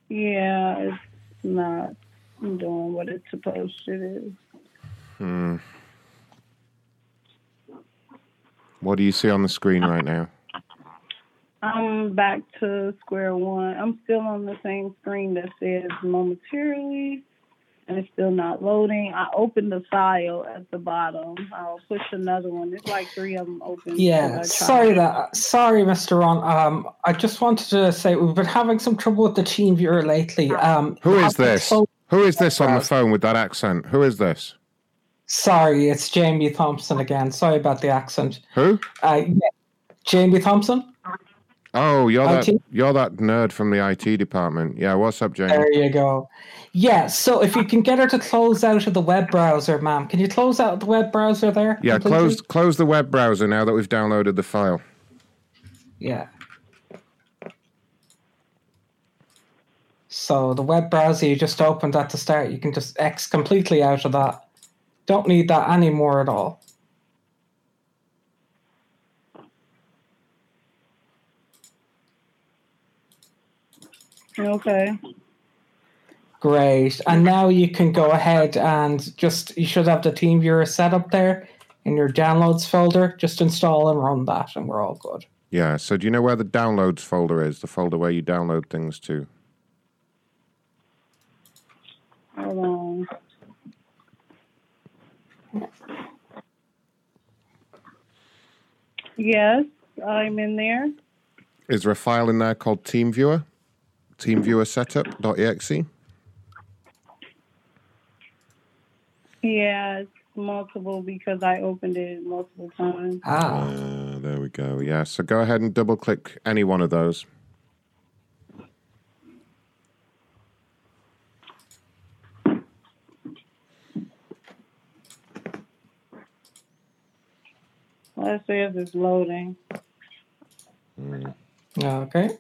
S2: Yeah, it's not doing what it's supposed to do.
S10: Hmm. What do you see on the screen right now?
S2: I'm back to square one. I'm still on the same screen that says momentarily, and it's still not loading. I opened the file at the bottom. I'll push another one. It's like three of them open. So I
S11: Yeah,
S2: tried-
S11: sorry that. Sorry, Mr. Ron. Um, I just wanted to say we've been having some trouble with the team viewer lately. Um,
S10: Who is this? Who is this on the phone with that accent? Who is this?
S11: Sorry, it's Jamie Thompson again. Sorry about the accent.
S10: Who?
S11: Uh, yeah, Jamie Thompson.
S10: Oh, you're that
S11: IT?
S10: you're that nerd from the IT department. Yeah, what's up, Jamie?
S11: There you go. Yeah. So if you can get her to close out of the web browser, ma'am, can you close out the web browser there?
S10: Yeah,
S11: completely?
S10: close close the web browser now that we've downloaded the file.
S11: Yeah. So the web browser you just opened at the start, you can just X completely out of that. Don't need that anymore at all.
S2: Okay.
S11: Great. And now you can go ahead and just, you should have the team viewer set up there in your downloads folder. Just install and run that, and we're all good.
S10: Yeah. So do you know where the downloads folder is? The folder where you download things to.
S2: Hold on. Yes, I'm in there.
S10: Is there a file in there called TeamViewer? TeamViewer setup.exe.
S2: Yeah, it's multiple because I opened it multiple times.
S11: Ah.
S10: Uh, there we go. Yeah. So go ahead and double click any one of those.
S2: Let's see if it's loading.
S11: Okay.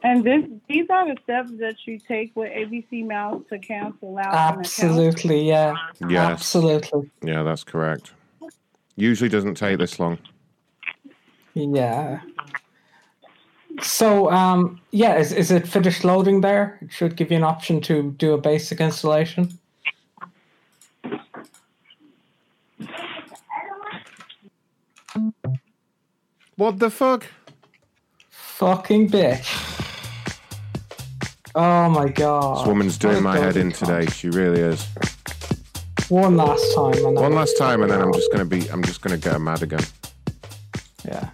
S2: And this, these are the steps that you take with ABC Mouse to cancel out. an account.
S11: Absolutely. Yeah.
S10: Yes.
S11: Absolutely.
S10: Yeah, that's correct. Usually doesn't take this long.
S11: Yeah. So, um, yeah, is, is it finished loading there? It should give you an option to do a basic installation.
S10: What the fuck?
S11: Fucking bitch. Oh my god.
S10: This woman's doing my head in today. She really is.
S11: One last time. And then-
S10: One last time, and then I'm just gonna be. I'm just gonna get her mad again.
S11: Yeah.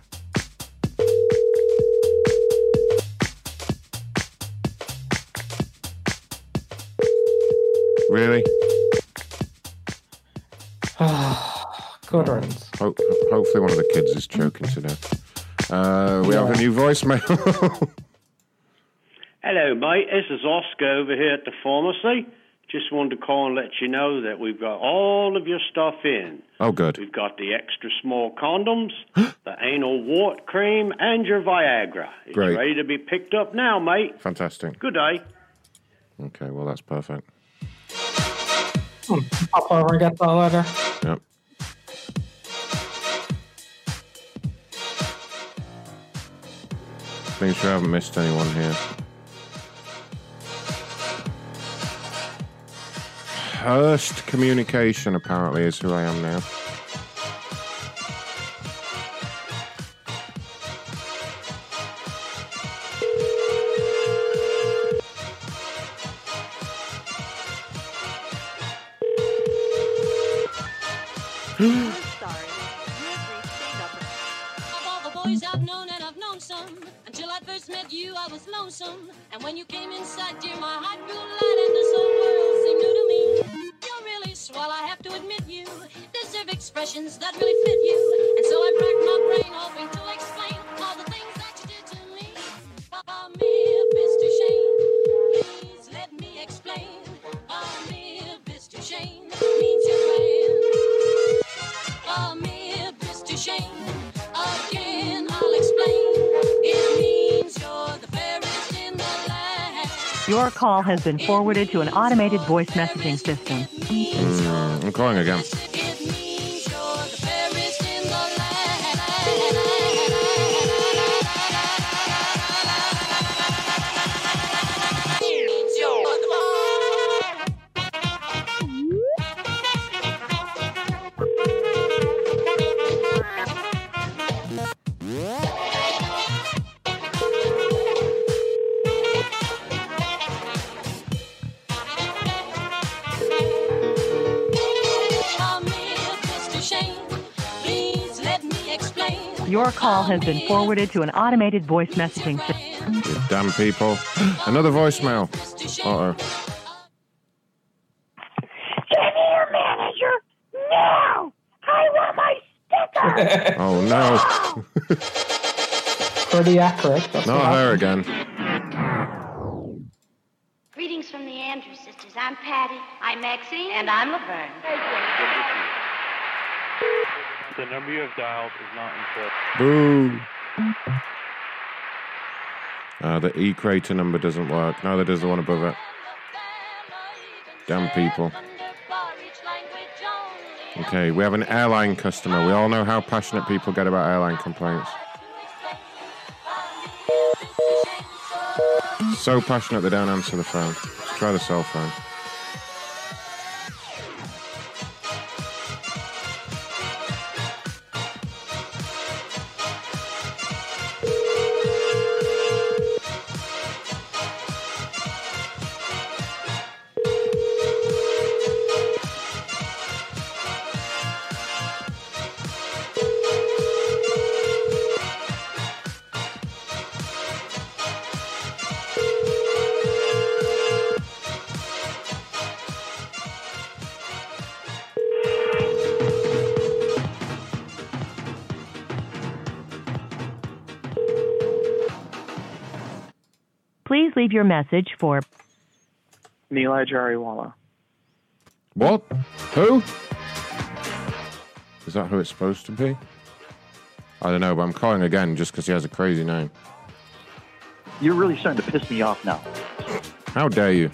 S10: Really?
S11: Good riddance.
S10: Ho- hopefully, one of the kids is choking to death. Uh, we have a new voicemail.
S19: Hello, mate. This is Oscar over here at the pharmacy. Just wanted to call and let you know that we've got all of your stuff in.
S10: oh, good.
S19: We've got the extra small condoms, the anal wart cream, and your Viagra. It's
S10: Great.
S19: ready to be picked up now, mate.
S10: Fantastic.
S19: Good day.
S10: Okay, well, that's perfect.
S11: Pop over and get that letter.
S10: Yep. Making sure I haven't missed anyone here. Hearst Communication apparently is who I am now.
S26: Of all the boys I've known, and I've known some. Until I first met you, I was lonesome. And when you came inside, dear, my heart grew light, and this whole world seemed new to me. You're really swell, I have to admit you. Deserve expressions that really fit you. And so I racked my brain, hoping to explain all the things that you did to me. By mere Mr. Shane, please let me explain. By mere Mr. Shane means your friend. By mere Mr. Shane. Again, I'll explain. It means
S8: Your call has been forwarded to an automated voice messaging system.
S10: Mm, I'm calling again.
S32: Come here, Mr. Shane. Please let me explain.
S8: Your call has been forwarded to an automated voice messaging system.
S10: You damn people. Another voicemail. Uh oh.
S26: your manager now! I want my sticker!
S10: Oh no.
S11: Pretty accurate. That's
S10: Not
S11: what
S10: her
S11: happened.
S10: again.
S26: Greetings from the Andrews sisters. I'm Patty. I'm Maxine. And I'm Laverne.
S13: The number you have dialed is not incorrect.
S10: Boo. Uh, the E crater number doesn't work. No, there is the one above it. Damn people. Okay, we have an airline customer. We all know how passionate people get about airline complaints. So passionate they don't answer the phone. Let's try the cell phone.
S8: Please leave your message for
S33: Neil Jariwala.
S10: What? Who? Is that who it's supposed to be? I don't know, but I'm calling again just because he has a crazy name.
S18: You're really starting to piss me off now.
S10: How dare you?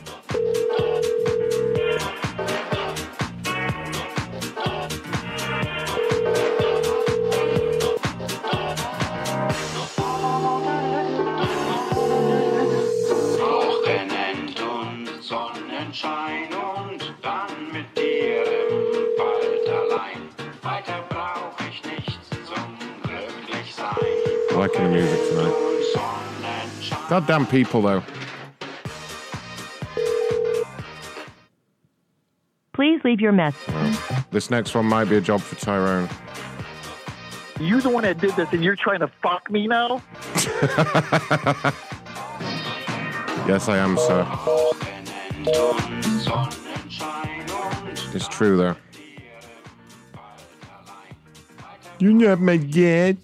S17: Wochenend und Sonnenschein und dann mit dir im Wald allein. Weiter brauch ich nichts zum glücklich sein.
S10: Liking the music tonight. Goddamn people, though.
S8: Please leave your message.
S10: This next one might be a job for Tyrone.
S18: You're the one that did this, and you're trying to fuck me now.
S10: Yes, I am, sir. It's true, though. You're not my dad.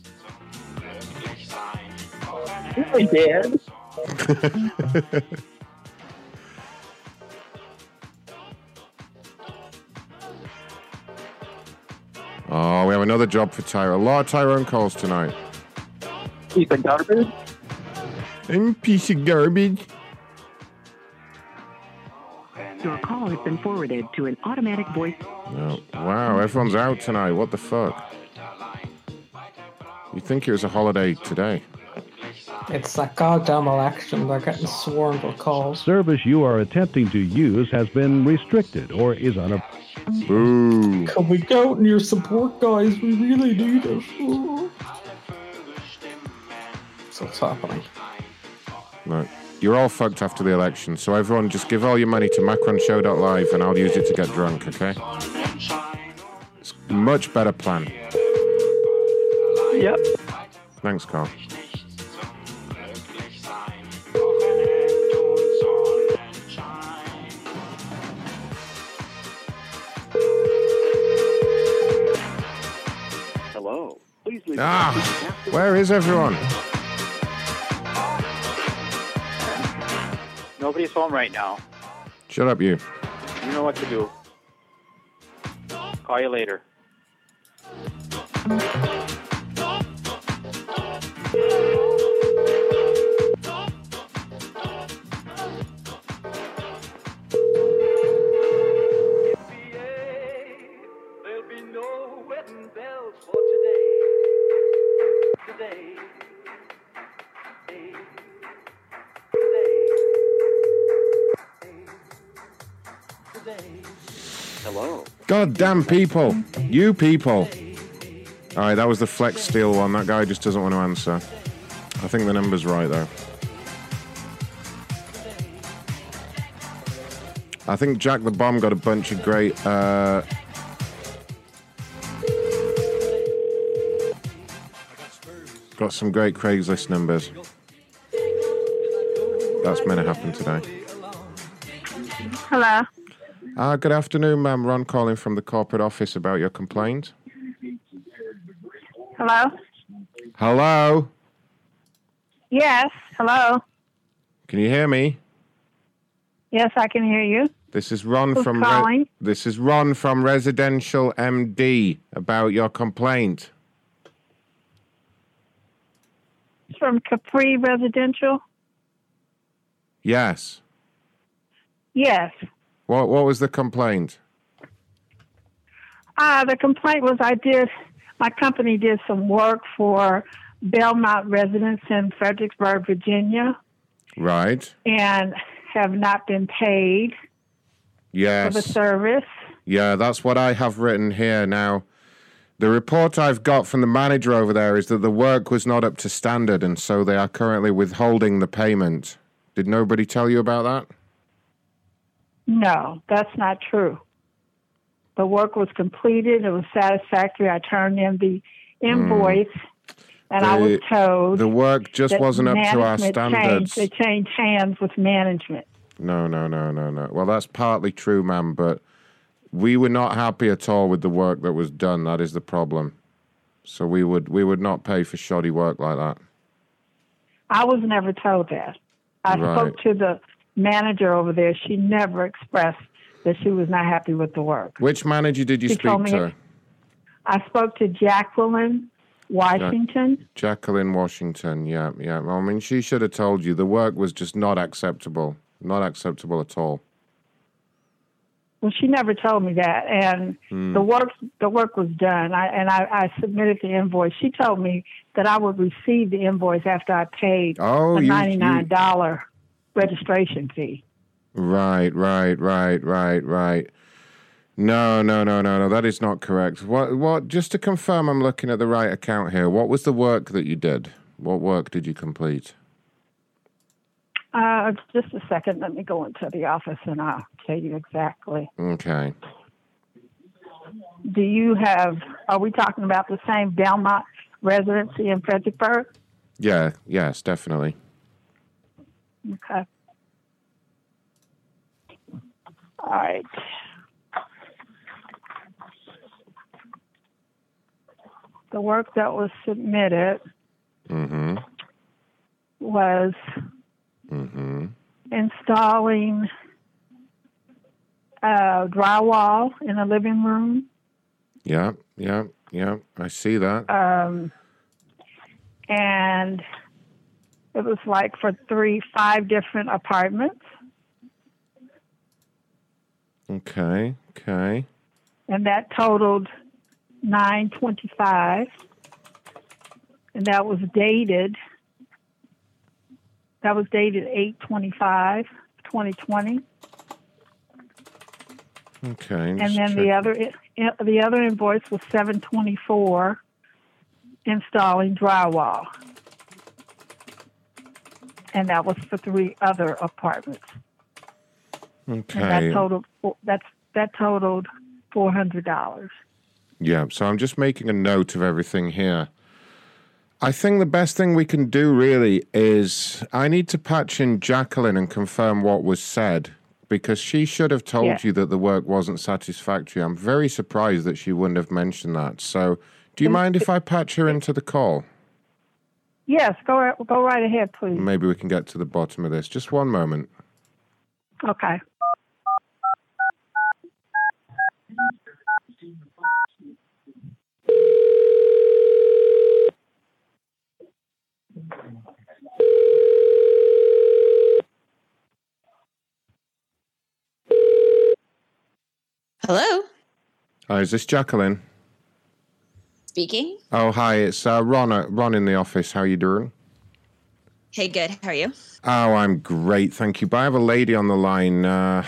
S18: Hey, Dad.
S10: oh, we have another job for Tyrone. A lot of Tyrone calls tonight.
S18: He's a garbage.
S10: I'm piece of garbage.
S8: Your call has been forwarded to an automatic voice.
S10: No. Oh, Wow, everyone's out tonight. What the fuck? You'd think it was a holiday today.
S11: It's that goddamn election. They're getting swarmed with calls.
S1: Service you are attempting to use has been restricted or is on a.
S10: Boo.
S11: Can we count on your support, guys? We really need it. Ooh. So what's happening?
S10: Look, you're all fucked after the election, so everyone just give all your money to macronshow.live and I'll use it to get drunk, okay? It's a much better plan.
S18: Yep.
S10: Thanks, Carl.
S17: Hello. Please leave
S10: Ah, where is everyone?
S18: Nobody's home right now.
S10: Shut up, you.
S18: You know what to do. Call you later.
S1: no wedding bells for today. Today. Today. Today. Today. Hello.
S10: Goddamn people. You people. All right, that was the flex steel one. That guy just doesn't want to answer. I think the number's right, though. I think Jack the Bomb got a bunch of great. Uh... Got some great Craigslist numbers. That's meant to happen today.
S7: Hello.
S10: Uh, good afternoon, ma'am. Ron calling from the corporate office about your complaint.
S7: Hello.
S10: Hello?
S7: Yes. Hello.
S10: Can you hear me?
S7: Yes, I can hear you.
S10: This is Ron
S7: Who's
S10: from
S7: calling?
S10: This is Ron from Residential MD about your complaint.
S7: It's from Capri Residential.
S10: Yes.
S7: Yes.
S10: What what was the complaint?
S7: Uh, the complaint was I did, my company did some work for Belmont residents in Fredericksburg, Virginia,
S10: Right.
S7: and have not been paid
S10: Yes.
S7: for the service.
S10: Yeah, that's what I have written here now. The report I've got from the manager over there is that the work was not up to standard and so they are currently withholding the payment. Did nobody tell you about that?
S7: No, that's not true. The work was completed. It was satisfactory. I turned in the invoice, and I was
S10: Hmm. The-
S7: told
S10: The work just
S7: that
S10: wasn't up to our
S7: management
S10: standards.
S7: Changed, they changed hands with management.
S10: No, no, no, no, no. Well, that's partly true, ma'am, but we were not happy at all with the work that was done. That is the problem. So we would we would not pay for shoddy work like that.
S7: I was never told that. I
S10: Right.
S7: spoke to the manager over there. She never expressed that she was not happy with the work.
S10: Which manager did you
S7: She
S10: speak
S7: told me-
S10: to?
S7: I spoke to Jacqueline Washington.
S10: Jacqueline Washington. Yeah, yeah. Well, I mean, she should have told you the work was just not acceptable. Not acceptable at all.
S7: Well, she never told me that, and
S10: Hmm.
S7: the work the work was done. I and I, I submitted the invoice. She told me that I would receive the invoice after I paid
S10: Oh,
S7: the
S10: you-
S7: ninety nine
S10: you-
S7: dollar registration fee.
S10: Right, right, right, right, right. No, no, no, no, no. That is not correct. What? What? Just to confirm, I'm looking at the right account here. What was the work that you did? What work did you complete?
S7: Uh, just a second. Let me go into the office and I'll tell you exactly.
S10: Okay.
S7: Do you have? Are we talking about the same Belmont residency in Fredericksburg?
S10: Yeah. Yes. Definitely.
S7: Okay. All right. The work that was submitted
S10: Mm-hmm.
S7: was
S10: Mm-hmm.
S7: installing uh, drywall in the living room
S10: Yeah. Yeah. Yeah. I see that.
S7: um, and it was like for three five different apartments
S10: Okay. Okay.
S7: and that totaled 925 and that was dated that was dated 825 2020
S10: Okay.
S7: and then the other i- the other invoice was 724 installing drywall and that was for three other apartments
S10: Okay.
S7: and that totaled four- that's that totaled $400
S10: Yeah, so I'm just making a note of everything here. I think the best thing we can do really is I need to patch in Jacqueline and confirm what was said because she should have told
S7: Yeah.
S10: you that the work wasn't satisfactory. I'm very surprised that she wouldn't have mentioned that. So, do you mind if I patch her into the call?
S7: yes go ri- go right ahead please
S10: Maybe we can get to the bottom of this. Just one moment.
S7: okay
S9: Hello.
S10: Hi, is Oh, this Jacqueline?
S9: speaking.
S10: Oh, hi. It's uh, Ron. uh, Ron in the office. How you doing?
S9: Hey, good. How are you?
S10: Oh, I'm great, thank you. But I have a lady on the line. Uh,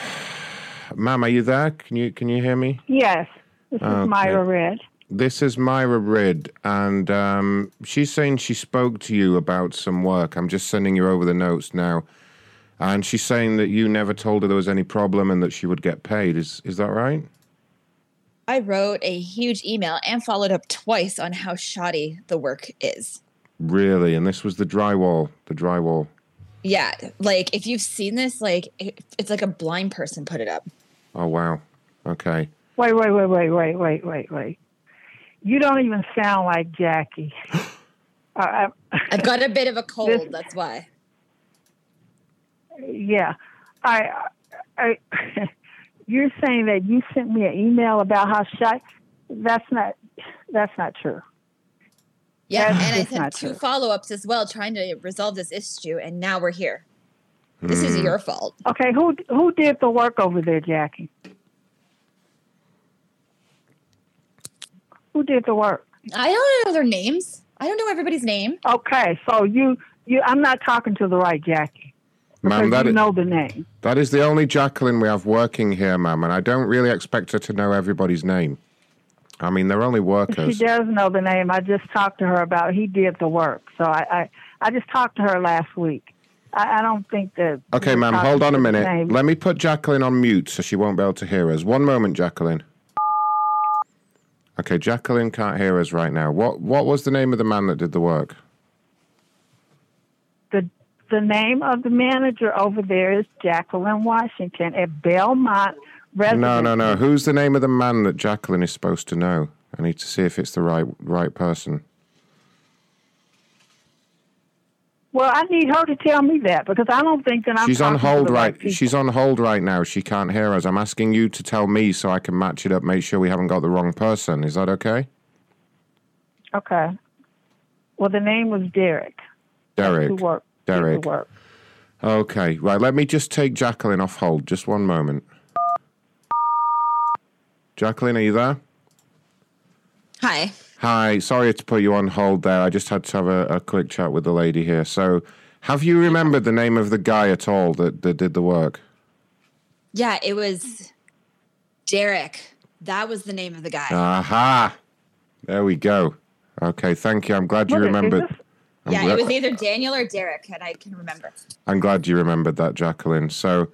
S10: Ma'am, are you there? Can you can you hear me?
S7: Yes, this
S10: Okay.
S7: is Myra Red.
S10: This is Myra Ridd, and um, she's saying she spoke to you about some work. I'm just sending you over the notes now, and she's saying that you never told her there was any problem and that she would get paid. Is is that right?
S9: I wrote a huge email and followed up twice on how shoddy the work is.
S10: Really? And this was the drywall. The drywall.
S9: Yeah, like if you've seen this, like it, it's like a blind person put it up.
S10: Oh wow. Okay.
S7: Wait, wait, wait, wait, wait, wait, wait, wait. You don't even sound like Jackie. uh, I,
S9: I've got a bit of a cold, that's why.
S7: yeah, I, I. you're saying that you sent me an email about how shy. That's not. That's not true.
S9: Yeah,
S7: That's
S9: and I
S7: just
S9: sent
S7: not
S9: two
S7: true.
S9: follow-ups as well trying to resolve this issue and now we're here. This is
S10: Hmm.
S9: your fault.
S7: Okay, who who did the work over there, Jackie? Who did the work?
S9: I don't know their names. I don't know everybody's name.
S7: Okay, so you you I'm not talking to the right Jackie.
S10: Ma'am,
S7: Because
S10: Um, that
S7: you
S10: i-
S7: know the name.
S10: that is the only Jacqueline we have working here, ma'am, and I don't really expect her to know everybody's name. I mean, they're only
S7: She
S10: workers.
S7: does know the name. I just talked to her about he did the work. So I I, I just talked to her last week. I, I don't think that
S10: Okay,
S7: you're
S10: ma'am,
S7: talking
S10: hold on a
S7: to the
S10: minute.
S7: same-
S10: Let me put Jacqueline on mute so she won't be able to hear us. One moment, Jacqueline. Okay, Jacqueline can't hear us right now. What what was the name of the man that did the work?
S7: the the name of the manager over there is Jacqueline Washington at Belmont Residence.
S10: No, no, no. Who's the name of the man that Jacqueline is supposed to know? I need to see if it's the right right person.
S7: Well, I need her to tell me that because I don't think that I'm.
S10: She's on
S7: talking to
S10: hold
S7: the
S10: right. She's on hold right now. She can't hear us. I'm asking you to tell me so I can match it up, make sure we haven't got the wrong person. Is that okay?
S7: Okay. Well, the name was Derek.
S10: Derek.
S7: Who worked?
S10: Derek.
S7: Who worked?
S10: Okay. Right. Let me just take Jacqueline off hold. Just one moment. Jacqueline, are you there?
S9: Hi.
S10: Hi. Sorry to put you on hold there. I just had to have a, a quick chat with the lady here. So, have you remembered the name of the guy at all that, that did the work?
S9: Yeah, it was Derek. That was the name of the guy.
S10: Aha. There we go. Okay. Thank you. I'm glad you
S9: What is- is
S10: remembered.
S9: this-
S10: I'm
S9: yeah,
S10: gla-
S9: it was either Daniel or Derek, and I can remember.
S10: I'm glad you remembered that, Jacqueline. So,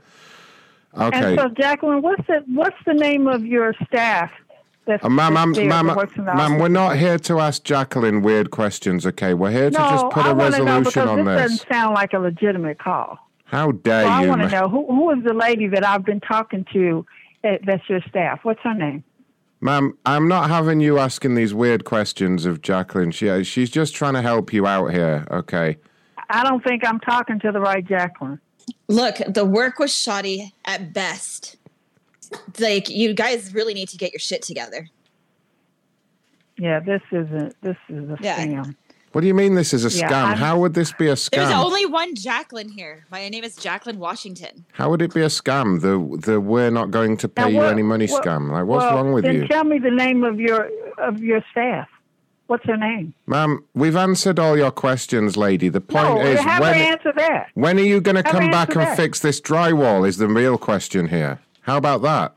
S10: okay.
S7: And so, Jacqueline, what's the what's the name of your staff? That's
S10: Uh, ma'am,
S7: that's
S10: ma'am,
S7: there
S10: ma'am,
S7: that works in the
S10: ma'am,
S7: office?
S10: we're not here to ask Jacqueline weird questions, okay? We're here to
S7: no,
S10: just put
S7: I
S10: a
S7: want to know
S10: resolution
S7: because
S10: on
S7: this
S10: this.
S7: doesn't sound like a legitimate call.
S10: How dare
S7: so I
S10: you?
S7: want to
S10: ma-
S7: know who who is the lady that I've been talking to. eh, That's your staff. What's her name?
S10: Ma'am, I'm not having you asking these weird questions of Jacqueline. She, uh, she's just trying to help you out here, okay?
S7: I don't think I'm talking to the right Jacqueline.
S9: Look, the work was shoddy at best. It's Like, you guys really need to get your shit together.
S7: Yeah, this isn't. This is a
S9: Yeah.
S7: scam.
S10: What do you mean this is a
S9: Yeah,
S10: scam?
S9: I'm-
S10: How would this be a
S9: There's
S10: scam?
S9: only one Jacqueline here. My name is Jacqueline Washington.
S10: How would it be a scam? The the we're not going to
S7: Now,
S10: pay you
S7: what-
S10: any money
S7: what-
S10: scam. Like what's
S7: well,
S10: wrong with
S7: then
S10: you?
S7: Tell me the name of your of your staff. What's her name?
S10: Ma'am, we've answered all your questions, lady. The point
S7: no,
S10: is
S7: have
S10: when
S7: her answer that.
S10: When are you going to
S7: Have
S10: come
S7: an
S10: back
S7: answer
S10: and
S7: that.
S10: fix this drywall? Is the real question here. How about that?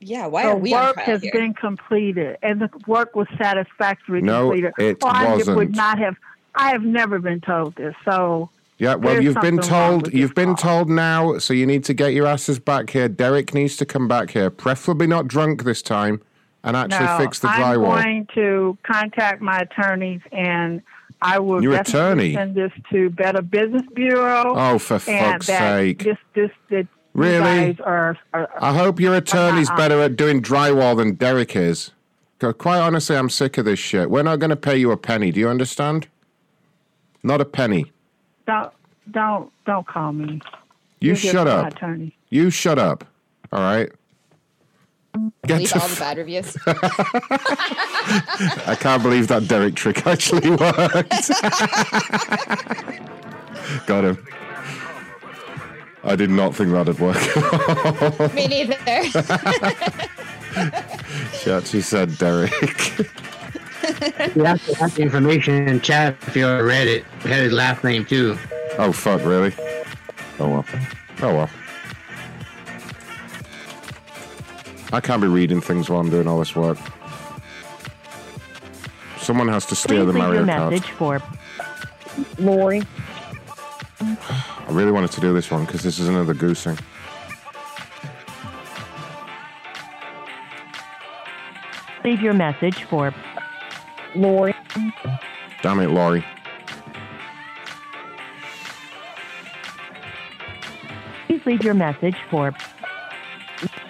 S9: Yeah, why
S7: the
S9: are we on
S7: work
S9: trial
S7: has
S9: here?
S7: been completed, and the work was satisfactory.
S10: No,
S7: completed.
S10: it
S7: or I
S10: wasn't.
S7: would not have. I have never been told this. So
S10: Yeah, well,
S7: There's
S10: you've been
S7: something wrong
S10: told. You've been told now, so you need to get your asses back here. Derek needs to come back here, preferably not drunk this time, and actually
S7: no,
S10: fix the
S7: I'm
S10: drywall.
S7: going to contact my attorneys, and I will.
S10: Your attorney?
S7: definitely send this to Better Business Bureau.
S10: Oh, for
S7: and
S10: fuck's
S7: that
S10: sake.
S7: This, this, that you
S10: Really?
S7: guys are, are
S10: I hope your attorney's
S7: Uh-uh.
S10: better at doing drywall than Derek is. 'Cause Quite honestly, I'm sick of this shit. We're not going to pay you a penny. Do you understand? Not a penny.
S7: don't don't don't call me.
S10: You
S7: You're just
S10: shut
S7: my
S10: up.
S7: attorney.
S10: You shut up. All right. Get
S9: Leave
S10: the
S9: all
S10: f-
S9: the bad reviews.
S10: I can't believe that Derek trick actually worked. Got him. I did not think that'd work.
S9: Me neither.
S10: she actually said Derek.
S12: You have to have the information in chat if you ever read it. It had his last name too.
S10: Oh fuck, really? Oh well. Oh well. I can't be reading things while I'm doing all this work. Someone has to steer
S22: Please
S10: the
S22: leave
S10: Mario
S22: your
S10: Kart.
S22: message for Lori.
S10: I really wanted to do this one because this is another goosing.
S22: Leave your message for Lori.
S10: Damn it, Laurie.
S22: Please leave your message for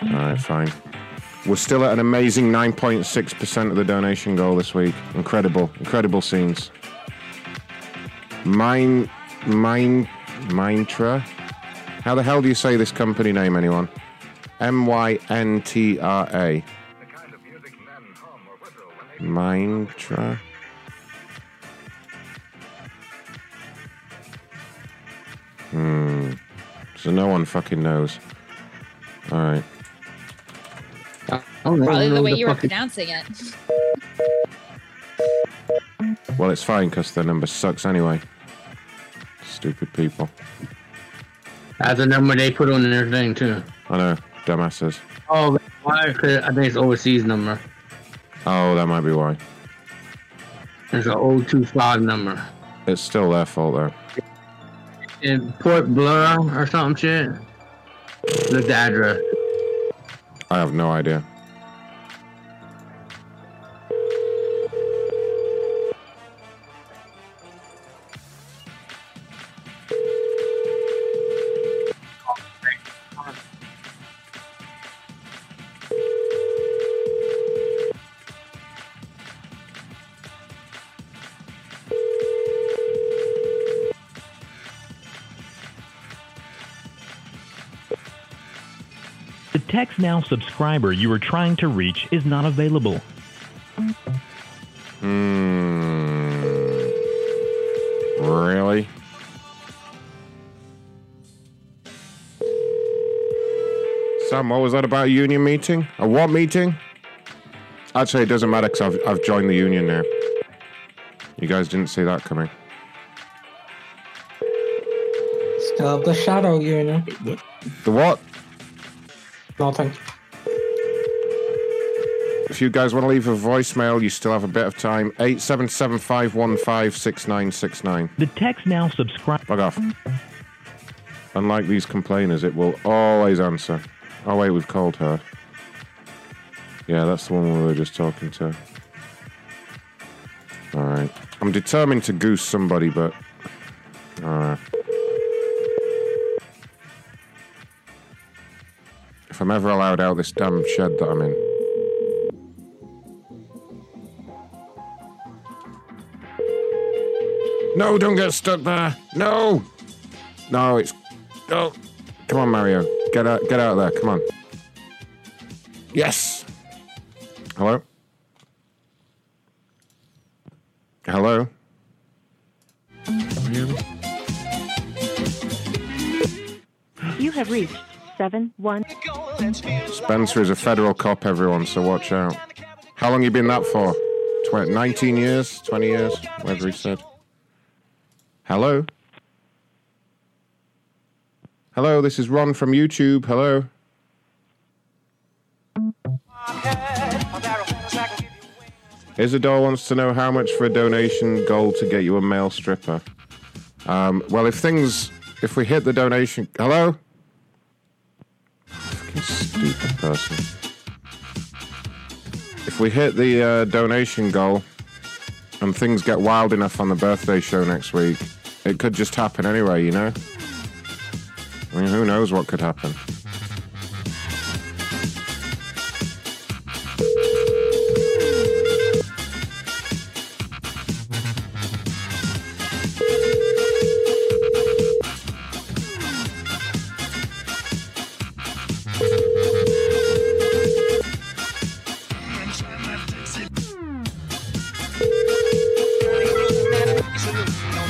S10: All right, fine. We're still at an amazing 9.6% of the donation goal this week. Incredible, incredible scenes. Mine, mine, Mintra. How the hell do you say this company name, anyone? M Y N T R A. Mintra. Hmm. So no one fucking knows. All right.
S9: Probably the way you were pronouncing it.
S10: Well, it's fine because their number sucks anyway. Stupid people.
S12: That's the number they put on their thing too.
S10: I know, dumbasses.
S12: Oh, why? 'Cause I think it's overseas number.
S10: Oh, that might be why.
S12: It's an 025 number.
S10: It's still their fault though.
S12: In Port Blair or some shit. Look the address.
S10: I have no idea.
S4: The Text Now subscriber you are trying to reach is not available.
S10: Hmm. Really? Sam, what was that about a union meeting? A what meeting? Actually, it doesn't matter because I've, I've joined the union now. You guys didn't see that coming.
S11: Still have the shadow union.
S10: The what?
S11: Nothing.
S10: If you guys want to leave a voicemail, you still have a bit of time. 877 515 6969.
S4: The Text Now subscriber.
S10: Bug off. Unlike these complainers, it will always answer. Oh, wait, we've called her. Yeah, that's the one we were just talking to. Alright. I'm determined to goose somebody, but. Alright. If I'm ever allowed out this damn shed that I'm in. No, don't get stuck there. No. No, it's. Oh. Come on, Mario. Get out. Get out of there. Come on. Yes. Hello. Hello.
S22: You have reached seven one.
S10: Spencer is a federal cop, everyone, so watch out. How long you been that for? Tw- 19 years? 20 years? Whatever he said. Hello? Hello, this is Ron from YouTube. Hello? Isidore wants to know how much for a donation goal to get you a male stripper. Um, well, if things. If we hit the donation. Hello? Fucking stupid person. If we hit the uh, donation goal and things get wild enough on the birthday show next week, it could just happen anyway, you know? I mean, who knows what could happen?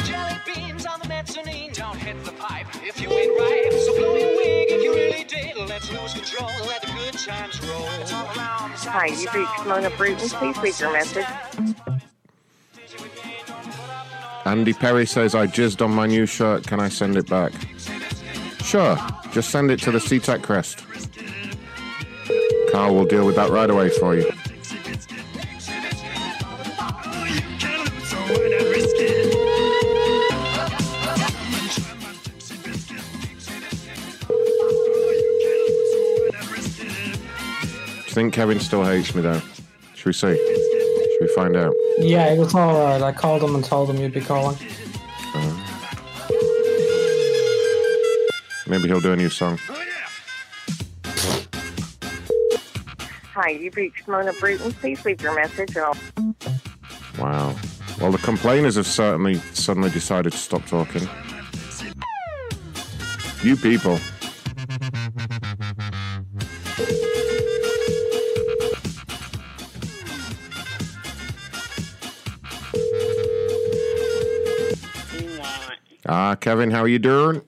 S1: Jelly beans on the mezzanine. Don't hit the pipe if you ain't right. So blow your wig if you really
S8: Hi, you've reached Mona Bruton. Please leave your message.
S10: Andy Perry says, I jizzed on my new shirt. Can I send it back? Sure. Just send it to the SeaTac Crest. Carl will deal with that right away for you. Do you think Kevin still hates me, though? Should we see? Should we find out?
S11: Yeah, it was all right. I called him and told him you'd be calling.
S10: Maybe he'll do a new song.
S8: Hi, you've reached Mona Bruton. Please leave your message and I'll.
S10: Wow. Well, the complainers have certainly suddenly decided to stop talking. You people. Ah, Kevin, how are you doing?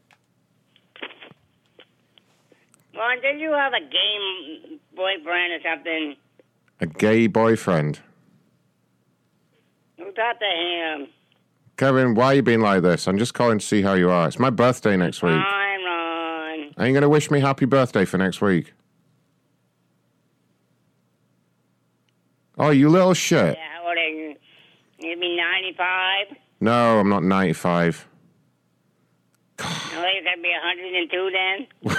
S21: Ron, did you have a game boyfriend or something?
S10: A gay boyfriend.
S21: Who talked to him?
S10: Kevin, why are you being like this? I'm just calling to see how you are. It's my birthday next week.
S21: I'm Ron.
S10: Are you going to wish me happy birthday for next week? Oh, you little shit.
S21: Yeah, what are you? You'd be 95?
S10: No, I'm not 95.
S21: No, you could be 102 then.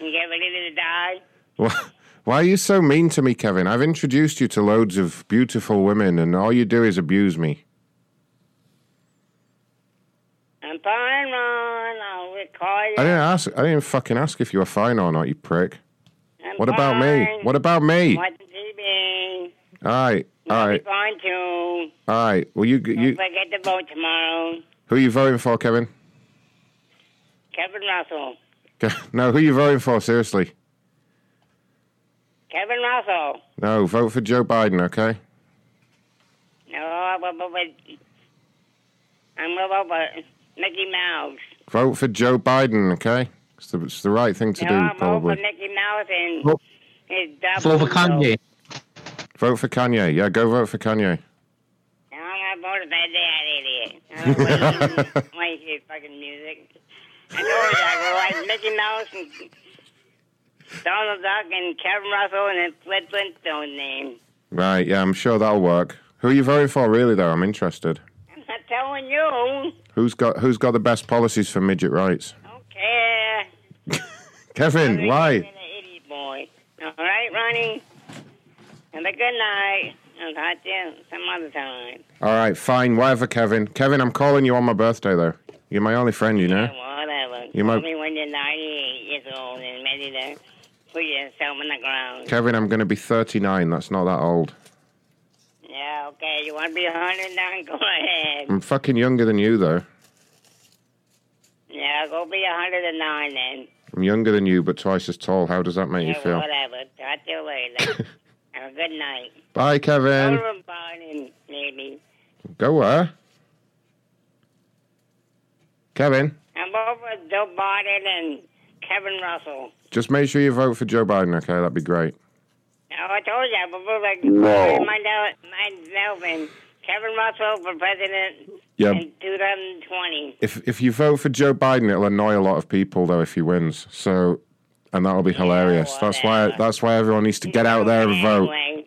S21: you get ready to die.
S10: Why why are you so mean to me, Kevin? I've introduced you to loads of beautiful women, and all you do is abuse me.
S21: I'm fine, Ron. I'll call you.
S10: I didn't ask. I didn't fucking ask if you were fine or not, you prick.
S21: I'm
S10: What about me?
S21: fine.
S10: What about me? All
S21: Watching TV.
S10: right, all
S21: I'll be
S10: right,
S21: fine too.
S10: all right. Well, you you
S16: You-
S21: Forget to vote tomorrow.
S10: who are you voting for, Kevin?
S21: Kevin Russell.
S10: Ke- No, who are you voting for? Seriously,
S21: Kevin Russell.
S10: no. Vote for Joe Biden, okay?
S21: No, but, but, but I'm going to vote for Mickey Mouse.
S10: Vote for Joe Biden, okay? It's the, it's the right thing to
S21: no,
S10: do,
S21: I'm
S10: probably.
S21: vote for Mickey Mouse and
S10: Vote-
S21: his double.
S10: vote for Kanye. Vote for Kanye. Yeah, go vote for Kanye.
S21: No, I'm going to vote for that idiot. I don't know why you hear fucking music. I told you I go like Mickey Mouse and Donald Duck and Kevin Russell and then Flint Flintstone name.
S10: Right, yeah, I'm sure that'll work. Who are you voting for, really, though? I'm interested.
S21: I'm not telling you.
S10: Who's got Who's got the best policies for midget rights?
S21: Okay.
S10: Kevin, why?
S21: idiot boy. All right, Ronnie. Have a good night. I'll talk to you some other time.
S10: All right, fine, whatever, Kevin. Kevin, I'm calling you on my birthday, though. You're my only friend, you know.
S21: Whatever.
S10: You
S21: Call
S10: might-
S21: me when you're 98 years old and ready to put yourself in the ground.
S10: Kevin, I'm going to be 39. That's not that old.
S21: Yeah, okay. You want to be 100 now? Go ahead.
S10: I'm fucking younger than you, though.
S21: Yeah, go be 109 then.
S10: I'm younger than you, but twice as tall. How does that make you
S21: Yeah,
S10: feel?
S21: Whatever. Talk to you later. Have a good night.
S10: Bye, Kevin.
S21: Go to Biden, maybe.
S10: Go where? Kevin,
S21: I'm over Joe Biden and Kevin Russell.
S10: just make sure you vote for Joe Biden, okay? That'd be great.
S21: Now, I told you, but we're like,
S10: No.
S21: myself and Kevin Russell for president
S10: Yeah.
S21: in 2020.
S10: If if you vote for Joe Biden, it'll annoy a lot of people though if he wins. So and that'll be hilarious. That's why that's why everyone needs to get out there and vote.
S21: Anyway,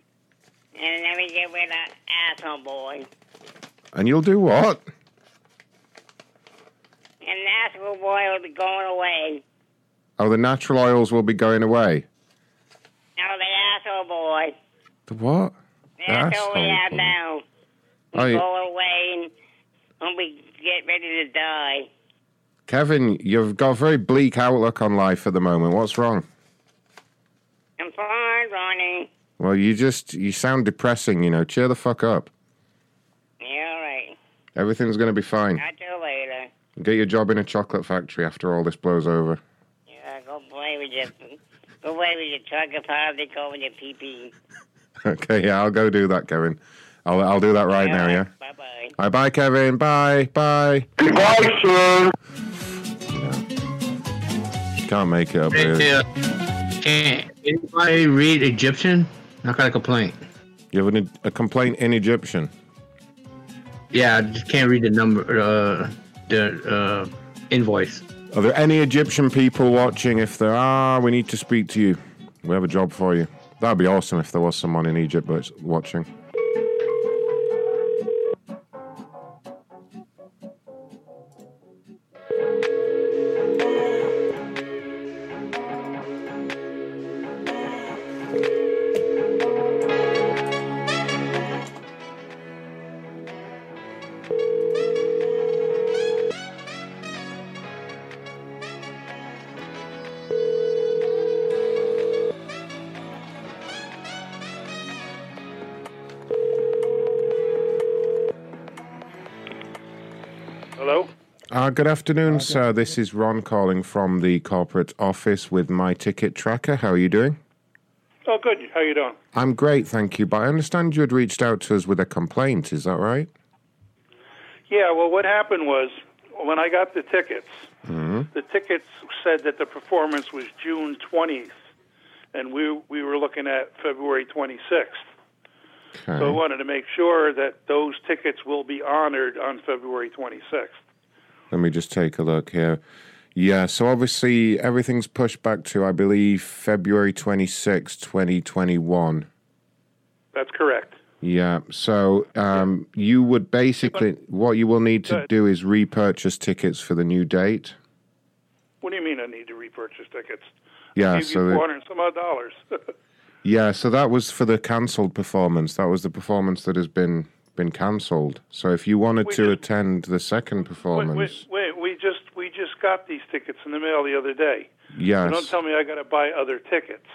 S21: and then we get rid of that asshole boy.
S10: And you'll do what?
S21: And the asshole boy will be going away.
S10: Oh, the natural oils will be going away.
S21: Now, the asshole boy.
S10: The what?
S21: The asshole we
S10: Asshole
S21: have
S10: boy.
S21: now.
S10: Oh, you-
S21: Go away and when we get ready to die.
S10: Kevin, you've got a very bleak outlook on life at the moment. What's wrong?
S21: I'm fine, Ronnie.
S10: Well, you just you sound depressing, you know. Cheer the fuck up.
S21: Yeah, all right.
S10: Everything's going to be fine.
S21: Talk to you later.
S10: Get your job in a chocolate factory after all this blows over.
S21: Yeah, go play with your... Go play with your chocolate party, go with your pee-pee.
S10: Okay, yeah, I'll go do that, Kevin. I'll I'll do that right now, yeah.
S21: Bye-bye.
S10: Bye bye, Kevin. Bye. Bye.
S21: Goodbye,
S10: sir. Can't make it up.
S12: Hey,
S10: really.
S12: uh, Can anybody read Egyptian? I got a complaint.
S10: You have an, a complaint in Egyptian.
S12: Yeah, I just can't read the number, uh, the uh, invoice.
S10: Are there any Egyptian people watching? If there are, we need to speak to you. We have a job for you. That'd be awesome if there was someone in Egypt that's watching.
S20: Hello?
S10: Uh, good afternoon, sir. This is Ron calling from the corporate office with my ticket tracker. How are you doing?
S20: Oh, good. How you doing?
S10: I'm great, thank you. But I understand you had reached out to us with a complaint. Is that right?
S20: Yeah, well, what happened was when I got the tickets,
S10: hmm
S12: Mm-hmm.
S20: the tickets said that the performance was June 20th, and we, we were looking at February 26th. So I
S10: Okay.
S20: wanted to make sure that those tickets will be honored on February 26th.
S10: Let me just take a look here. Yeah, so obviously everything's pushed back to, I believe, February 26, 2021.
S20: That's correct.
S10: Yeah, so um, you would basically, what you will need
S20: Go
S10: to
S20: ahead.
S10: do is repurchase tickets for the new date.
S20: What do you mean I need to repurchase tickets? I
S10: Yeah,
S20: gave
S10: so
S20: you
S10: that-
S20: 400 and some odd dollars.
S10: Yeah, so that was for the cancelled performance. That was the performance that has been been cancelled. So if you wanted
S20: We
S10: to attend the second performance,
S20: wait, wait, we just we just got these tickets in the mail the other day. So
S10: Yes.
S20: don't tell me I got to buy other tickets.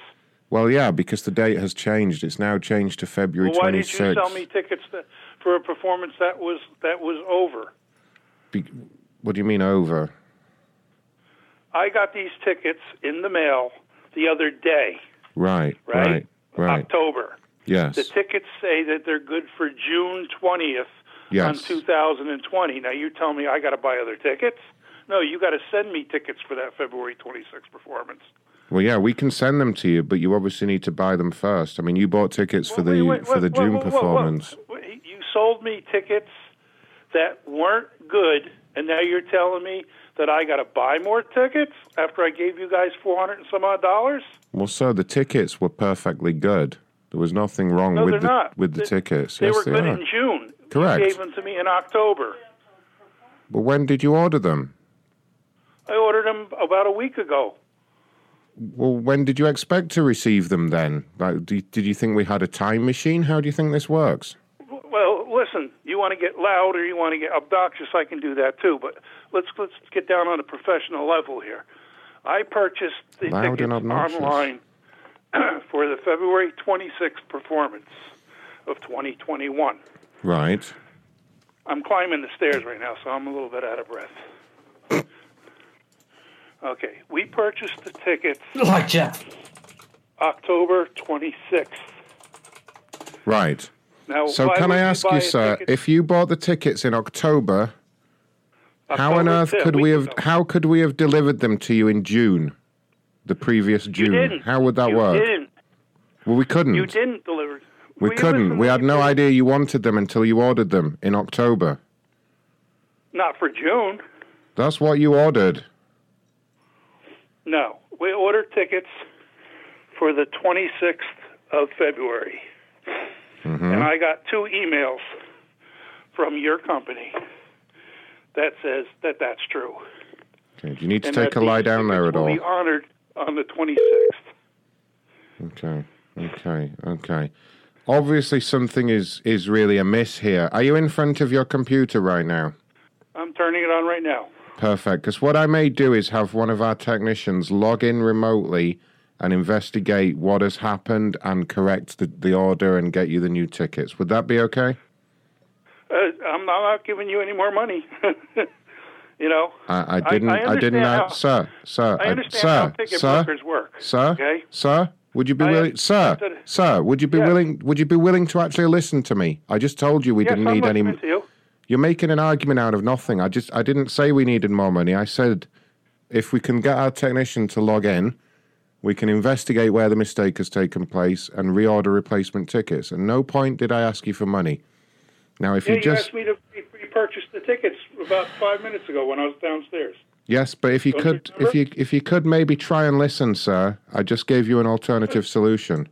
S10: well, yeah, because the date has changed. It's now changed to February
S20: Well, why
S10: twenty
S20: did you
S10: sixth.
S20: sell me tickets that, for a performance that was that was over?
S10: What do you mean over?
S20: I got these tickets in the mail the other day,
S10: Right,
S20: Right.
S10: right, right.
S20: October.
S10: Yes.
S20: The tickets say that they're good for June 20th on
S10: Yes.
S20: 2020. Now you tell me I got to buy other tickets? No, you got to send me tickets for that February 26th performance.
S10: Well, yeah, we can send them to you, but you obviously need to buy them first. I mean, you bought tickets for the for the
S20: whoa,
S10: June
S20: whoa, whoa, whoa.
S10: performance.
S20: You sold me tickets that weren't good, and now you're telling me that I got to buy more tickets after I gave you guys 400 and some odd dollars?
S10: Well, sir, the tickets were perfectly good. There was nothing wrong
S20: No,
S10: with
S20: they're
S10: the
S20: not.
S10: with the
S20: They-
S10: tickets.
S20: They
S10: yes,
S20: were
S10: they
S20: good
S10: are.
S20: in June.
S10: Correct.
S20: You gave them to me in October.
S10: But when did you order them?
S20: I ordered them about a week ago.
S10: Well, when did you expect to receive them then? Like, do, did you think we had a time machine? How do you think this works?
S20: Well, listen, you want to get loud or you want to get obnoxious, I can do that too, but let's let's get down on a professional level here. I purchased the
S10: Loud and
S20: tickets
S10: obnoxious.
S20: online for the February 26th performance of 2021.
S10: Right.
S20: I'm climbing the stairs right now, so I'm a little bit out of breath. Okay, we purchased the tickets
S11: Like Jeff.
S20: October 26th.
S10: Right.
S20: Now,
S10: so,
S20: why
S10: can I
S20: would
S10: ask
S20: buy
S10: you,
S20: a
S10: sir,
S20: ticket-
S10: if you bought the tickets in October, how on
S20: October
S10: earth
S20: 10th,
S10: could we
S20: week
S10: have how could we have delivered them to you in June, the previous June?
S20: didn't.
S10: How would that
S20: you
S10: work?
S20: Didn't.
S10: Well, we couldn't.
S20: You didn't deliver.
S10: we
S20: Will you
S10: couldn't.
S20: listen
S10: We had no idea you wanted them until you ordered them in October.
S20: Not for June.
S10: That's what you ordered.
S20: No. We ordered tickets for the 26th of February.
S10: Mm-hmm. Hmm?
S20: And I got two emails from your company that says that that's true.
S10: Okay. Do you need to
S20: And
S10: take
S20: that
S10: a lie down there at all?
S20: We'll be honored on the 26th.
S10: Okay, okay, okay. Obviously, something is is really amiss here. Are you in front of your computer right now?
S20: I'm turning it on right now.
S10: Perfect. Because what I may do is have one of our technicians log in remotely and investigate what has happened and correct the, the order and get you the new tickets. Would that be okay?
S20: Uh, I'm not I'm not giving you any more money. you know,
S10: I, I
S20: I-
S10: didn't.
S20: I
S10: I, didn't.
S20: understand
S10: know-
S20: how-
S10: sir, sir, uh,
S20: I understand how
S10: sir,
S20: ticket
S10: sir,
S20: brokers work,
S10: Sir,
S20: okay?
S10: sir, would you be
S20: I
S10: willing, sir,
S20: understood.
S10: sir, would you be willing, would you be willing to actually listen to me? I just told you we
S20: yes,
S10: didn't
S20: I'm
S10: need any.
S20: listening to you.
S10: You're making an argument out of nothing. I just I didn't say we needed more money. I said if we can get our technician to log in We can investigate where the mistake has taken place and reorder replacement tickets. At no point did I ask you for money. Now, if
S20: yeah,
S10: you just
S20: asked me to pre- pre-purchase the tickets about five minutes ago when I was downstairs.
S10: Yes, but if you
S20: Don't
S10: could,
S20: you
S10: if you if you could maybe try and listen, sir. I just gave you an alternative solution.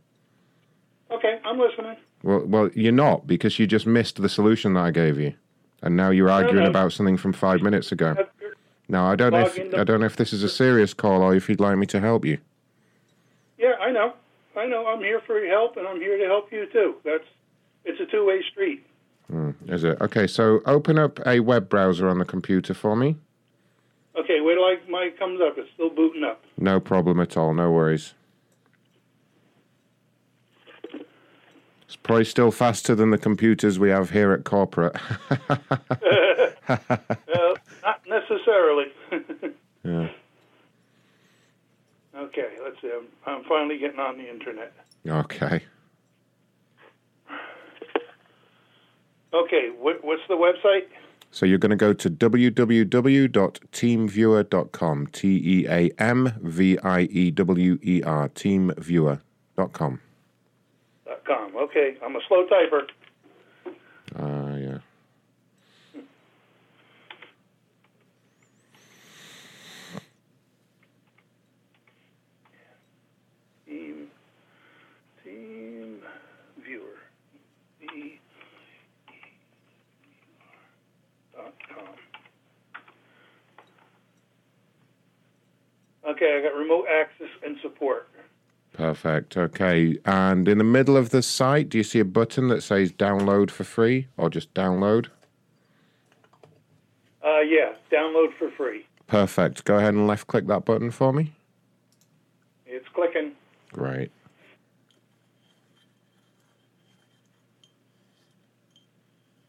S20: Okay, I'm listening.
S10: Well, well, you're not because you just missed the solution that I gave you, and now you're arguing
S20: no.
S10: about something from five minutes ago. Now I don't know if
S20: Logging the-
S10: I don't know if this is a serious call or if you'd like me to help you.
S20: Yeah, I know. I know. I'm here for your help, and I'm here to help you too. That's it's a two-way street.
S10: Hmm, is it okay? So open up a web browser on the computer for me.
S20: Okay, wait till I, mine comes up. It's still booting up.
S10: No problem at all. No worries. It's probably still faster than the computers we have here at corporate.
S20: uh, not necessarily.
S10: yeah.
S20: okay, let's see. I'm, I'm finally getting on the internet.
S10: Okay.
S20: Okay, what, what's the website?
S10: So you're going to go to www.teamviewer.com. T E A M V I E W E R. Teamviewer.com.
S20: Dot .com. Okay, I'm a slow typer.
S10: Ah, yeah.
S20: Team, team viewer. E- dot com. Okay, I got remote access and support.
S10: Perfect. Okay. And in the middle of the site, do you see a button that says download for free or just download?
S20: Uh, yeah, download for free.
S10: Perfect. Go ahead and left click that button for me.
S20: It's clicking.
S10: Great.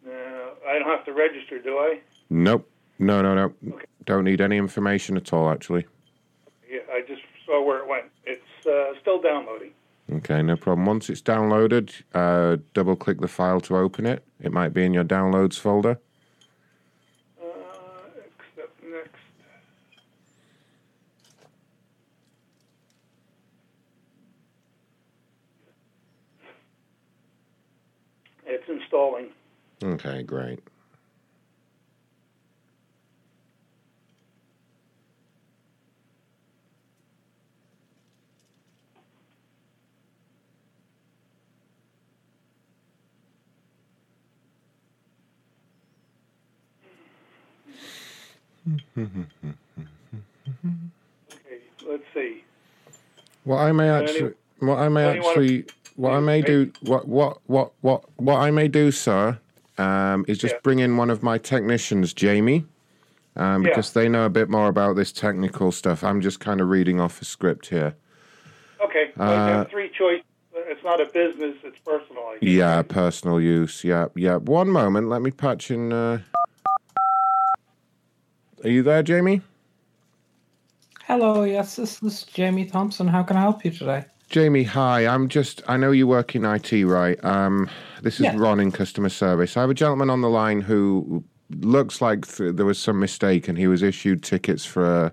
S20: Uh, I don't have to register, do I?
S10: Nope. No, no, no. Don't need any information at all, actually.
S20: Yeah, I just saw where it went. It's uh, still downloading.
S10: Okay, no problem. Once it's downloaded, uh, double click the file to open it. It might be in your downloads folder.
S20: Uh, except next. It's installing.
S10: Okay, great.
S20: Okay, let's see.
S10: What I may
S20: Anyone-
S10: actually, what I may
S20: anyone-
S10: actually, what I may do, what what what what what I may do, sir, um, is just bring in one of my technicians, Jamie, um,
S20: Yeah.
S10: because they know a bit more about this technical stuff. I'm just kind of reading off a script here.
S20: Okay, I
S10: Uh,
S20: have three choices. It's not a business, it's personal. I guess.
S10: Yeah, personal use. Yeah, yeah. One moment, let me patch in. Uh... Are you there, Jamie?
S11: Hello, yes, this is Jamie Thompson. How can I help you today?
S10: Jamie, hi. I'm just. I know you work in IT, right? Um, this is
S11: Yeah.
S10: Ron in customer service. I have a gentleman on the line who looks like th- there was some mistake, and he was issued tickets for a,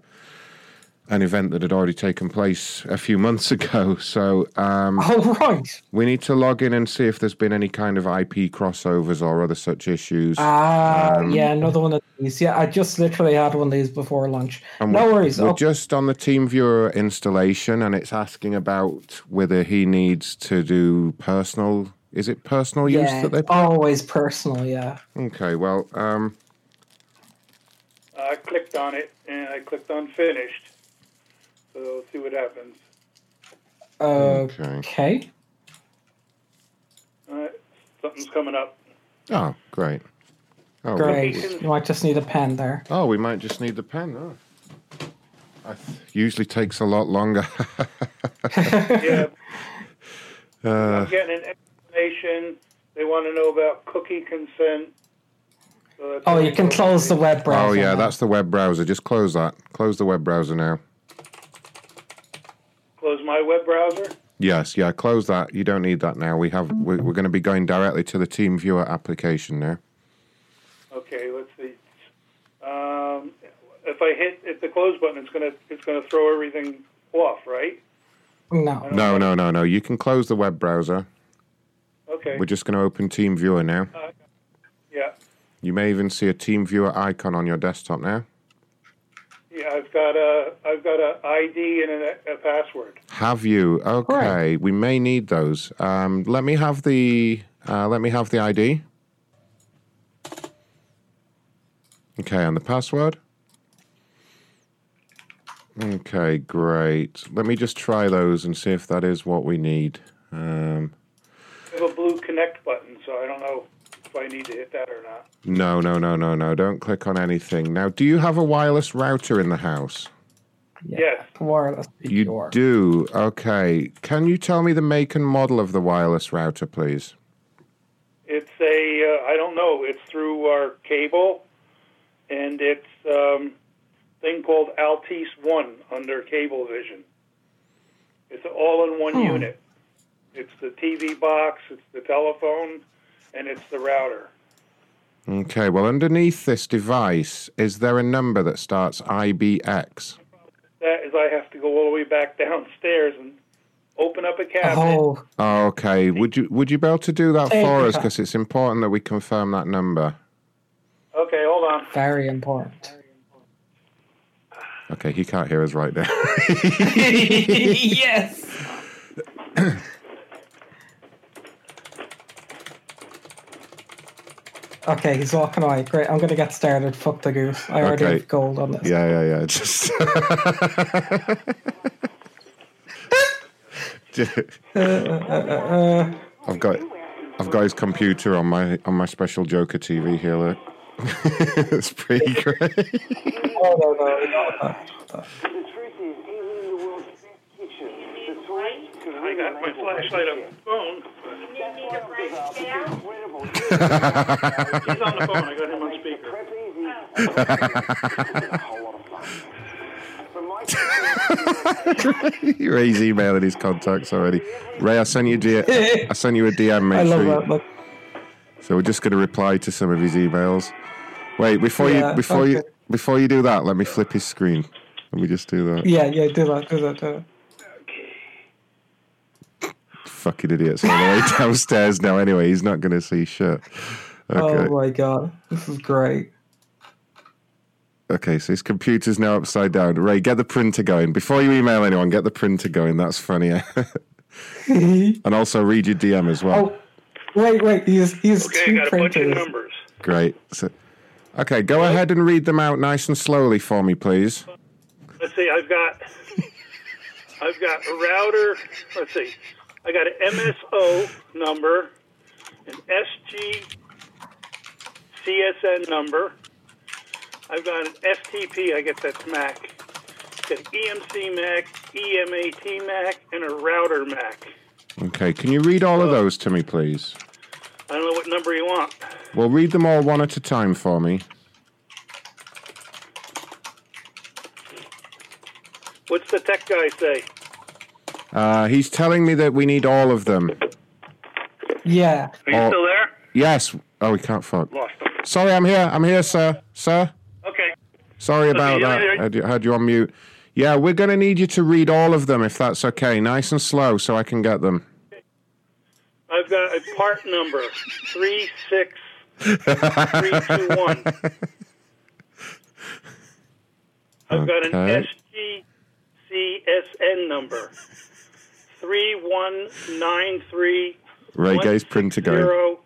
S10: an event that had already taken place a few months ago. So, um,
S11: oh right,
S10: we need to log in and see if there's been any kind of IP crossovers or other such issues.
S11: Ah,
S10: Um,
S11: yeah, another one of these. Yeah, I just literally had one of these before lunch.
S10: And
S11: no
S10: we're,
S11: worries.
S10: We're
S11: Oh,
S10: just on the TeamViewer installation, and it's asking about whether he needs to do personal. Is it personal use
S11: yeah,
S10: that they?
S11: it's always personal. Yeah.
S10: Okay. Well, um,
S20: I clicked on it and I clicked on finished. So let's see what happens.
S11: Okay.
S20: All right, something's coming up.
S10: oh, great. Oh, we-
S11: Great. You might just need a pen there.
S10: Oh, we might just need the pen. Oh. I th- usually takes a lot longer.
S20: Yeah,
S10: Uh,
S20: I'm getting an explanation. They want to know about cookie consent. So that's
S11: Oh, you can close the web browser.
S10: oh yeah,
S11: now.
S10: that's the web browser. Just close that. Close the web browser now.
S20: Close my web browser.
S10: Yes, yeah, close that. You don't need that now. We have we- we're going to be going directly to the TeamViewer application now.
S20: Okay, let's see. Um, if I hit hit the close button, it's gonna it's gonna throw everything off, right?
S11: No.
S10: No, no, no, no. You can close the web browser.
S20: Okay.
S10: We're just going to open TeamViewer now.
S20: Yeah,
S10: You may even see a TeamViewer icon on your desktop now.
S20: yeah. I've got a I've got a ID and a, a password.
S10: Have you? Okay. We may need those. Um, let me have the uh, let me have the ID. Okay, and the password. Okay, great. Let me just try those and see if that is what we need. Um,
S20: I have a blue connect button, so I don't know if I need to hit that or not.
S10: no, no, no, no, no. Don't click on anything. Now, do you have a wireless router in the house?
S20: Yes.
S11: Wireless.
S10: You do. Okay. Can you tell me the make and model of the wireless router, please?
S20: It's a uh, I don't know. It's through our cable, and it's um, thing called Altice One under Cablevision. It's all in one
S11: Hmm.
S20: unit. It's the TV box, it's the telephone, and it's the router.
S10: Okay, well, underneath this device, is there a number that starts IBX?
S20: That is, I have to go all the way back downstairs and open up a cabinet.
S11: Oh.
S10: Okay, would you would you be able to do that
S20: Take
S10: for
S20: your
S10: us?
S20: time.
S10: Because it's important that we confirm that number.
S20: Okay, hold on.
S11: Very important.
S10: Okay, he can't hear us right now.
S11: yes. okay, he's walking away. Great. I'm going to get started. Fuck the goose. I already
S10: Okay.
S11: have gold on this.
S10: Yeah, yeah, yeah. Just.
S11: Uh, uh,
S10: I've got, I've got his computer on my on my special Joker TV here. Look, it's pretty great.
S11: uh, uh. Oh, no, no.
S20: I got my flashlight on the phone. He's on the phone. I got him on
S10: Ray's emailing his contacts already. Ray, I sent you a D- I sent you a DM. Mate,
S11: I
S10: so,
S11: love
S10: you-
S11: that look.
S10: so we're just going to reply to some of his emails. Wait, before
S11: Yeah,
S10: you before you
S11: okay.
S10: before you do that, let me flip his screen. Let me just do that.
S11: Yeah, yeah, do that, do that, do that.
S10: Fucking idiots all the way downstairs now. Anyway, he's not going to see shit. Okay.
S11: Oh my god, this is great.
S10: Okay, so his computer's now upside down. Ray, get the printer going. Before you email anyone, get the printer going. That's funnier.
S11: wait,
S10: and also read your DM as
S11: Oh,
S10: well.
S11: wait, he's he's
S20: Okay,
S11: two
S20: I got a bunch of
S11: printers.
S20: numbers.
S10: Great. So, okay, go ahead and read them out nice and slowly for me, please.
S20: speaker. Let's see. I've got, I've got a router. Let's see. I got an MSO number, an SG CSN number. I've got an FTP. I guess that's MAC. Got an EMC MAC, E EMAT MAC, and a router MAC.
S10: Okay, can you read all of those to me, please?
S20: I don't know what number you want.
S10: Well, read them all one at a time for me.
S20: What's the tech guy say?
S10: Uh, he's telling me that we need all of them.
S11: Yeah.
S20: Are you
S10: Oh.
S20: still there?
S10: Yes. Oh, we can't fuck.
S20: Lost
S10: Sorry, I'm here. I'm here, sir. Sir?
S20: Okay.
S10: Sorry
S20: Okay,
S10: about
S20: yeah,
S10: that.
S20: yeah.
S10: Had you, had you on mute. Yeah, we're going to need you to read all of them if that's okay. Nice and slow so I can get them.
S20: I've got a part number three six three two one. I've got an
S10: Okay.
S20: SGCSN number three one nine three
S10: Ray Gay's printer going.
S20: zero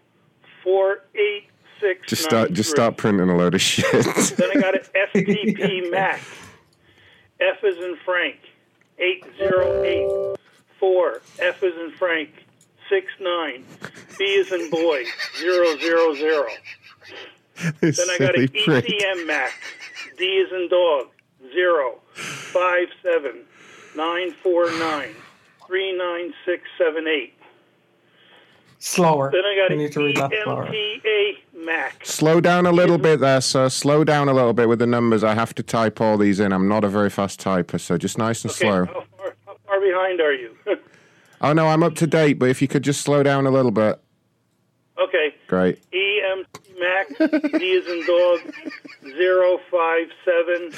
S20: four eight six.
S10: Just start, just start printing a load of shit.
S20: Then I got an FTP MAC. F is in Frank eight zero eight four. F is in Frank six nine. B is in boy zero zero zero.
S10: This
S20: Then I E got an
S10: silly prick.
S20: ECM Mac. D is in dog. Zero five seven nine four nine three nine six seven eight.
S11: Slower.
S20: Then I E got
S11: You
S20: an
S11: need to read that slower.
S20: EMPA Mac.
S10: Slow down a little bit there, sir. Slow down a little bit with the numbers. I have to type all these in. I'm not a very fast typer, so just nice and
S20: Okay,
S10: slow.
S20: how far, how far behind are you?
S10: Oh no, I'm up to date, but if you could just slow down a little bit.
S20: okay.
S10: Great.
S20: EM Mac. D is in dog. Zero five seven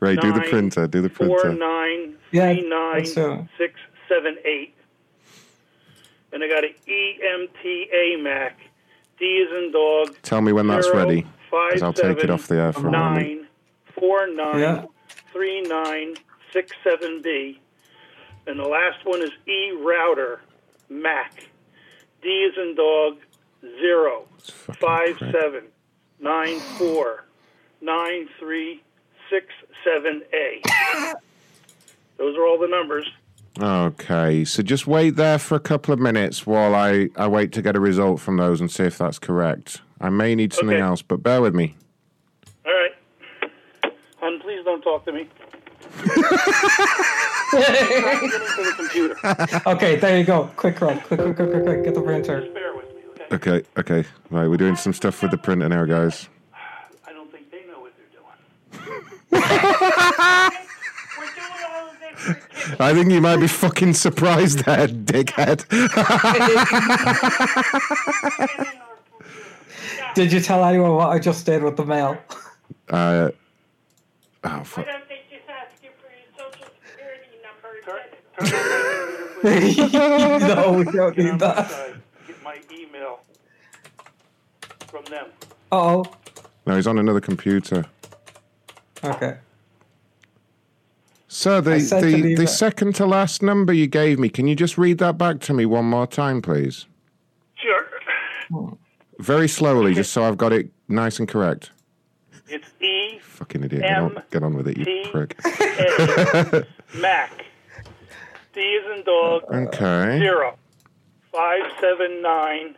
S10: Right, do the
S20: nine
S10: printer, do the
S20: four
S10: printer.
S20: nine
S10: Yeah,
S20: three nine
S10: that's, uh,
S20: six 878. And I got an E EMTA Mac. D is in dog.
S10: Tell me when that's
S20: zero,
S10: ready,
S20: five,
S10: 'cause I'll take it
S20: seven,
S10: off the air for a moment.
S20: nine, four, nine,
S10: Yeah.
S20: three, nine, six, seven, B. And the last one is E router Mac. D is in dog. Zero five seven nine four nine three six seven A. Those are all the numbers.
S10: Okay, so just wait there for a couple of minutes while I, I wait to get a result from those and see if that's correct. I may need something
S20: Okay.
S10: else, but bear with me.
S20: All right. Hun, please don't talk to me.
S11: okay, there you go. Quick roll. Quick, quick, quick, quick, quick. Get the printer.
S10: Okay, okay. Right, we're doing some stuff with the printer now, guys. I think you might be fucking surprised there, dickhead.
S11: Did you tell anyone what I just did with the mail?
S10: uh, oh, fuck.
S11: no, we don't need that.
S20: Get my email from them.
S11: Oh,
S10: No, he's on another computer.
S11: okay.
S10: Sir, the,
S11: said to
S10: the,
S11: leave
S10: the
S11: it.
S10: second to last number you gave me, can you just read that back to me one more time, please?
S20: Sure.
S10: Very slowly, just so I've got it nice and correct.
S20: It's E
S10: Fucking idiot. Get on, get on with it, you prick.
S20: A Mac. D is in dog.
S10: Okay.
S20: Zero five seven nine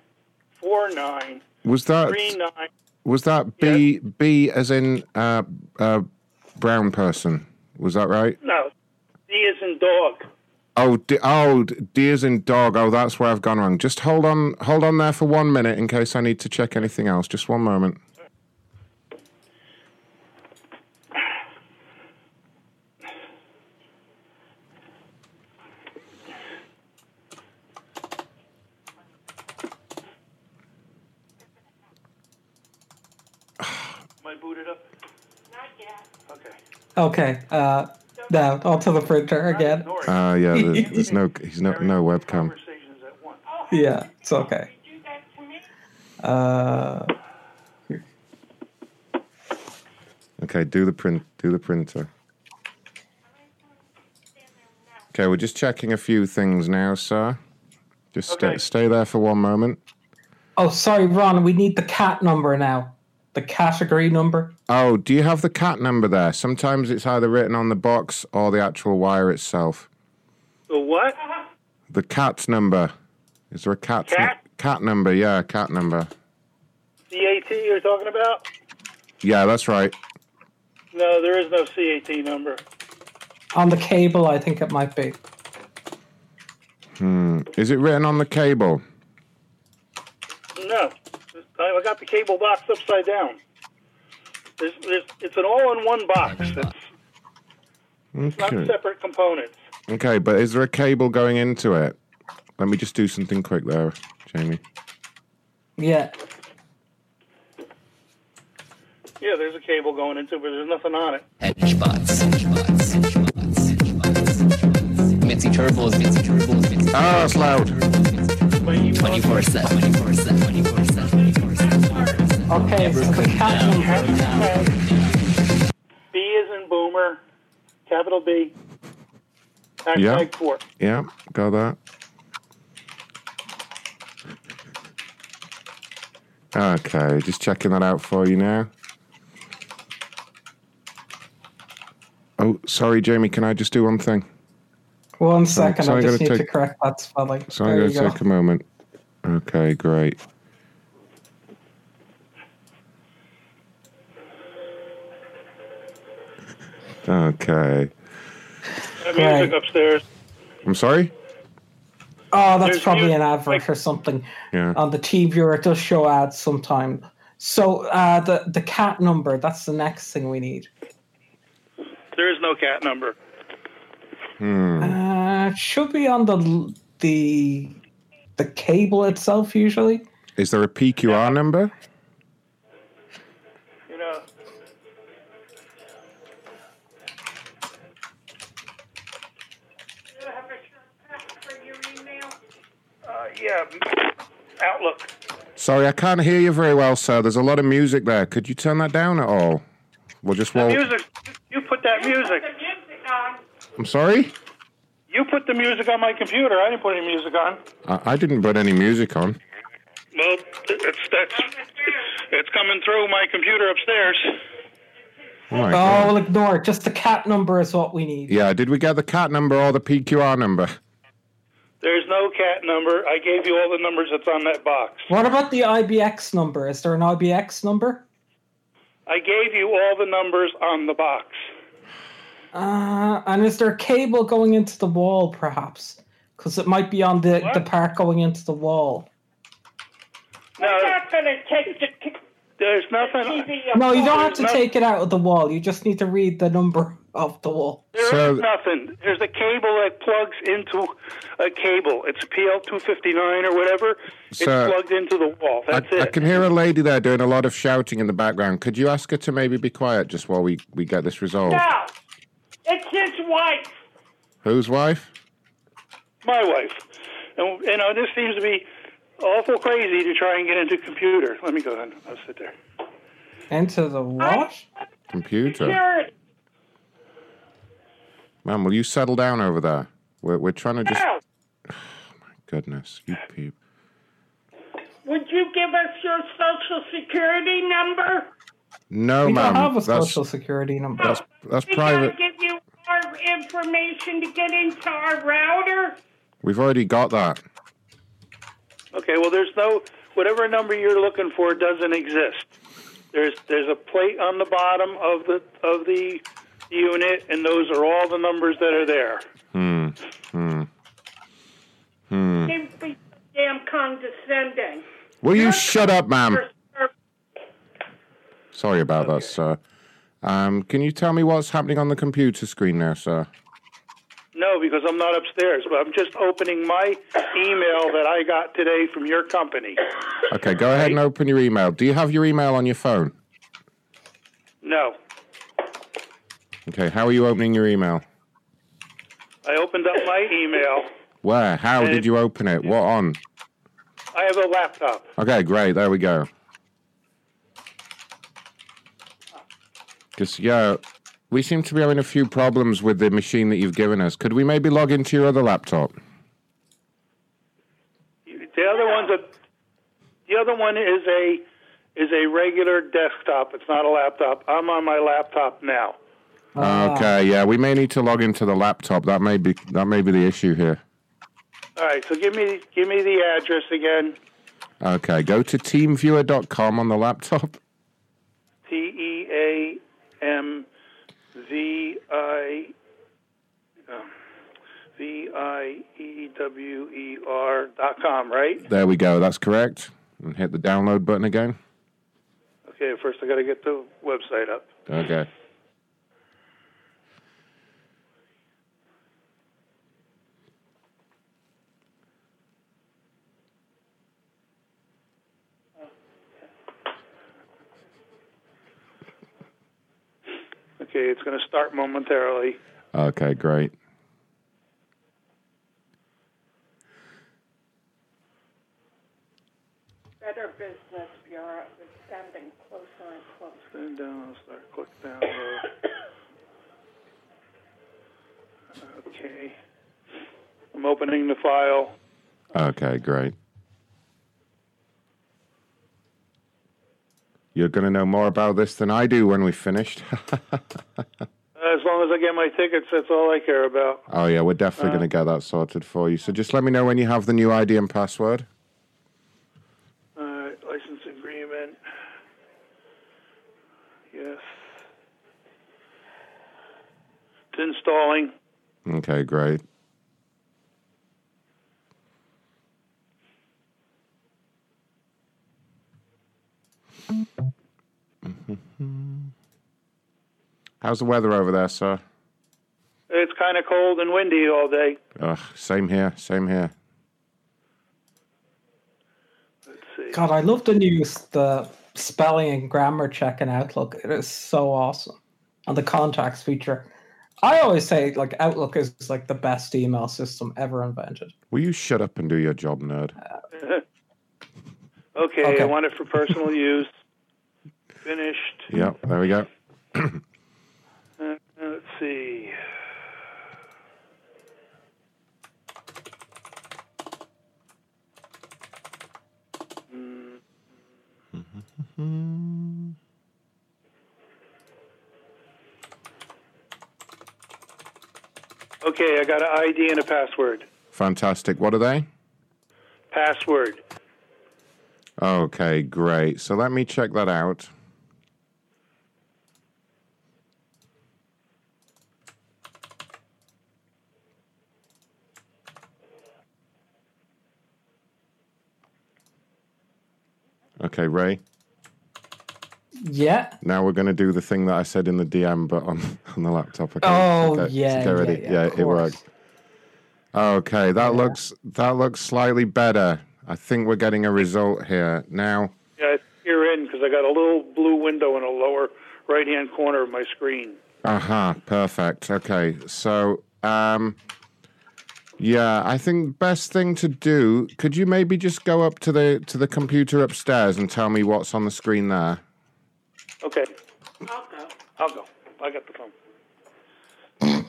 S20: four nine
S10: Was that-
S20: three nine?
S10: Was that B B as in uh, uh, brown person? Was that right?
S20: No, D is in dog.
S10: Oh, d- oh, d- deers and dog. Oh, that's where I've gone wrong. Just hold on, hold on there for one minute in case I need to check anything else. Just one moment.
S20: Am I booted up? Not yet. Okay.
S11: Okay, uh, now onto the printer again.
S10: Uh, yeah, there's, there's no, he's no, no webcam.
S11: yeah, it's okay. Uh,
S10: Okay, do the print, do the printer. Okay, we're just checking a few things now, sir. Just stay, stay there for one moment.
S11: oh, sorry, Ron, we need the cat number now. The category number.
S10: Oh, do you have the cat number there? Sometimes it's either written on the box or the actual wire itself.
S20: The what?
S10: The cat number. Is there a cat?
S20: Cat?
S10: cat number, yeah, cat number.
S20: CAT you're talking about?
S10: Yeah, that's right.
S20: No, there is no CAT number.
S11: On the cable, I think it might be.
S10: Hmm. Is it written on the cable?
S20: No, I I got the cable box upside down. There's, there's, it's an all-in-one box. It's not
S10: Okay.
S20: separate components.
S10: Okay, but is there a cable going into it? Let me just do something quick there, Jamie.
S11: Yeah.
S20: Yeah, there's a cable going into it, but there's nothing on it.
S2: Mitzi Turbos, Mitzi Turbos, Mitzi Turbos.
S10: Oh, it's loud.
S2: 24 7, 24 7, 24 7, 24 7.
S11: Okay, so the cat number.
S20: B is in boomer, capital B. Act
S10: Yeah.
S20: like four.
S10: Yeah, got that. Okay, just checking that out for you now. Oh, sorry, Jamie. Can I just do one thing?
S11: One
S10: Sorry,
S11: second,
S10: sorry,
S11: I just
S10: gotta
S11: need to
S10: take-
S11: correct that spelling.
S10: So
S11: there
S10: I'm
S11: you
S10: going to
S11: go.
S10: take a moment. Okay, great. Okay.
S20: That music upstairs.
S10: I'm sorry?
S11: Oh, that's probably an advert or something.
S10: Yeah.
S11: On the TV viewer, it does show ads sometime. So uh, the the cat number, that's the next thing we need.
S20: There is no cat number.
S10: Hmm.
S11: Uh, it should be on the the the cable itself usually.
S10: Is there a PQR number?
S20: You know, Uh, yeah, Outlook.
S10: Sorry, I can't hear you very well, sir. There's a lot of music there. Could you turn that down at all? We'll just
S20: The
S10: walk.
S20: music. You put that music.
S10: I'm sorry?
S20: You put the music on my computer. I didn't put any music on.
S10: I, I didn't put any music on.
S20: Well, it's that's it's coming through my computer upstairs.
S10: All right.
S11: Oh, we'll ignore it. Just the cat number is what we need.
S10: Yeah, did we get the cat number or the PQR number?
S20: There's no cat number. I gave you all the numbers that's on that box.
S11: What about the IBX number? Is there an IBX number?
S20: I gave you all the numbers on the box.
S11: Uh, and is there a cable going into the wall, perhaps? Because it might be on the, the part going into the wall.
S20: We're not going to take the. There's nothing.
S11: No, you don't have to take it out of the wall. You just need to read the number of the wall.
S20: There's nothing. There's a cable that plugs into a cable. It's a PL259 or whatever.
S10: Sir,
S20: it's plugged into the wall.
S10: I,
S20: That's
S10: I
S20: it.
S10: can hear a lady there doing a lot of shouting in the background. Could you ask her to maybe be quiet just while we, we get this resolved?
S1: No, it's his wife.
S10: Whose wife?
S20: my wife. And you know, this seems to be awful crazy to try and get into computer. Let me go ahead. I'll sit there.
S11: Into the what?
S10: Computer. Ma'am, will you settle down over there? We're, we're trying to just. Goodness, you peep.
S1: Would you give us your social security number?
S10: No,
S11: we
S10: ma'am.
S11: don't have a
S10: that's,
S11: social security number.
S10: that's, that's
S1: we
S10: private.
S1: gotta give you our information to get into our router.
S10: We've already got that.
S20: Okay. Well, there's no whatever number you're looking for doesn't exist. There's there's a plate on the bottom of the of the unit, and those are all the numbers that are there.
S10: Hmm. Hmm. Hmm.
S1: You'd be so damn condescending.
S10: Will you shut up, ma'am?
S1: Or-
S10: Sorry about that, sir. Um, can you tell me what's happening on the computer screen now, sir?
S20: No, because I'm not upstairs, but I'm just opening my email that I got today from your company.
S10: Okay, go ahead and open your email. Do you have your email on your phone?
S20: No,
S10: Okay, how are you opening your email?
S20: I opened up my email.
S10: Where? How did you open it? What on?
S20: I have a laptop.
S10: Okay, great. There we go. Because, yeah, we seem to be having a few problems with the machine that you've given us. Could we maybe log into your other laptop?
S20: The other one's a the other one is a is a regular desktop. It's not a laptop. I'm on my laptop now.
S10: Okay, yeah, we may need to log into the laptop. That may be that may be the issue here.
S20: All right, so give me give me the address again.
S10: Okay, go to teamviewer.com on the laptop.
S20: T E A M V I um, V I E W E R dot com, right?
S10: There we go. That's correct. And hit the download button again.
S20: Okay, first I got to get the website up.
S10: Okay.
S20: Okay, it's going to start momentarily.
S10: Okay, great.
S1: Better Business Bureau is sounding closer and closer.
S20: Stand down. I'll start click download. Okay. I'm opening the file.
S10: Okay, great. You're going to know more about this than I do when we've finished.
S20: As long as I get my tickets, that's all I care about.
S10: oh, yeah, we're definitely going to get that sorted for you. So just let me know when you have the new ID and password.
S20: Uh, license agreement. Yes. It's installing.
S10: Okay, great. How's the weather over there, sir?
S20: It's kind of cold and windy all day.
S10: Ugh, same here, same here.
S11: God, I love the news, the spelling and grammar check in Outlook. It is so awesome. And the contacts feature. I always say like Outlook is like the best email system ever invented.
S10: Will you shut up and do your job, nerd?
S20: okay, I want it for personal use. Finished.
S10: Yeah, there we go.
S20: Uh, let's see. Mm, Okay, I got an ID and a password.
S10: Fantastic. What are they?
S20: Password.
S10: Okay, great. So let me check that out. Okay, Ray.
S11: Yeah.
S10: Now we're going to do the thing that I said in the DM, but on, on the laptop. Okay.
S11: Oh,
S10: okay.
S11: yeah,
S10: Okay,
S11: yeah,
S10: ready?
S11: yeah, of
S10: it worked. Okay, that looks that looks slightly better. I think we're getting a result here now.
S20: Yeah, you're in because I got a little blue window in the lower right hand corner of my screen.
S10: Uh huh. Perfect. Okay. So, um, yeah, I think best thing to do. Could you maybe just go up to the to the computer upstairs and tell me what's on the screen there?
S20: Okay. I'll go. I'll go. I got the phone.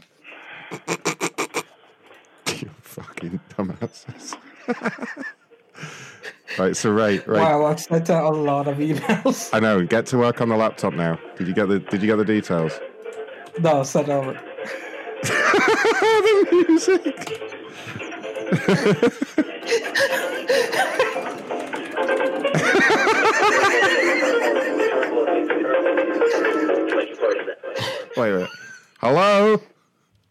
S10: you fucking dumbasses. right. So, right, right.
S11: Wow, I've sent out a lot of emails.
S10: I know. Get to work on the laptop now. Did you get the Did you get the details?
S11: No, sent over.
S10: the music. Wait a minute. Hello.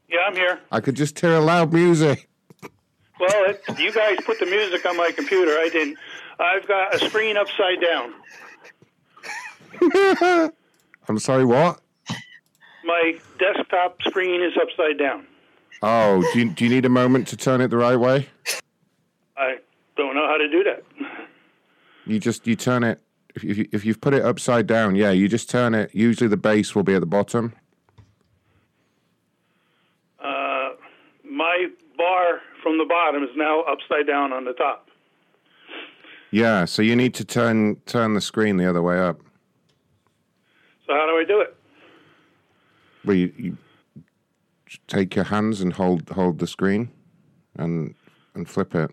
S20: Yeah, I'm here.
S10: I could just hear loud music.
S20: Well, it, you guys put the music on my computer. I didn't. I've got a screen upside down.
S10: I'm sorry. What?
S20: My desktop screen is upside down.
S10: Oh, do you, do you need a moment to turn it the right way?
S20: I don't know how to do that.
S10: You just you turn it. If you, if you've put it upside down, yeah, you just turn it. Usually the base will be at the bottom.
S20: Uh, my bar from the bottom is now upside down on the top.
S10: Yeah, so you need to turn turn the screen the other way up.
S20: So how do I do it?
S10: Well, you, you take your hands and hold hold the screen, and and flip it.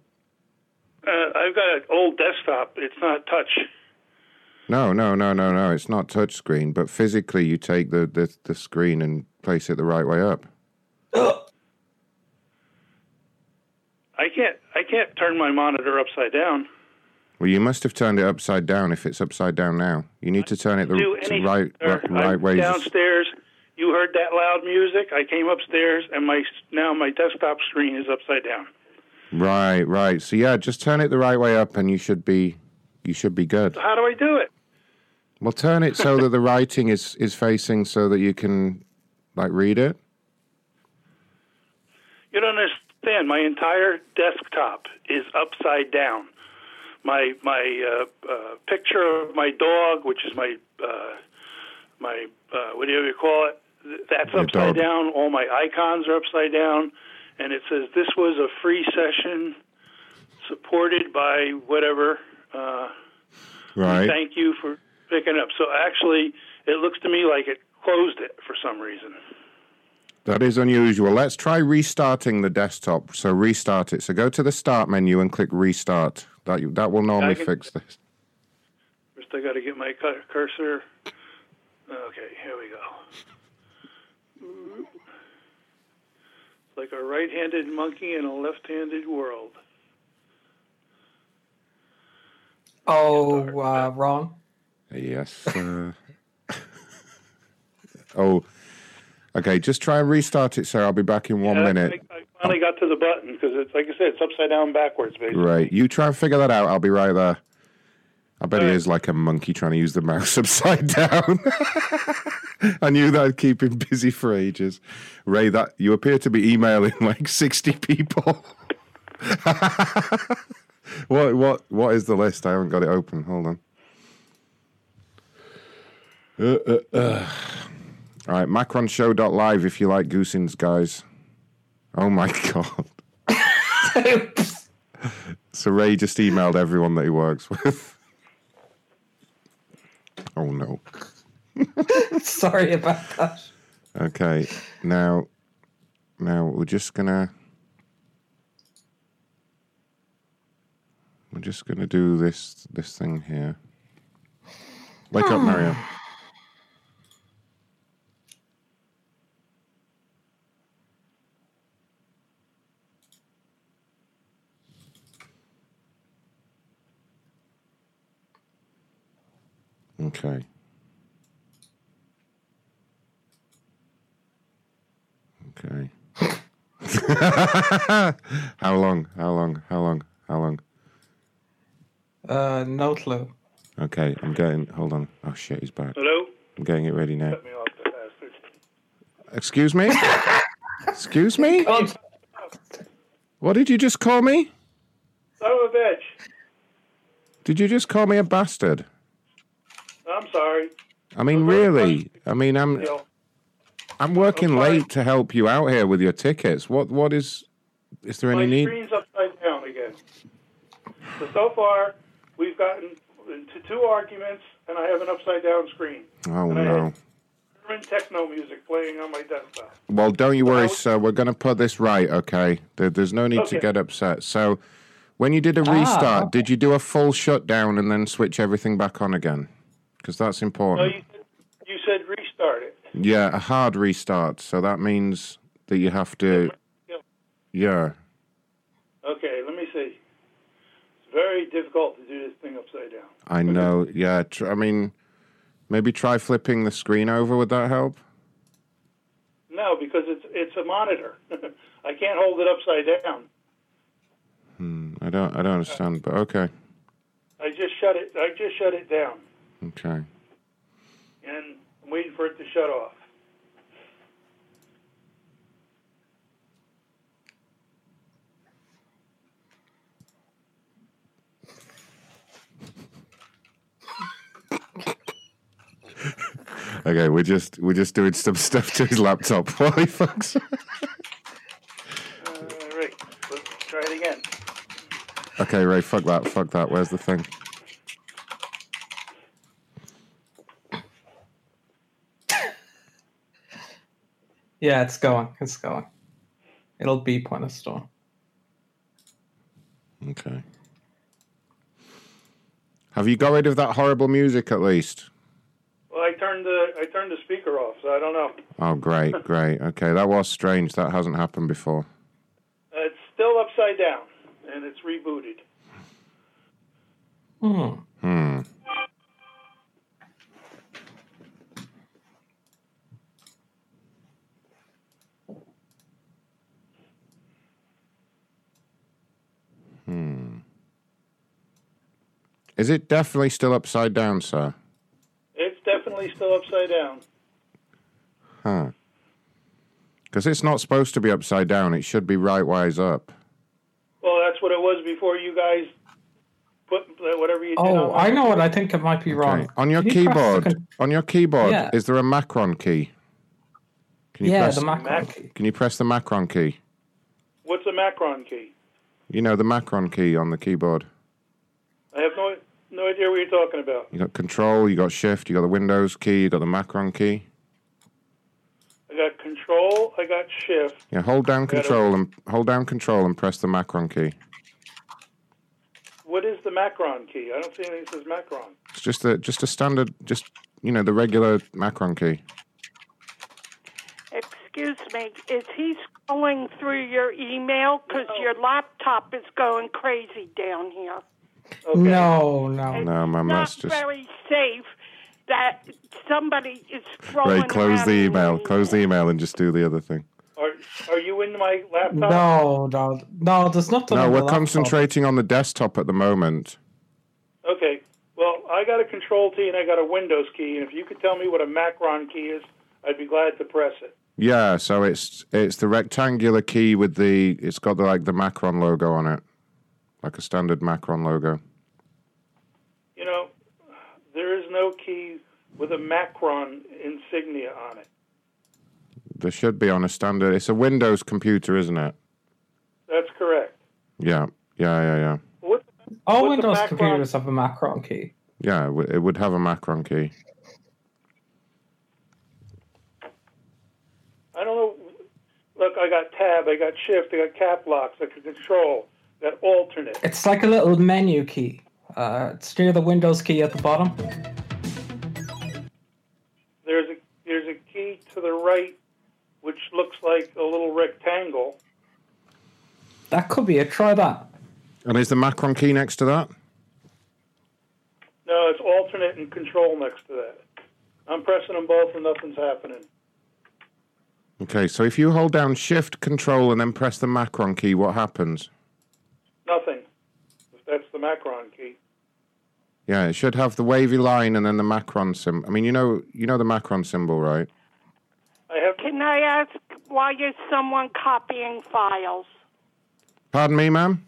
S20: Uh, I've got an old desktop. It's not touch.
S10: No, no, no, no, no. It's not touch screen, but physically you take the the, the screen and place it the right way up.
S20: I can't. I can't turn my monitor upside down.
S10: Well, you must have turned it upside down. If it's upside down now, you need to turn it the
S20: do
S10: to
S20: anything,
S10: right
S20: sir.
S10: right, right
S20: I'm
S10: way.
S20: downstairs. You heard that loud music. I came upstairs, and my now my desktop screen is upside down.
S10: Right, right. So yeah, just turn it the right way up, and you should be you should be good.
S20: So how do I do it?
S10: Well, turn it so that the writing is is facing so that you can like read it.
S20: You don't understand. My entire desktop is upside down. My my uh, uh, picture of my dog, which is my uh, my uh, what do you call it? Th- That's
S10: Your
S20: upside
S10: dog.
S20: down. All my icons are upside down, and it says this was a free session supported by whatever. Uh,
S10: Right.
S20: Thank you for picking up. So actually, it looks to me like it closed it for some reason.
S10: That is unusual. Let's try restarting the desktop. So restart it. So go to the start menu and click restart. That you, that will normally
S20: can-
S10: fix this.
S20: First, I got to get my cu- cursor. Okay, here we go. Like a right-handed monkey in a left-handed world.
S11: Oh, uh, wrong.
S10: Yes. uh, oh. Okay, just try and restart it, sir. I'll be back in one
S20: Yeah,
S10: minute.
S20: I, I finally got to the button because it's like I said, it's upside down backwards, basically.
S10: Right. You try and figure that out. I'll be right there. I bet he is like a monkey trying to use the mouse upside down. I knew that'd keep him busy for ages. Ray, that you appear to be emailing like sixty people. what what what is the list? I haven't got it open. Hold on. Uh, uh, uh. All right, macronshow.live if you like goosins, guys. Oh my god. so Ray just emailed everyone that he works with. Oh no.
S11: Sorry about that.
S10: Okay, now, now we're just gonna, we're just gonna do this this thing here. Wake up, Mario. Okay. Okay. how long? How long? How long? How long?
S11: Uh, no clue.
S10: Okay, I'm getting. Hold on. Oh shit, he's back.
S20: Hello?
S10: I'm getting it ready now.
S20: Cut me off, the bastard.
S10: Excuse me? Excuse me? What did you just call me?
S20: Son of a bitch.
S10: Did you just call me a bastard?
S20: I'm sorry.
S10: I mean, really? I mean, I'm
S20: Bill.
S10: I'm working late to help you out here with your tickets. What what is is there any
S20: My
S10: need?
S20: screen's upside down again. So, so far, we've gotten into two arguments, and I have an upside down screen.
S10: Oh no.
S20: German techno music playing on my desktop.
S10: Well, don't you worry, sir. We're going to put this right, okay? There, there's no need to
S20: Okay.
S10: get upset. So, when you did a
S20: Ah,
S10: restart, did you do a full shutdown and then switch everything back on again? Because that's
S20: No,
S10: important.
S20: you, you said restart it.
S10: Yeah, a hard restart. So that means that you have to.
S20: Yeah.
S10: Yeah.
S20: Okay, let me see. It's very difficult to do this thing upside down.
S10: I know. Yeah, tr- I mean, maybe try flipping the screen over. Would that help?
S20: No, because it's it's a monitor. I can't hold it upside down.
S10: Hmm, I don't. I don't understand. But okay,
S20: I just shut it. I just shut it down,
S10: okay.
S20: and I'm waiting for it to shut off.
S10: Okay, we're just we're just doing some stuff to his laptop while he fucks.
S20: All right, let's try it again.
S10: okay, Ray, fuck that, fuck that. Where's the thing?
S11: Yeah, it's going. It's going. It'll beep when it's done.
S10: Okay. Have you got rid of that horrible music at least?
S20: Well, I turned the I turned the speaker off, so I don't know.
S10: Oh, great, great. Okay, that was strange. That hasn't happened before.
S20: Uh, It's still upside down, and it's rebooted.
S11: Hmm.
S10: Hmm. Hmm. Is it definitely still upside down, sir?
S20: It's definitely still upside down.
S10: Huh. Because it's not supposed to be upside down. It should be right wise up.
S20: Well, that's what it was before you guys put whatever you did.
S11: Oh,
S20: on
S11: I know what I think it might be
S10: Okay.
S11: wrong.
S10: On your
S11: Can you press the
S10: keyboard,
S11: con-
S10: on your keyboard,
S11: Yeah.
S10: is there a Macron key? Can
S11: yeah,
S10: press,
S11: the macro.
S10: Can you press the Macron key?
S20: What's the Macron key?
S10: You know the Macron key on the keyboard.
S20: I have no no idea what you're talking about.
S10: You got Control, you got Shift, you got the Windows key, you got the Macron key.
S20: I got control. I got shift.
S10: Yeah, hold down
S20: Got it.
S10: Control and hold down Control and press the Macron key.
S20: What is the Macron key? I don't see anything that says Macron.
S10: It's just a just a standard, just you know the regular Macron key.
S5: Excuse me, is he scrolling through your email? Because your laptop is going crazy down here.
S11: No, no.
S10: No, my
S5: Not
S10: math's just.
S5: very safe that somebody is scrolling.
S10: Ray, close
S5: around
S10: the
S5: in
S10: email. Close the email and just do the other thing.
S20: Are are you in my laptop?
S11: No, no, no. There's nothing.
S10: No,
S11: on
S10: we're
S11: the laptop.
S10: concentrating on the desktop at the moment.
S20: Okay. Well, I got a control key and I got a Windows key, and if you could tell me what a Macron key is, I'd be glad to press it.
S10: Yeah, so it's it's the rectangular key with the it's got the, like the Macron logo on it, like a standard Macron logo.
S20: You know, there is no key with a Macron insignia on it.
S10: There should be on a standard. It's a Windows computer, isn't it?
S20: That's correct.
S10: Yeah, yeah, yeah, yeah.
S11: All
S20: What's the
S11: Windows
S20: background-
S11: computers have a Macron key.
S10: Yeah, it, w- it would have a Macron key.
S20: I don't know. Look, I got tab, I got shift, I got cap locks, I got control, I got alternate.
S11: It's like a little menu key. Uh, it's near the Windows key at the bottom.
S20: There's a there's a key to the right, which looks like a little rectangle.
S11: That could be it. Try that.
S10: And is the Macron key next to that?
S20: No, it's alternate and control next to that. I'm pressing them both and nothing's happening.
S10: Okay, so if you hold down Shift Control and then press the Macron key, what happens?
S20: Nothing. If that's the Macron key.
S10: Yeah, it should have the wavy line and then the Macron symbol. I mean, you know, you know the Macron symbol, right?
S5: Can I ask why is someone copying files?
S10: Pardon me, ma'am.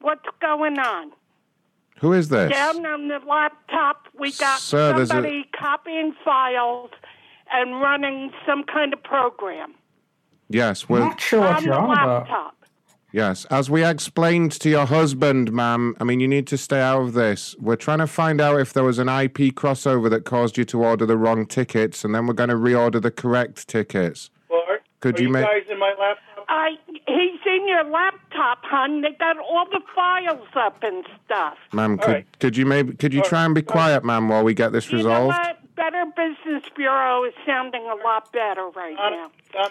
S5: What's going on?
S10: Who is this?
S5: Down on the laptop, we got
S10: Sir, there's a-
S5: somebody copying files and running some kind of program
S10: Yes, we're
S5: on the laptop.
S10: Yes, as we explained to your husband, ma'am. I mean, you need to stay out of this. We're trying to find out if there was an IP crossover that caused you to order the wrong tickets, and then we're going to reorder the correct tickets.
S20: Well, are,
S10: Could
S20: are
S10: you
S20: you,
S10: make-
S20: guys in my laptop?
S5: I he's in your laptop, hon. They got all the files up and stuff.
S10: Ma'am, could, could you maybe could you try and be quiet, ma'am, while we get this resolved?
S5: But Better Business Bureau is sounding a lot better right now.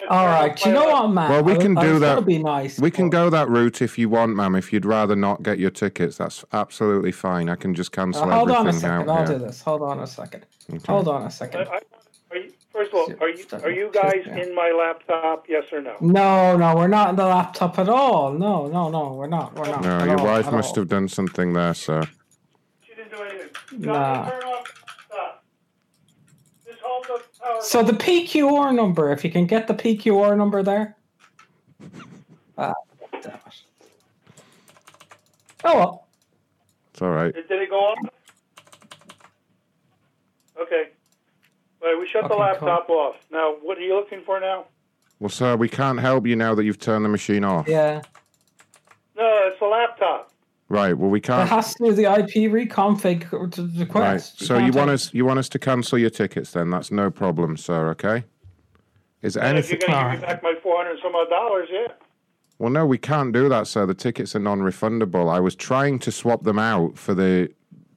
S11: All right, you know what, man?
S10: Well, we can do that.
S11: Be nice.
S10: We can go that route if you want, ma'am. If you'd rather not get your tickets, that's absolutely fine. I can just
S11: Uh,
S10: cancel
S11: hold
S10: everything
S11: on a second.
S10: out
S11: I'll
S10: here.
S11: do this. Hold on a second.
S10: Okay.
S11: Hold on a second.
S20: I, I, are you, first of all, are you are you guys in my laptop? Yes or
S11: Mm. No,
S20: no?
S11: no, we're not in the laptop at all. No, no, no, we're not. We're not.
S10: No,
S11: at
S10: your
S11: all,
S10: wife
S11: at
S10: must
S11: all.
S10: have done something there, sir.
S11: Nah.
S20: Stop. Just hold the power.
S11: So the PQR number, if you can get the PQR number there. Uh, damn it. Oh well.
S10: It's all right.
S20: Did did it go off? Okay. All right, we shut the laptop off. Now, what are you looking for now?
S10: Well, sir, we can't help you now that you've turned the machine off.
S11: Yeah.
S20: No, it's the laptop.
S10: Right. Well, we
S11: It
S10: can't.
S11: has to do the IP reconfig to
S10: Right.
S11: the request.
S10: So you want us you want us to cancel your tickets then? That's no problem, sir. Okay. Is there
S20: And if you're
S10: anything?
S20: going to give me back my four hundred some odd dollars, yeah.
S10: Well, no, we can't do that, sir. The tickets are non-refundable. I was trying to swap them out for the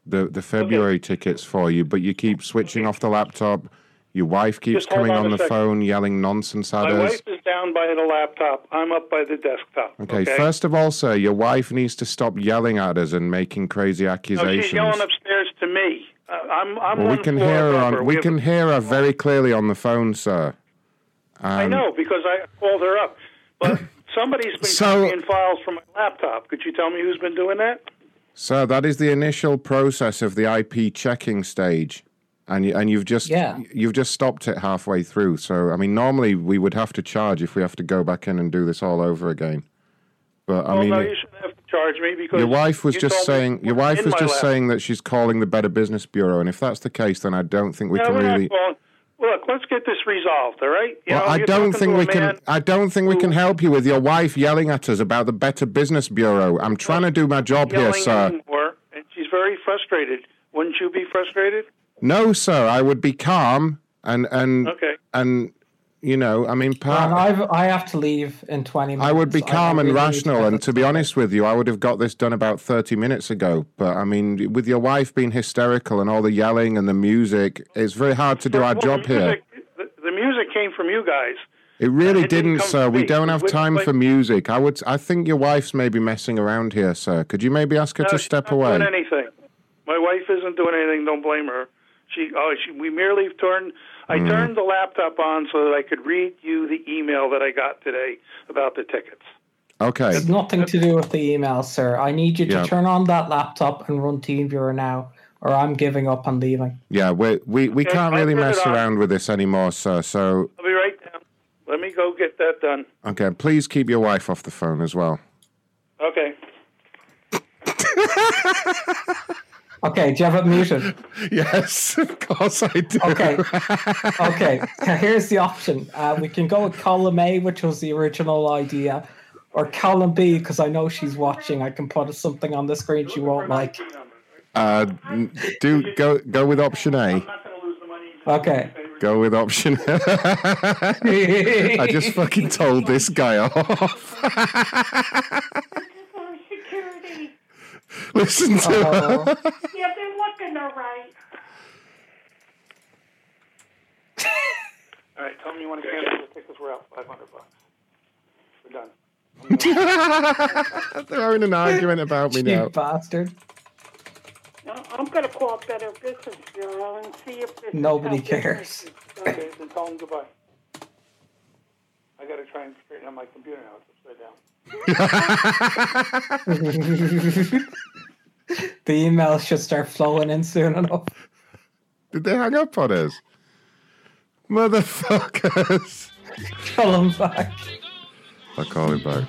S10: the, the February tickets for you, but you keep switching off the laptop. Your wife keeps
S20: Just hold
S10: coming on,
S20: on a
S10: the
S20: second.
S10: phone, yelling nonsense at
S20: My
S10: us.
S20: wife is down by the laptop. I'm up by the desktop.
S10: Okay, first of all, sir, your wife needs to stop yelling at us and making crazy
S20: No,
S10: accusations.
S20: she's yelling upstairs to me. Uh, I'm, I'm
S10: Well, we
S20: one
S10: can
S20: floor
S10: hear her
S20: above
S10: on. we
S20: have-
S10: can hear her very clearly on the phone, sir. Um,
S20: I know because I called her up. But somebody's been copying files from my laptop. Could you tell me who's been doing that?
S10: Sir, that is the initial process of the IP checking stage, and you, and you've just
S20: Yeah.
S10: you've just stopped it halfway through. So I mean, normally we would have to charge if we have to go back in and do this all over again. But I
S20: well,
S10: mean,
S20: no,
S10: it-
S20: you shouldn't have to charge me because
S10: your wife was
S20: you
S10: just
S20: told me
S10: saying your
S20: what's
S10: wife
S20: in
S10: was
S20: my
S10: just
S20: laptop.
S10: saying that she's calling the Better Business Bureau, and if that's the case, then I don't think we
S20: no,
S10: can
S20: we're
S10: really.
S20: Not calling. Look, let's get this resolved. All right. You
S10: Well,
S20: know,
S10: I
S20: you're
S10: don't think
S20: talking to a
S10: we can.
S20: man-
S10: I don't think we can help you with your wife yelling at us about the Better Business Bureau. I'm trying to do my job here,
S20: yelling
S10: sir.
S20: anymore, and she's very frustrated. Wouldn't you be frustrated?
S10: No, sir. I would be calm and and
S20: Okay.
S10: and you know. I mean,
S11: And
S10: part,
S11: I've, I have to leave in 20 minutes.
S10: I would be calm and
S11: really need to
S10: rational.
S11: get
S10: And to be honest with you, I would have got this done about thirty minutes ago. But I mean, with your wife being hysterical and all the yelling and the music, it's very hard to do our job here.
S20: The, the music came from you guys.
S10: It really didn't,
S20: come
S10: sir.
S20: from
S10: We
S20: me.
S10: don't have
S20: Wait,
S10: time
S20: wait.
S10: for music. I would. I think your wife's maybe messing around here, sir. Could you maybe ask her
S20: No,
S10: to
S20: she's
S10: step
S20: not
S10: away?
S20: Doing anything. My wife isn't doing anything. Don't blame her. She. Oh, she. We merely turned. I
S10: Mm.
S20: turned the laptop on so that I could read you the email that I got today about the tickets.
S10: Okay.
S11: It's nothing to do with the email, sir. I need you to
S10: Yeah.
S11: turn on that laptop and run TeamViewer now, or I'm giving up and leaving.
S10: Yeah, we we, we
S20: Okay,
S10: can't
S20: I'll
S10: really
S20: turn it
S10: mess
S20: on.
S10: around with this anymore, sir. So
S20: I'll be right down. Let me go get that done.
S10: okay, please keep your wife off the phone as well.
S20: Okay.
S11: Okay, do you have it muted?
S10: Yes, of course I do.
S11: Okay. okay, so here's the option. Uh, we can go with column A, which was the original idea, or column B, because I know she's watching. I can put something on the screen she won't like.
S10: Uh, do go go with option A.
S11: Okay.
S10: Go with option. I just fucking told this guy off. Listen to her.
S1: Yeah, they're looking all right.
S20: All right, tell them you want to cancel the tickets. We're out 500 bucks. We're done.
S10: They're having an argument about me now.
S11: You bastard.
S1: No, I'm going to call Better Business Bureau and see if this is
S11: Nobody
S1: how
S11: cares.
S20: Okay, then tell them goodbye. I got to try and straighten out my computer now. It's upside down.
S11: the emails should start flowing in soon enough.
S10: Did they hang up on us? Motherfuckers.
S11: Tell them back.
S10: I call him back.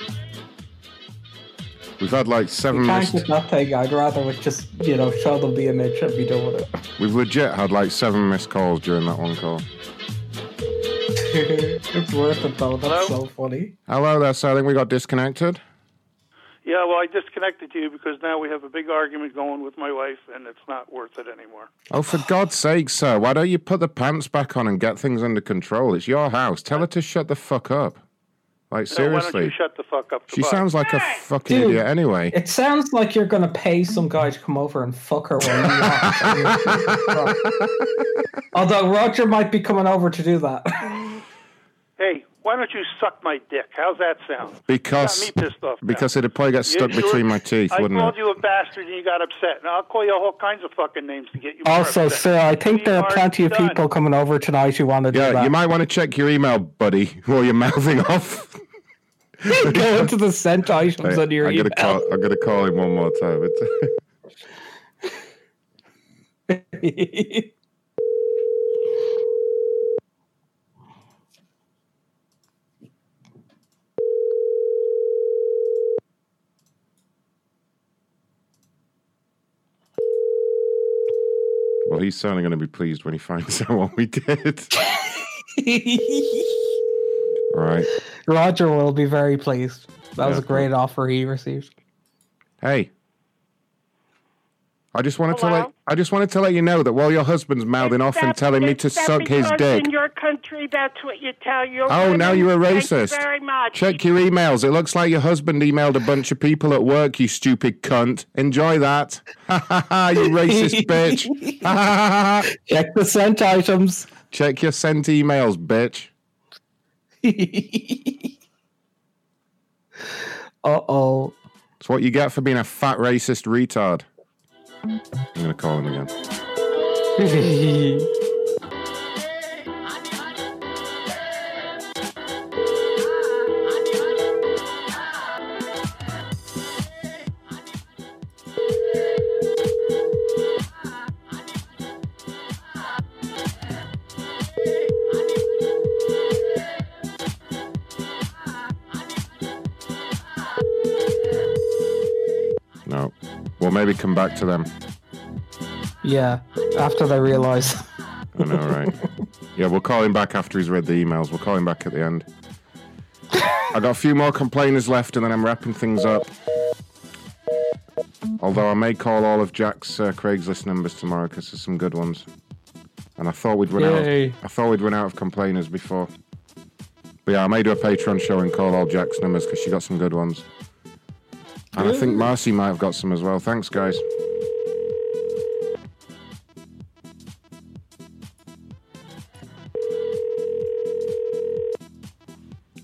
S10: We've had like seven.
S11: We can't
S10: Missed,
S11: do nothing. I'd rather we just, you know, show them the image and be done with
S10: we've legit had like seven missed calls during that one call.
S11: it. it's worth it though. That's so funny.
S10: Hello there, so I think we got disconnected.
S20: Yeah, well, I disconnected you because now we have a big argument going with my wife, and it's not worth it anymore.
S10: Oh, for God's sake, sir, why don't you put the pants back on and get things under control? It's your house. Tell her to shut the fuck up. Like,
S20: So why don't
S10: seriously.
S20: you shut the fuck up?
S10: she sounds like a fucking
S11: Dude.
S10: idiot anyway.
S11: It sounds like you're gonna pay some guy to come over and fuck her. When you want. Although Roger might be coming over to do that.
S20: Hey, why don't you suck my dick? How's that sound?
S10: Because
S20: Got me pissed off. now.
S10: because it'd probably get
S20: You
S10: stuck
S20: sure-
S10: between my teeth,
S20: I
S10: wouldn't
S20: called
S10: it?
S20: you a bastard and you got upset. Now I'll call you all kinds of fucking names to get you. more
S11: Also,
S20: upset.
S11: sir, I think there are plenty of people coming over tonight who want to do
S10: Yeah,
S11: that.
S10: you might want to check your email, buddy, while you're mouthing off.
S11: Go into the sent items on your
S10: I
S11: email.
S10: gotta call. I gotta call him one more time. It's- well, he's certainly going to be pleased when he finds out what we did. All right.
S11: Roger will be very pleased. That was
S10: Yeah,
S11: a great offer he received.
S10: Hey. I just wanted to let I just wanted to let you know that while your husband's mouthing off and
S1: That-
S10: telling me
S1: is
S10: to
S1: that
S10: suck his
S1: because
S10: dick.
S1: In your country, that's what you tell your.
S10: Oh, now
S1: women?
S10: you're a
S1: Thank you
S10: racist.
S1: very much.
S10: Check your emails. It looks like your husband emailed a bunch of people at work, you stupid cunt. Enjoy that. Ha ha ha, you racist bitch. Ha, ha, ha, ha.
S11: Check the sent items.
S10: Check your sent emails, bitch.
S11: Uh oh.
S10: It's what you get for being a fat racist retard. I'm going to call him again. No. We'll maybe come back to them.
S11: yeah, after they realize.
S10: I know, right? yeah, we'll call him back after he's read the emails. We'll call him back at the end. I got a few more complainers left, and then I'm wrapping things up. Although I may call all of Jack's uh, Craigslist numbers tomorrow because there's some good ones. And I thought we'd run out.
S11: Yay.
S10: Of, I thought we'd run out of complainers before. But yeah, I may do a Patreon show and call all Jack's numbers because she got some good ones. And I think Marcy might have got some as well. Thanks, guys.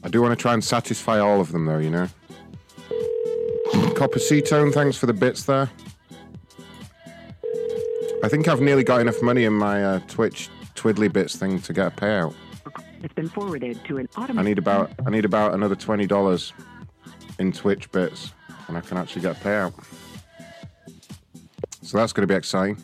S10: I do want to try and satisfy all of them, though, you know. Copper Tone, thanks for the bits there. I think I've nearly got enough money in my uh, Twitch twiddly bits thing to get a payout.
S22: It's been forwarded to an
S10: I
S22: automatic.
S10: need about I need about another twenty dollars in Twitch bits, and I can actually get a payout. So that's going to be exciting.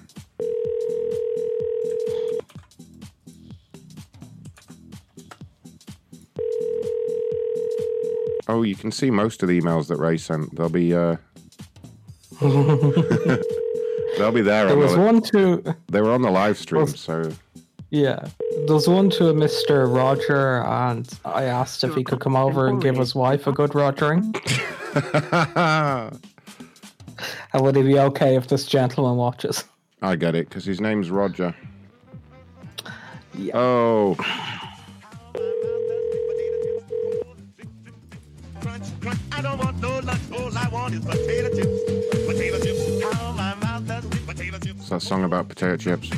S10: Oh, you can see most of the emails that Ray sent. They'll be uh, They'll be there.
S11: There
S10: on
S11: was
S10: the,
S11: one to
S10: They were on the live stream, so
S11: yeah. There's one to a Mr. Roger, and I asked if he could come over and give his wife a good rogering.
S10: and
S11: would he be okay if this gentleman watches?
S10: I get it because his name's Roger. Oh,
S15: I don't want no lunch. All I want is potato chips. Potato chips. How my mouth does with potato chips.
S10: it's that song about potato chips.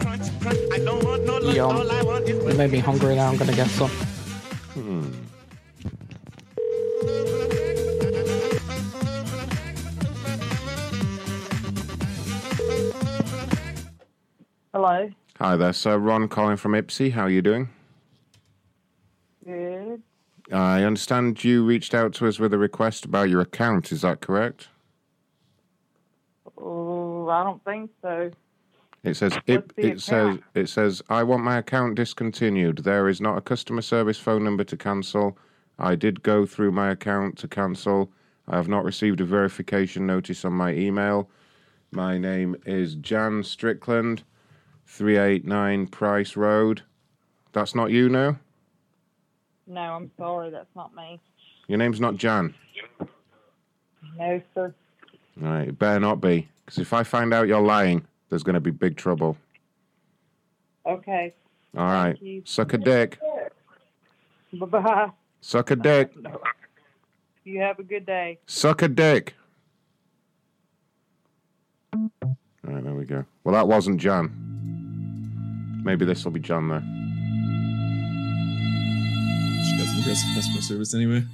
S15: Crunch, crunch. I don't want no lunch.
S11: Yum.
S15: All I want is
S11: It made me hungry now. I'm gonna get some.
S10: Hmm.
S17: Hello.
S10: Hi there, sir. Ron calling from Ipsy. How are you doing?
S17: Good.
S10: I understand you reached out to us with a request about your account. Is that correct?
S17: Oh, I don't think so.
S10: It says it,
S17: the
S10: it says it says I want my account discontinued. There is not a customer service phone number to cancel. I did go through my account to cancel. I have not received a verification notice on my email. My name is Jan Strickland, 389 Price Road. That's not you now.
S17: No, I'm sorry. That's not me.
S10: Your name's not Jan.
S17: No, sir.
S10: All right, it better not be, because if I find out you're lying, there's going to be big trouble.
S17: Okay.
S10: All right, suck a dick,
S17: Bye bye.
S10: suck a dick,
S17: You have a good day.
S10: suck a dick. All right, there we go. Well, that wasn't Jan. Maybe this will be Jan there.
S24: She got some great customer service anyway.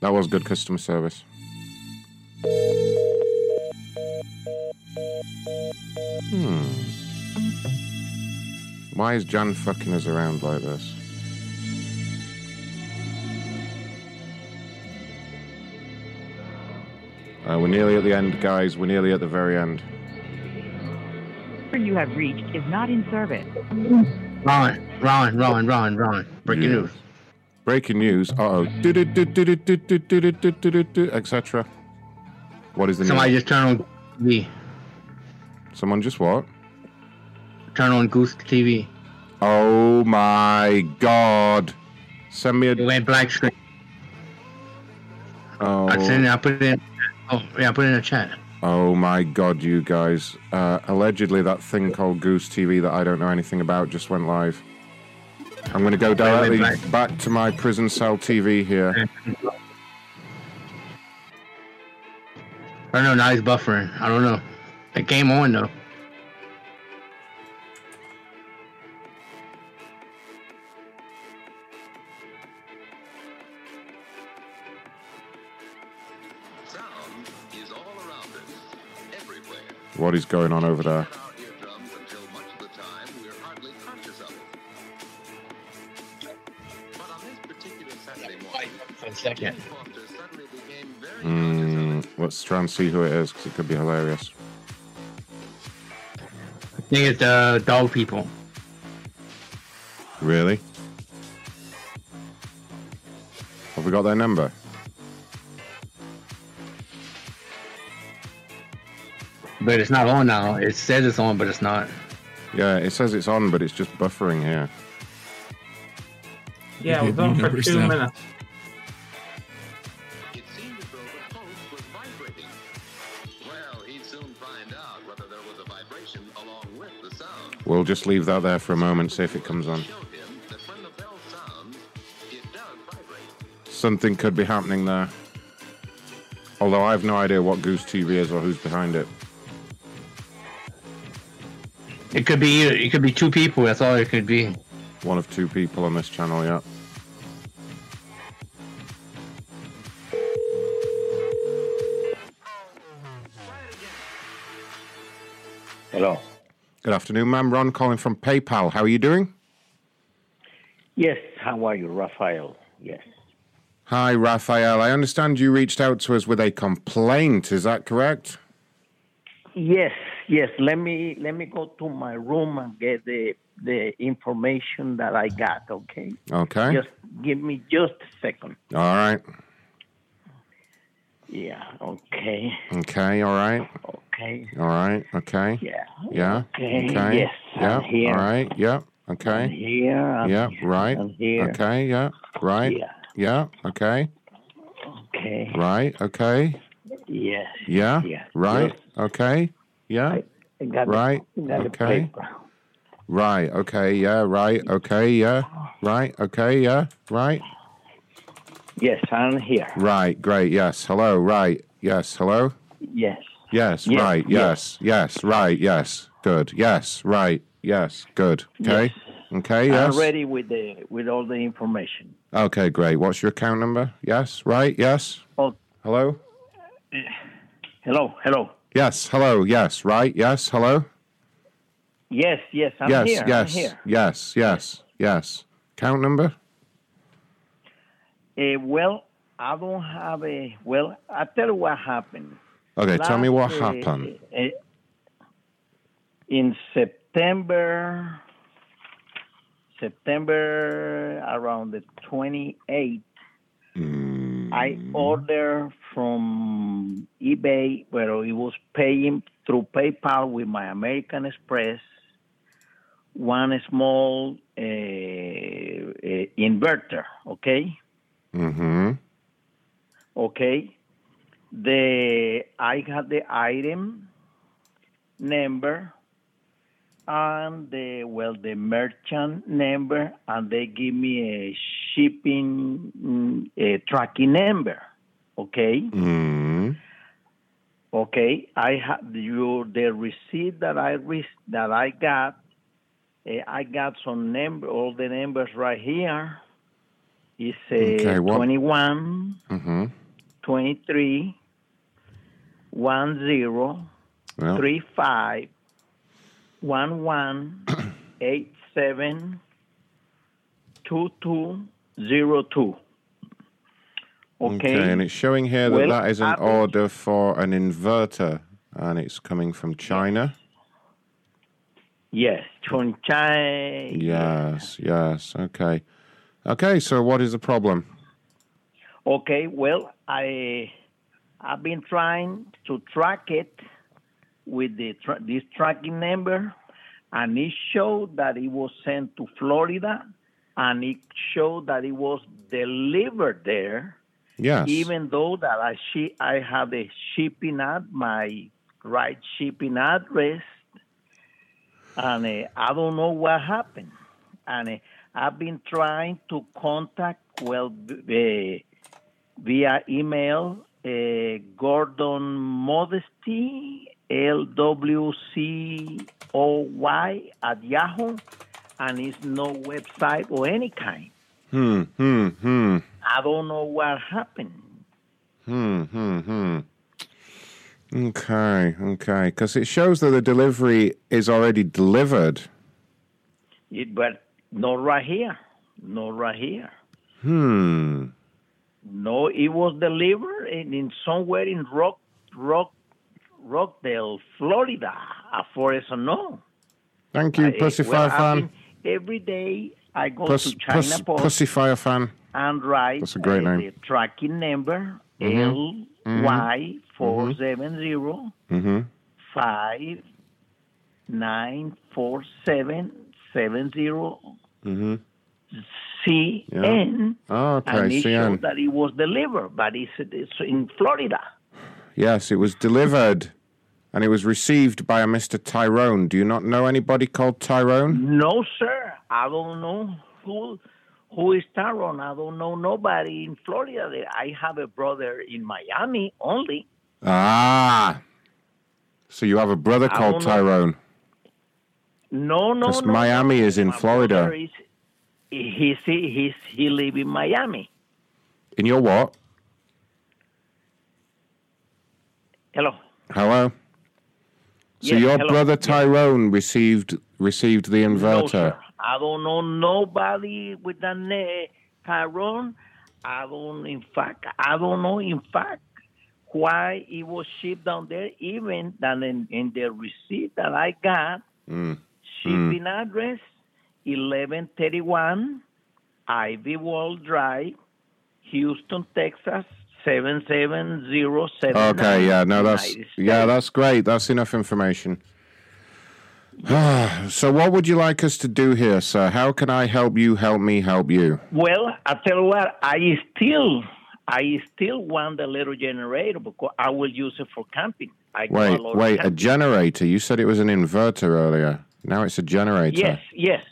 S10: That was good customer service. Hmm. Why is Jan fucking us around like this? Uh, we're nearly at the end, guys. We're nearly at the very end.
S22: number you have reached is not in service.
S10: Ryan, Ryan, Ryan, Ryan, Ryan. Breaking news. Breaking news. Uh oh. Etc. What is the
S12: Somebody
S10: news?
S12: just turned on TV.
S10: Someone just what?
S12: Turn on Goose TV.
S10: Oh my god. Send me a. It
S12: went black screen.
S10: Oh.
S12: I sent it. I put it in. Oh yeah, I put it in the chat.
S10: Oh my god, you guys. Uh, allegedly, that thing called Goose TV that I don't know anything about just went live. I'm going to go directly
S24: back.
S10: back to my prison cell TV here.
S12: I don't know. Now he's buffering. I don't know. It came on though.
S10: What is going on over there?
S12: For a second.
S10: Mm, let's try and see who it is because it could be hilarious.
S12: I think it's the dog people.
S10: Really? Have we got their number?
S12: But it's not on now. It says it's on, but it's not.
S10: Yeah, it says it's on, but it's just buffering here.
S11: Yeah, we've been for two minutes.
S10: We'll just leave that there for a moment, see if it comes on. Something could be happening there. Although I have no idea what Goose TV is or who's behind it.
S12: It could be either. It could be two people. That's all it could be.
S10: One of two people on this channel, yeah.
S34: Hello.
S10: Good afternoon, ma'am. Ron calling from PayPal. How are you doing?
S34: Yes, how are you, Raphael? Yes.
S10: Hi, Raphael. I understand you reached out to us with a complaint. Is that correct?
S34: Yes, yes. Let me let me go to my room and get the the information that I got, okay?
S10: Okay.
S34: Just give me just a second.
S10: All right.
S34: Yeah. Okay.
S10: Okay, all right.
S34: Okay.
S10: All right, okay.
S34: Yeah.
S10: Yeah.
S34: Okay, yes, I'm
S10: Yeah.
S34: here.
S10: All right. Yep. Okay.
S34: I'm here, I'm
S10: yeah. Right.
S34: here.
S10: Okay. Yeah. Right.
S34: Yeah.
S10: Yeah. Okay.
S34: Okay.
S10: Right. Okay.
S34: Yes.
S10: Yeah.
S34: Yeah.
S10: Right. Okay. Yeah.
S34: I got the-
S10: right.
S34: got the
S10: okay.
S34: paper.
S10: Right. Okay. Yeah. Right. Okay. Yeah. Right. Okay. Yeah. Right.
S34: Yes, I'm here.
S10: Right. Great. Yes. Hello. Right. Yes. Hello.
S34: Yes.
S10: Yes.
S34: Yeah,
S10: Right. Yes. Yes. Right. Yes. Good. Yes. Right. Yes. Good. Okay. Okay. Yes.
S34: I'm ready with the with all the information.
S10: Okay, great. What's your account number? Yes, right? Yes?
S34: Oh.
S10: Hello?
S34: Hello. Hello.
S10: Yes, hello. Yes, right? Yes, hello?
S34: Yes. Yes. I'm
S10: yes,
S34: here.
S10: yes,
S34: I'm here.
S10: yes, yes, yes. Account number?
S34: Eh, well, I don't have a. Well, I tell you what happened.
S10: Okay, tell me what
S34: Last, eh,
S10: happened.
S34: eh, in September, September around the 28th,
S10: Mm.
S34: I ordered from eBay, where it was paying through PayPal with my American Express, one small uh, inverter, okay?
S10: Mm-hmm.
S34: okay the i got the item number and the well the merchant number and they give me a shipping mm, a tracking number okay
S10: Mm-hmm.
S34: okay i have you the receipt that i re- that i got eh, i got some number all the numbers right here it's uh,
S10: Okay, what-
S34: 21
S10: Mm-hmm.
S34: 23 10
S10: Well,
S34: 35 11 87 2202.
S10: okay.
S34: okay.
S10: and it's showing here that
S34: Well,
S10: that is an
S34: Apple-
S10: order for an inverter, and it's coming from China.
S34: Yes, from China.
S10: Yes, yes, okay. Okay, so what is the problem?
S34: Okay, well, I I've been trying to track it with the tra- this tracking number, and it showed that it was sent to Florida, and it showed that it was delivered there.
S10: Yes.
S34: Even though that I she I have a shipping at my right shipping address, and uh, I don't know what happened, and uh, I've been trying to contact well b- uh, via email uh, Gordon Modesty L W C O Y at Yahoo, and it's no website or any kind.
S10: Hmm, hmm, hmm.
S34: I don't know what happened.
S10: Hmm, hmm, hmm. Okay, okay. Because it shows that the delivery is already delivered.
S34: It, but not right here. Not right here.
S10: Hmm.
S34: No, it was delivered in, in somewhere in Rock, Rock, Rockdale, Florida, a forest unknown.
S10: Thank you,
S34: I-
S10: Pussy
S34: well,
S10: Fire
S34: I've
S10: fan.
S34: been- Every day I go
S10: Puss,
S34: to China
S10: puss,
S34: Post
S10: pussy Fire fan.
S34: and write
S10: That's a great
S34: uh,
S10: name.
S34: the tracking number
S10: Mhm.
S34: ly four seven zero
S10: Mm-hmm.
S34: five nine four seven seven zero
S10: Mm-hmm.
S34: C N.
S10: Oh,
S34: and
S10: okay,
S34: it showed
S10: CN.
S34: that it was delivered, but it's, it's in Florida.
S10: Yes, it was delivered. And it was received by a Mr. Tyrone. Do you not know anybody called Tyrone?
S34: No, sir. I don't know who who is Tyrone. I don't know nobody in Florida. I have a brother in Miami only.
S10: Ah. So you have a brother
S34: I
S10: called
S34: don't know.
S10: Tyrone.
S34: No, no,
S10: Because
S34: no.
S10: Miami is in
S34: My
S10: Florida.
S34: brother Is, he's, he's, he live in Miami.
S10: In your what?
S34: Hello.
S10: Hello. So
S34: Yes,
S10: your
S34: hello.
S10: brother
S34: Yes.
S10: Tyrone received received the
S34: No,
S10: inverter.
S34: sir. I don't know nobody with that name, Tyrone. I don't, in fact, I don't know, in fact, why it was shipped down there, even than in, in the receipt that I got,
S10: Mm.
S34: shipping address 1131 Ivy Wall Drive, Houston, Texas seven seven zero seven.
S10: Okay, yeah, no, that's yeah, that's great. That's enough information. so, what would you like us to do here, sir? How can I help you? Help me, help you.
S34: Well, I tell you what, I still, I still want the little generator because I will use it for camping. I go
S10: Wait,
S34: a lot of
S10: wait, a
S34: camping.
S10: generator. You said it was an inverter earlier. Now it's a generator.
S34: Yes, yes.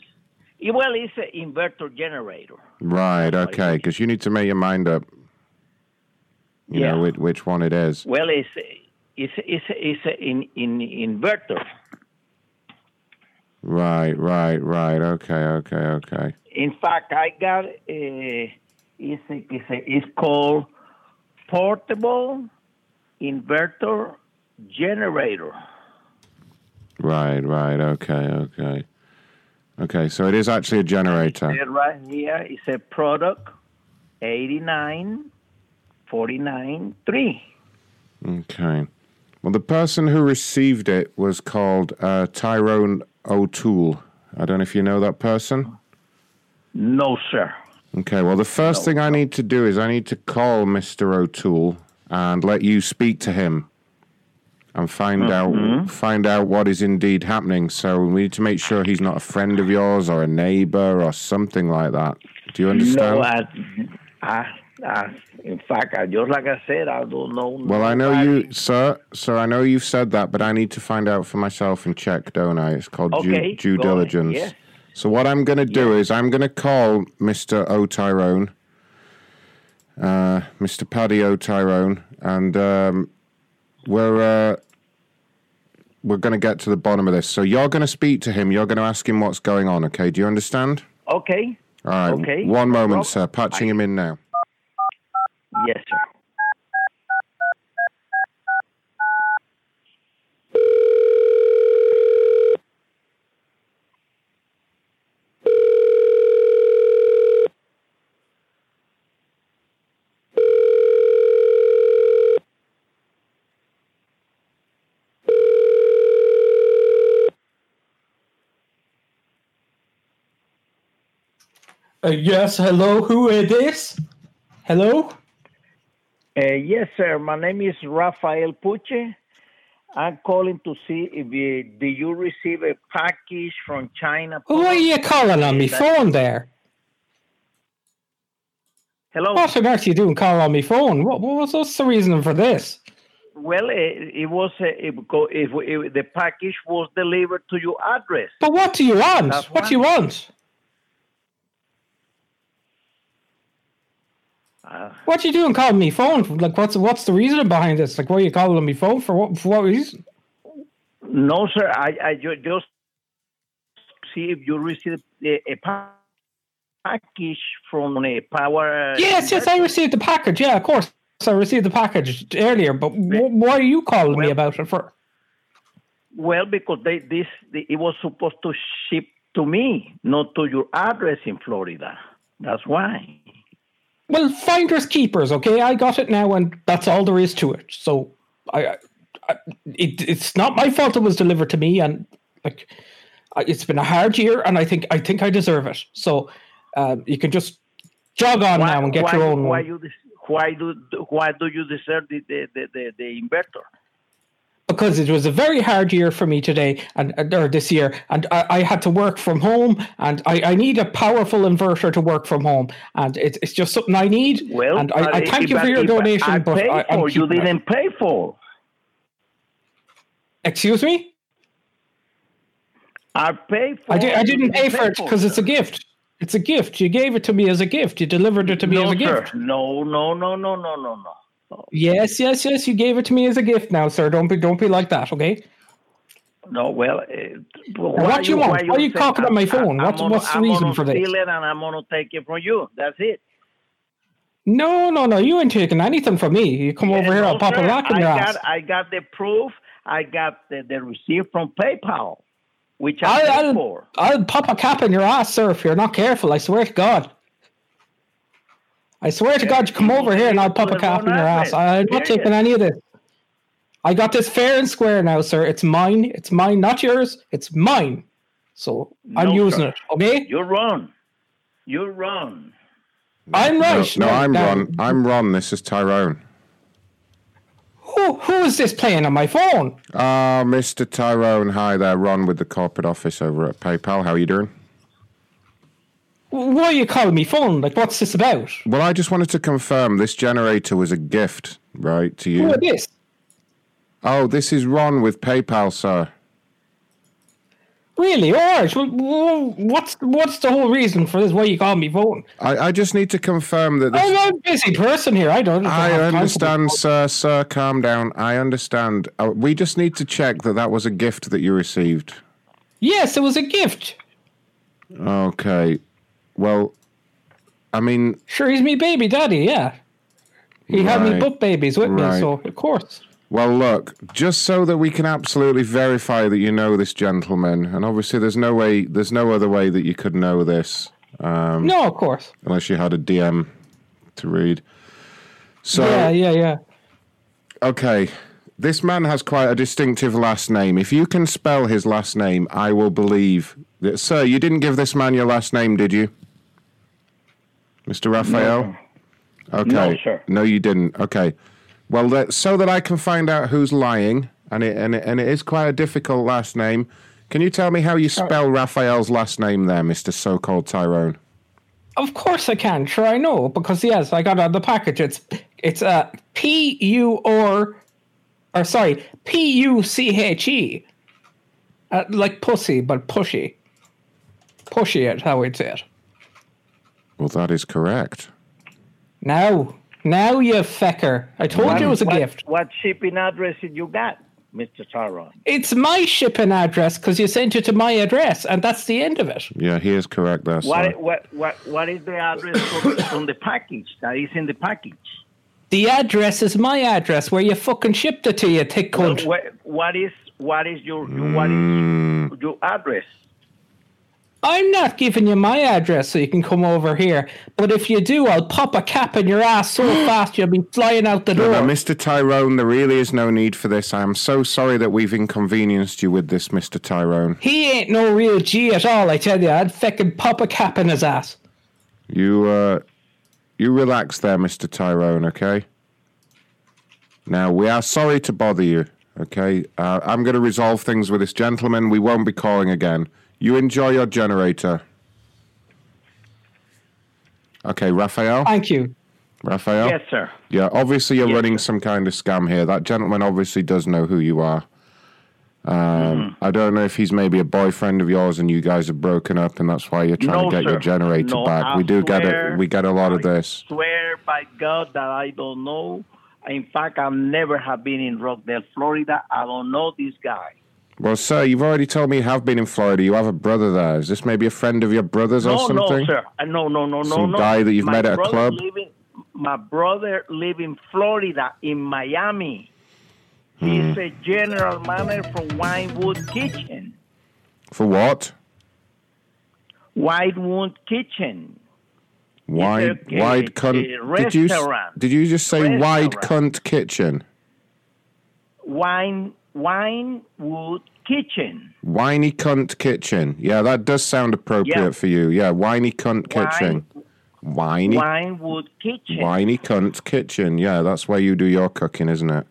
S34: Eh, Well, it's an inverter generator.
S10: Right, okay, because you need to make your mind up. You know which, which one it is.
S34: Well, it's it's it's it's an in, in inverter.
S10: Right, right, right. Okay, okay, okay.
S34: In fact, I got a it's a, it's, a, it's called portable inverter generator.
S10: Right, right. Okay, okay. Okay, so it is actually a generator.
S34: It right here is a product eighty nine forty nine three.
S10: Okay. Well, the person who received it was called uh, Tyrone O'Toole. I don't know if you know that person.
S34: No, sir.
S10: Okay. Well, the first thing I need to do is I need to call Mr. O'Toole and let you speak to him and find
S34: Mm-hmm.
S10: out find out what is indeed happening. So we need to make sure he's not a friend of yours or a neighbor or something like that. Do you understand?
S34: No, I, I, I, in fact, I, just like I said, I don't know.
S10: Well, I know you, sir. Sir, I know you've said that, but I need to find out for myself and check, don't I? It's called due,
S34: Okay,
S10: due
S34: go ahead,
S10: diligence.
S34: yes.
S10: So what I'm going to do is I'm going to call Mr. O'Tyrone, uh, Mr. Paddy O'Tyrone, and um, we're uh, we're going to get to the bottom of this. So you're going to speak to him. You're going to ask him what's going on. Okay? Do you understand?
S34: Okay.
S10: All right.
S34: Okay,
S10: One
S34: no
S10: moment,
S34: problem.
S10: sir. Patching him in now.
S34: Yes, sir.
S11: Uh, yes, hello, who it is? Hello?
S34: Uh, yes, sir. My name is Rafael Puche. I'm calling to see if you, did you receive a package from China.
S11: Why are you calling on me phone there?
S34: Hello.
S11: What on earth are you doing calling on me phone? What, what, what's the reason for this?
S34: Well, it, it was uh, it, go- if, if the package was delivered to your address.
S11: But what do you want?
S34: That's
S11: What do you want?
S34: Uh,
S11: What you doing calling me phone? Like, what's what's the reason behind this? Like, why are you calling on me phone for what for what reason?
S34: no, sir. I, I ju- just see if you received a, a pa- package from a power.
S11: Yes, yes, I received the package. Yeah, of course, I received the package earlier. But wh- why are you calling me about it for?
S34: Well, because they, this it was supposed to ship to me, not to your address in Florida. That's why.
S11: Well, finders keepers. Okay, I got it now, and that's all there is to it. So, I, I it, it's not my fault it was delivered to me, and like, I- it's been a hard year, and I think I think I deserve it. So, uh, you can just jog on now and get
S34: why,
S11: your own.
S34: Why
S11: one.
S34: you? des- Why do? Why do you deserve the the the, the, the inverter?
S11: because it was a very hard year for me today and and- or this year and I, I had to work from home and I, I need a powerful inverter to work from home and it's it's just something I need
S34: Well,
S11: and I, I
S34: but
S11: thank you
S34: if-
S11: for your
S34: if
S11: donation
S34: I
S11: but
S34: paid
S11: I, I'm
S34: for, you
S11: keeping it.
S34: didn't pay for.
S11: excuse me
S34: I paid for
S11: I, di-
S34: it,
S11: I
S34: Oh, you
S11: didn't
S34: didn't
S11: pay for
S34: pay
S11: it
S34: for it,
S11: because it's a gift it's a gift you gave it to me as a gift you delivered it to me
S34: no,
S11: as a
S34: sir.
S11: gift
S34: No, no, no, no, no, no, no.
S11: yes yes yes you gave it to me as a gift now sir don't be don't be like that okay
S34: No, well, eh,
S11: Now, what do you want? Why are you
S34: say-
S11: talking on my
S16: I-
S11: phone?
S16: I-
S11: What's
S16: I'm
S11: what's the
S16: gonna- I'm
S11: reason
S16: gonna
S11: for this?
S34: steal it and I'm gonna take it from you. That's it.
S11: No, no, no. You ain't taking anything from me. You come over here, I'll pop a
S34: Sir,
S11: rock in
S34: I
S11: your
S34: got,
S11: ass.
S34: I got the proof. I got the, the receipt from PayPal, which I,
S11: I,
S34: paid
S11: I'll,
S34: for.
S11: I'll pop a cap in your ass, sir, if you're not careful. I swear to God. I swear to God, you come over here and I'll pop a cap in your ass. I'm not taking any of this. I got this fair and square now, sir. It's mine. It's mine, not yours. It's mine. So I'm
S34: No,
S11: using
S34: sir.
S11: it, okay?
S34: You're wrong. You're wrong.
S11: I'm
S10: No,
S11: right.
S10: no, I'm
S11: no.
S10: Ron. I'm Ron. This is Tyrone.
S11: Who who is this playing on my phone?
S10: Ah, Mr. Tyrone. Hi there, Ron, with the corporate office over at PayPal. How are you doing?
S11: W- Why are you calling me phone? Like, what's this about?
S10: Well, I just wanted to confirm this generator was a gift, right, to you?
S11: Who is this?
S10: Oh, this is Ron with PayPal, sir.
S11: Really, Orange? Well, well, What's what's the whole reason for this? Why you call me phone?
S10: I, I just need to confirm that this.
S11: I'm a busy person here. I don't.
S10: I
S11: have time for
S10: understand, sir. Sir, calm down. I understand. Uh, we just need to check that that was a gift that you received.
S11: Yes, it was a gift.
S10: Okay. Well, I mean,
S11: Sure, he's me baby daddy. Yeah, he had me
S10: Right.
S11: book babies with
S10: Right.
S11: me, so of course.
S10: well, look, just so that we can absolutely verify that you know this gentleman, and obviously there's no way, there's no other way that you could know this. Um,
S11: No, of course.
S10: Unless you had a DM to read. So,
S11: yeah, yeah, yeah.
S10: okay. This man has quite a distinctive last name. If you can spell his last name, I will believe that. Sir, you didn't give this man your last name, did you? Mr. Raphael? Okay.
S6: No, sir.
S10: No, you didn't. Okay. Well, that, so that I can find out who's lying, and it, and it and it is quite a difficult last name. Can you tell me how you spell Raphael's last name, there, Mister So-called Tyrone?
S11: Of course I can. Sure, I know because yes, I got it on the package. It's it's uh, P U R, or sorry, P U C H E, uh, like pussy but pushy. Pushy it, how we'd say it.
S10: Well, that is correct.
S11: Now, now you fecker! I told you it was a
S34: what,
S11: gift.
S34: What shipping address did you got, Mr. Tyrone?
S11: It's my shipping address because you sent it to my address, and that's the end of it.
S10: Yeah, he is correct there, sir.
S34: What, what, what, what is the address from, from the package that is in the package?
S11: The address is my address where you fucking shipped it to you, thick cunt.
S34: What, what is what is your, your what
S11: Mm.
S34: is your address?
S11: I'm not giving you my address so you can come over here, but if you do, I'll pop a cap in your ass so fast you'll be flying out the
S10: No,
S11: door.
S10: no, Mr. Tyrone, there really is no need for this. I am so sorry that we've inconvenienced you with this, Mr. Tyrone.
S11: he ain't no real G at all, I tell you. I'd fucking pop a cap in his ass.
S10: You, uh, you relax there, Mr. Tyrone, okay? Now, we are sorry to bother you, okay? Uh, I'm going to resolve things with this gentleman. We won't be calling again. You enjoy your generator. Okay, Raphael?
S11: Thank you.
S10: Raphael?
S34: Yes, sir.
S10: Yeah, obviously you're running some kind of scam here. That gentleman obviously does know who you are. Um,
S34: Mm-hmm.
S10: I don't know if he's maybe a boyfriend of yours and you guys have broken up and that's why you're trying
S34: No,
S10: to get your
S34: sir.
S10: generator
S34: No,
S10: back.
S34: I
S10: we do get
S34: swear-
S10: it. We get a lot of this.
S34: Swear by God that I don't know. In fact, I never have been in Rockdale, Florida. I don't know this guy.
S10: Well, sir, you've already told me you have been in Florida. You have a brother there. Is this maybe a friend of your brother's or
S34: no,
S10: something?
S34: no, sir. Uh, No, no, no, no,
S10: Some
S34: no.
S10: guy that you've
S34: my
S10: met at a
S34: brother
S10: club?
S34: Live in, my brother live in Florida, in Miami.
S10: Hmm.
S34: He's a general manager for Winewood Kitchen.
S10: For what?
S34: Winewood Kitchen.
S10: Wide,
S34: a-
S10: wide
S34: a
S10: cunt. Did you, s-
S34: restaurant.
S10: did you just say wide
S34: Restaurant.
S10: cunt kitchen?
S34: Wine Winewood Kitchen.
S10: Whiny cunt kitchen. Yeah, that does sound appropriate
S34: Yeah.
S10: for you. Yeah, whiny cunt
S34: Wine-
S10: kitchen. Whiny.
S34: Winewood Kitchen.
S10: Whiny cunt kitchen. Yeah, that's where you do your cooking, isn't it?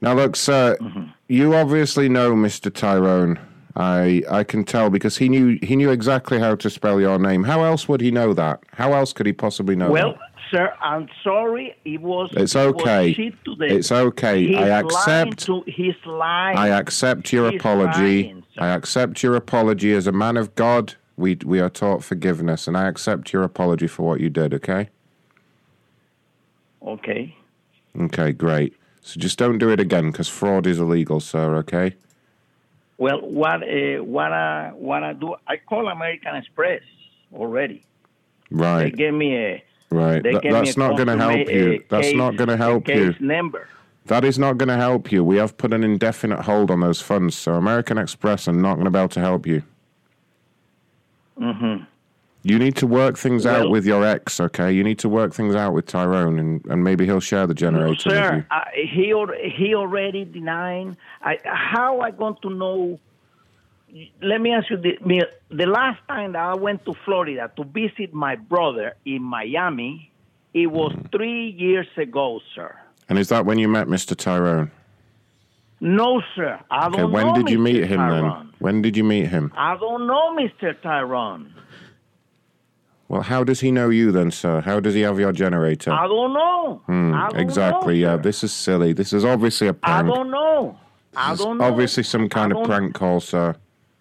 S10: Now look, sir,
S34: Mm-hmm.
S10: you obviously know Mr. Tyrone. I I can tell because he knew he knew exactly how to spell your name. How else would he know that? How else could he possibly know
S34: well,
S10: that?
S34: sir, I'm sorry. It was.
S10: It's
S34: it was
S10: okay.
S34: shit to them.
S10: It's okay.
S34: He's
S10: I
S34: lying
S10: accept
S34: To, he's lying.
S10: I accept your
S34: He's
S10: apology.
S34: lying.
S10: I accept your apology as a man of God. We we are taught forgiveness, and I accept your apology for what you did. Okay.
S34: Okay.
S10: Okay. Great. So just don't do it again, because fraud is illegal, sir. Okay.
S34: Well, what uh, what I what I do? I call American Express already. They
S10: Right.
S34: gave me a.
S10: Right.
S34: They
S10: That-
S34: gave
S10: that's
S34: me a
S10: not going to help
S34: consummate,
S10: you.
S34: uh,
S10: That's
S34: case-
S10: not going to help you.
S34: case number.
S10: That is not going to help you. We have put an indefinite hold on those funds, so American Express are not going to be able to help you.
S34: Mm-hmm.
S10: You need to work things out
S34: Well-
S10: with your ex, okay? You need to work things out with Tyrone, and, and maybe he'll share the generator with you.
S34: Sir, I, he al- he already denying. I, how I going to know let me ask you this. me- The last time that I went to Florida to visit my brother in Miami, it was
S10: Mm-hmm.
S34: three years ago, sir.
S10: And is that when you met Mr. Tyrone?
S34: No, sir. I
S10: Okay,
S34: don't
S10: when
S34: know
S10: did you
S34: Mr.
S10: meet him
S34: Tyrone.
S10: then? When did you meet him?
S34: I don't know Mr. Tyrone.
S10: Well, how does he know you then, sir? How does he have your generator?
S34: I don't know.
S10: Hmm,
S34: I don't
S10: exactly,
S34: know,
S10: yeah. This is silly. This is obviously a
S34: I
S10: prank.
S34: don't know. I
S10: This is
S34: don't know.
S10: um, obviously some kind of
S34: don't-
S10: prank call, sir.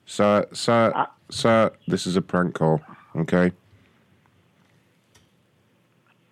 S10: Sir, sir, sir, this is a prank call, okay?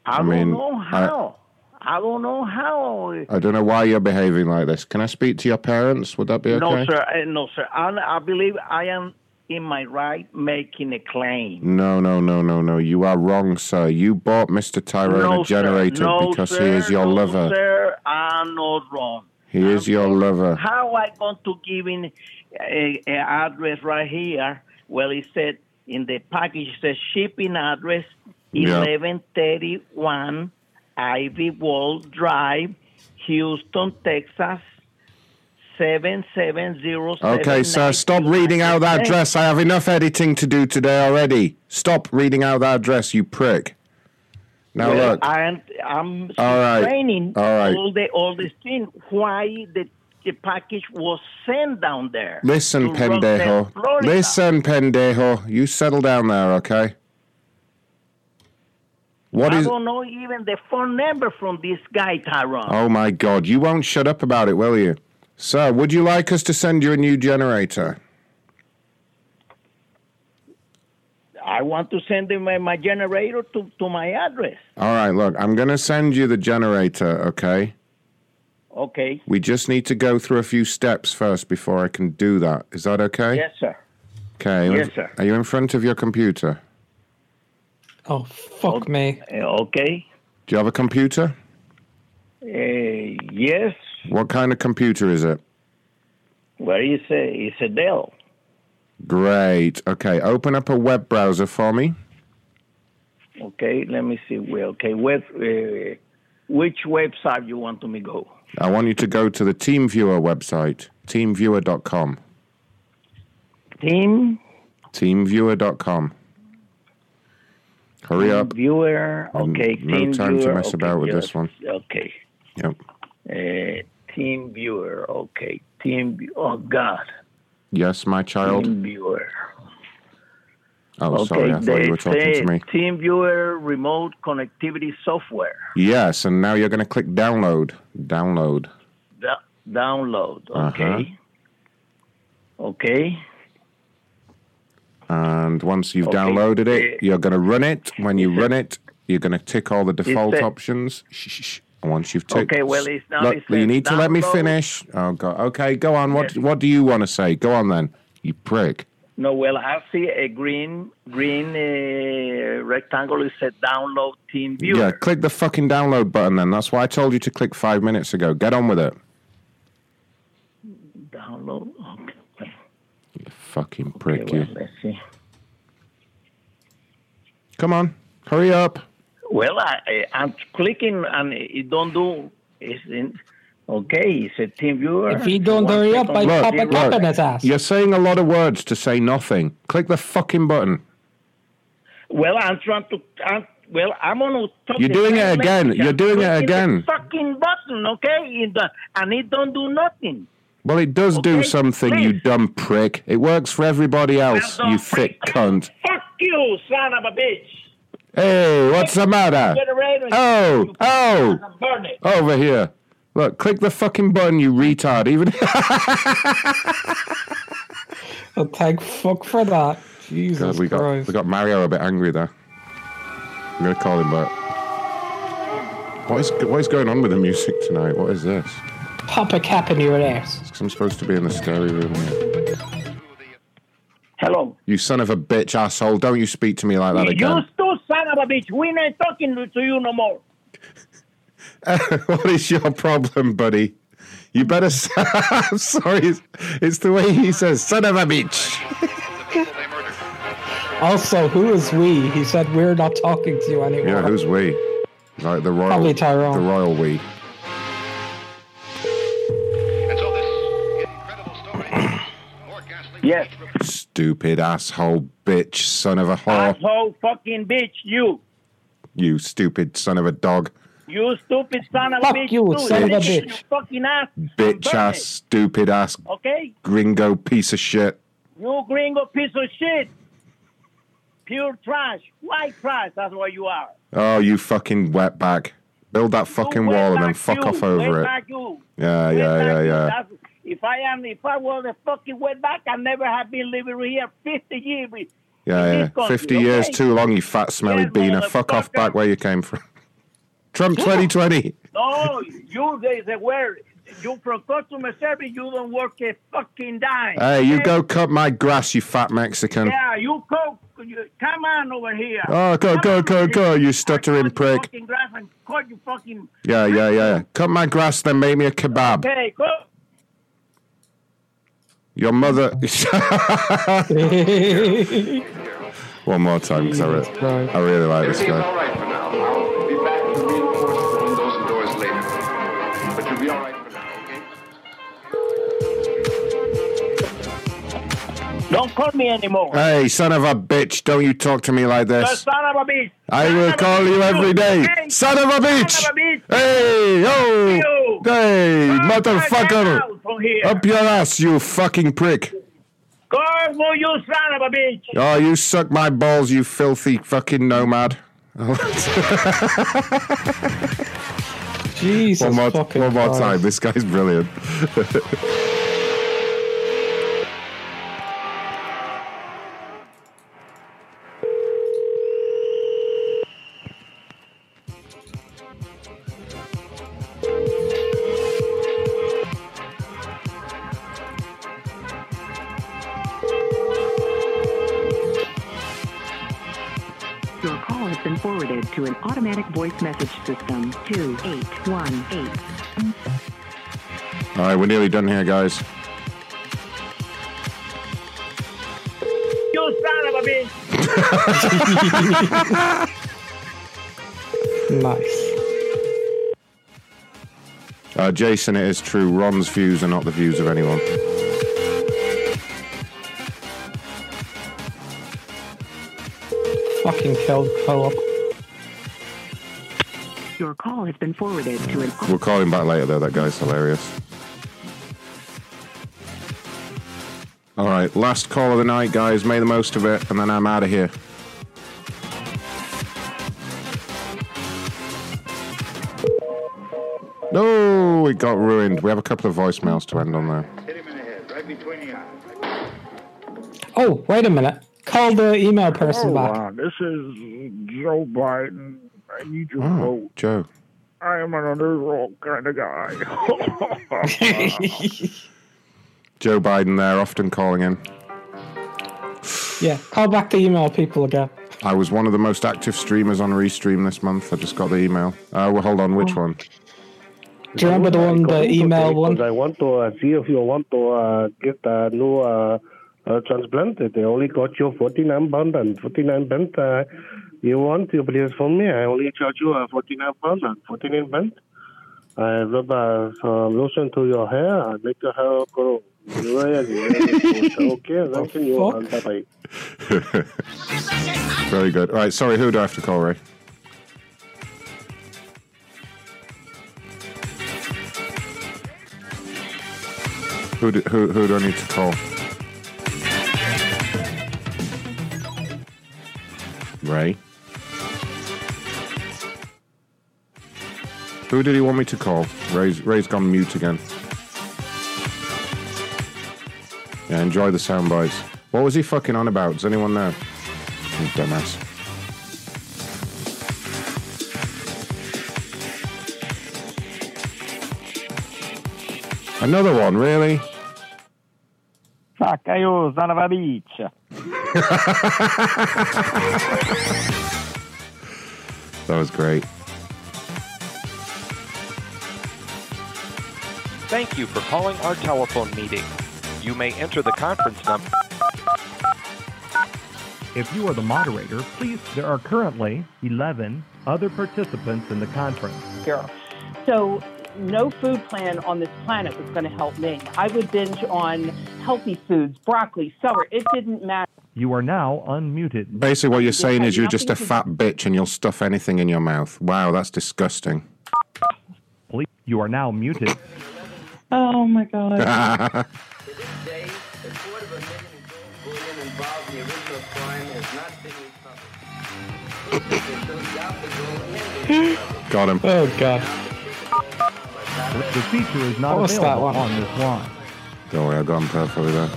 S34: I,
S10: I mean,
S34: don't know
S10: I-
S34: how. I, don't know how.
S10: I don't know why you're behaving like this. Can I speak to your parents? Would that be okay?
S34: No, sir. Uh, no, sir. I, I believe I am in my right making a claim.
S10: No, no, no, no, no. You are wrong, sir. You bought Mr. Tyrone
S34: No,
S10: a
S34: sir.
S10: generator
S34: No,
S10: because he
S34: sir.
S10: is your
S34: No,
S10: lover.
S34: Sir, I'm not wrong.
S10: He is your lover.
S34: How I going to give in a, a address right here? Well, it said in the package it says shipping address
S10: Yeah.
S34: eleven thirty one Ivy Wall Drive, Houston, Texas seven seven zero seven.
S10: Okay, sir, stop reading out that
S34: Hey.
S10: address. I have enough editing to do today already. Stop reading out that address, you prick. Now
S34: Well,
S10: look.
S34: I'm, I'm
S10: All right.
S34: training
S10: All right.
S34: all the all this thing. Why the, the package was sent down there?
S10: Listen,
S34: to Roswell,
S10: pendejo.
S34: Florida.
S10: Listen, pendejo. You settle down there, okay? What
S34: I
S10: is?
S34: don't know even the phone number from this guy, Tyrone.
S10: Oh my God! You won't shut up about it, will you, sir? Would you like us to send you a new generator?
S34: I want to send him my, my generator to, to my address.
S10: All right, look, I'm going to send you the generator, okay?
S34: Okay.
S10: We just need to go through a few steps first before I can do that. Is that okay?
S34: Yes, sir.
S10: Okay.
S34: Yes, sir.
S10: Are you in front of your computer?
S11: Oh, fuck me.
S34: eh, Okay.
S10: Do you have a computer?
S34: Uh, yes.
S10: What kind of computer is it?
S34: Where is it? It's a Dell.
S10: Great. Okay, open up a web browser for me.
S34: Okay. Let me see. Well, okay. Web, uh, which website you want to me go?
S10: I want you to go to the TeamViewer website, teamviewer.com.
S34: Team.
S10: Teamviewer.com. Hurry up.
S34: Viewer. Okay.
S10: Mm, no
S34: team
S10: time to
S34: viewer.
S10: mess
S34: okay,
S10: about with
S34: yes,
S10: this one.
S34: Okay.
S10: Yep.
S34: Uh, team viewer. Okay. Team. View- oh God.
S10: Yes, my child.
S34: Team viewer.
S10: Oh, sorry. I thought you were talking to me.
S34: Team viewer remote connectivity software.
S10: Yes, and now you're going to click download. Download.
S34: Da- download.
S10: Uh-huh.
S34: Okay. Okay.
S10: And once you've
S34: Okay,
S10: downloaded it,
S34: uh,
S10: you're going to run it. When you run it, you're going to tick all the
S34: It's
S10: default
S34: a-
S10: options. Shh, shh, shh. And once you've ticked,
S34: Okay, well, it's now
S10: look,
S34: it
S10: you
S34: says
S10: need to let me
S34: download.
S10: finish. Oh God. Okay, go on. What What do you want to say? Go on then. You prick.
S34: No, well, I see a green green uh, rectangle. It said download team viewer.
S10: Yeah, click the fucking download button then. That's why I told you to click five minutes ago. Get on with it.
S34: Download. Okay.
S10: Fucking prick
S34: well,
S10: you.
S34: let's see.
S10: Come on, hurry up.
S34: Well, I, I I'm clicking and it don't do. It's in, okay. It's a team viewer.
S11: If he don't
S34: One
S11: hurry up,
S34: second,
S11: I
S34: zero.
S11: pop a cap in his ass.
S10: You're saying a lot of words to say nothing. Click the fucking button.
S34: Well, I'm trying to. I'm, well, I'm gonna. Talk
S10: You're
S34: the
S10: doing
S34: same
S10: it again.
S34: language.
S10: You're
S34: I'm
S10: doing it
S34: clicking the
S10: again.
S34: Fucking button, okay? It do- and it don't do nothing.
S10: Well, it does do something, you dumb prick. It works for everybody else, you thick cunt.
S34: Fuck you, son of a bitch.
S10: Hey, what's the matter?
S34: Generator.
S10: Oh, oh,
S34: Burn it.
S10: over here. Look, click the fucking button, you retard. Even
S11: Oh, thank fuck for that. Jesus
S10: God, we got
S11: Christ.
S10: we got Mario a bit angry there. I'm gonna call him back. What is what is going on with the music tonight? What is this?
S11: Pop a cap in your ass.
S10: 'Cause I'm supposed to be in the scary room. Here.
S34: Hello.
S10: You son of a bitch, asshole! Don't you speak to me like that
S34: You
S10: again.
S34: still son of a bitch. We ain't talking to you no more.
S10: what is your problem, buddy? You better. s- I'm sorry. It's, it's the way he says, "Son of a bitch."
S11: Also, who is we? He said we're not talking to you anymore.
S10: Yeah, who's we? Like the royal,
S11: Probably Tyrone.
S10: the royal we.
S3: Yes.
S10: stupid asshole bitch son of a whore.
S34: Asshole fucking bitch, you.
S10: You stupid son of a dog.
S34: You stupid son of
S10: Fuck
S34: a bitch.
S10: you,
S34: too.
S10: son of a
S34: You
S10: bitch.
S34: fucking ass.
S10: Bitch ass, stupid ass,
S34: Okay?
S10: gringo piece of shit.
S34: You gringo piece of shit. Pure trash. White trash. That's what you are.
S10: Oh, you fucking wetbag. Build that fucking wall and then fuck
S34: You
S10: off over it.
S34: wetback you.
S10: Yeah, yeah, yeah, yeah.
S34: That's, if I am, if I was a fucking wetback, I never have been living here 50 years.
S10: Yeah, yeah.
S34: this country,
S10: 50 years
S34: okay?
S10: too long, you fat, smelly beaner. Fuck off back where you came from. Trump 2020.
S34: No, you there's a word. You from customer service, you don't work a fucking dime.
S10: Hey, you
S34: okay?
S10: go cut my grass, you fat Mexican.
S34: Yeah, you go. You, come on over here.
S10: Oh, go,
S34: Come
S10: go,
S34: on
S10: go,
S34: over
S10: go,
S34: here.
S10: you stuttering prick.
S34: Fucking grass and cut you fucking.
S10: Yeah, yeah, yeah. Cut my grass, then make me a kebab.
S34: Okay, go.
S10: Your mother. One more time, because I, re- I really like this
S18: Everything's
S10: guy.
S18: all right for now. I'll be back to reinforce the windows and doors later. But you'll be all right for now, okay?
S34: Don't call me anymore.
S10: Hey, son of a bitch, don't you talk to me like
S34: You
S10: this.
S34: son of a bitch.
S10: I
S34: Son
S10: will
S34: of a
S10: call
S34: bitch,
S10: you every day.
S34: okay?
S10: Son of a bitch.
S34: Son of a bitch.
S10: Hey, yo. Hey, motherfucker.
S34: From here.
S10: Up your ass, you fucking prick.
S34: Go for you son of a bitch.
S10: Oh, you suck my balls, you filthy fucking nomad. Jesus. One more, one more
S11: Christ.
S10: time. This guy's brilliant.
S35: Your call has been forwarded to an automatic voice message system. 2818.
S10: All right, we're nearly done here, guys.
S34: You son of a bitch.
S10: Nice. Uh, Jason, it is true. Ron's views are not the views of anyone.
S11: Fucking killed co-op.
S35: Your call has been forwarded to an.
S10: We'll call him back later, though. That guy's hilarious. All right, last call of the night, guys. Make the most of it, and then I'm out of here. No, it got ruined. We have a couple of voicemails to end on there.
S11: Oh, wait a minute. Call the email
S34: Oh,
S11: person
S10: Oh,
S1: Hello,
S11: back.
S1: uh, this is Joe Biden. I need your
S10: Mm.
S1: vote.
S10: Joe.
S1: I am an unusual kind of guy.
S10: Joe Biden there, often calling in.
S11: Yeah, call back the email people again.
S10: I was one of the most active streamers on Restream this month. I just got the email. Uh, well, hold on, which
S11: Oh.
S10: one?
S11: Do you remember the one, the email one?
S19: I want to uh, see if you want to uh, get a new uh, uh, transplanted. They only got you 49 pound and 49 pound. Uh, you want to please for me? I only charge you uh, 49 pound and 49 pound. I rub uh, some lotion to your hair. I make your hair grow. okay, then can you uh, bye-bye.
S10: Very good. All right, sorry, who do I have to call, Ray? Who do, who, who do I need to call? Ray? Who did he want me to call? Ray's, Ray's gone mute again. Yeah, enjoy the sound bites. What was he fucking on about? Does anyone know? You dumbass. Another one, really?
S36: Fuck you, son of a bitch.
S10: That was great.
S37: Thank you for calling our telephone meeting. You may enter the conference number.
S4: If you are the moderator, please. There are currently 11 other participants in the conference.
S36: So
S4: no food plan on this planet was going to help me. I would binge on healthy foods, broccoli, celery. It didn't matter.
S13: You are now unmuted.
S10: Basically, what you're saying
S4: Yeah,
S10: is you're
S4: nothing
S10: just a
S4: to-
S10: fat bitch and you'll stuff anything in your mouth. Wow, that's disgusting.
S13: Please, you are now muted.
S4: Oh my god.
S10: Got him.
S13: Oh god. The feature is not
S10: What was that
S13: available
S10: one?
S13: on this line.
S10: Don't worry, I got him perfectly there.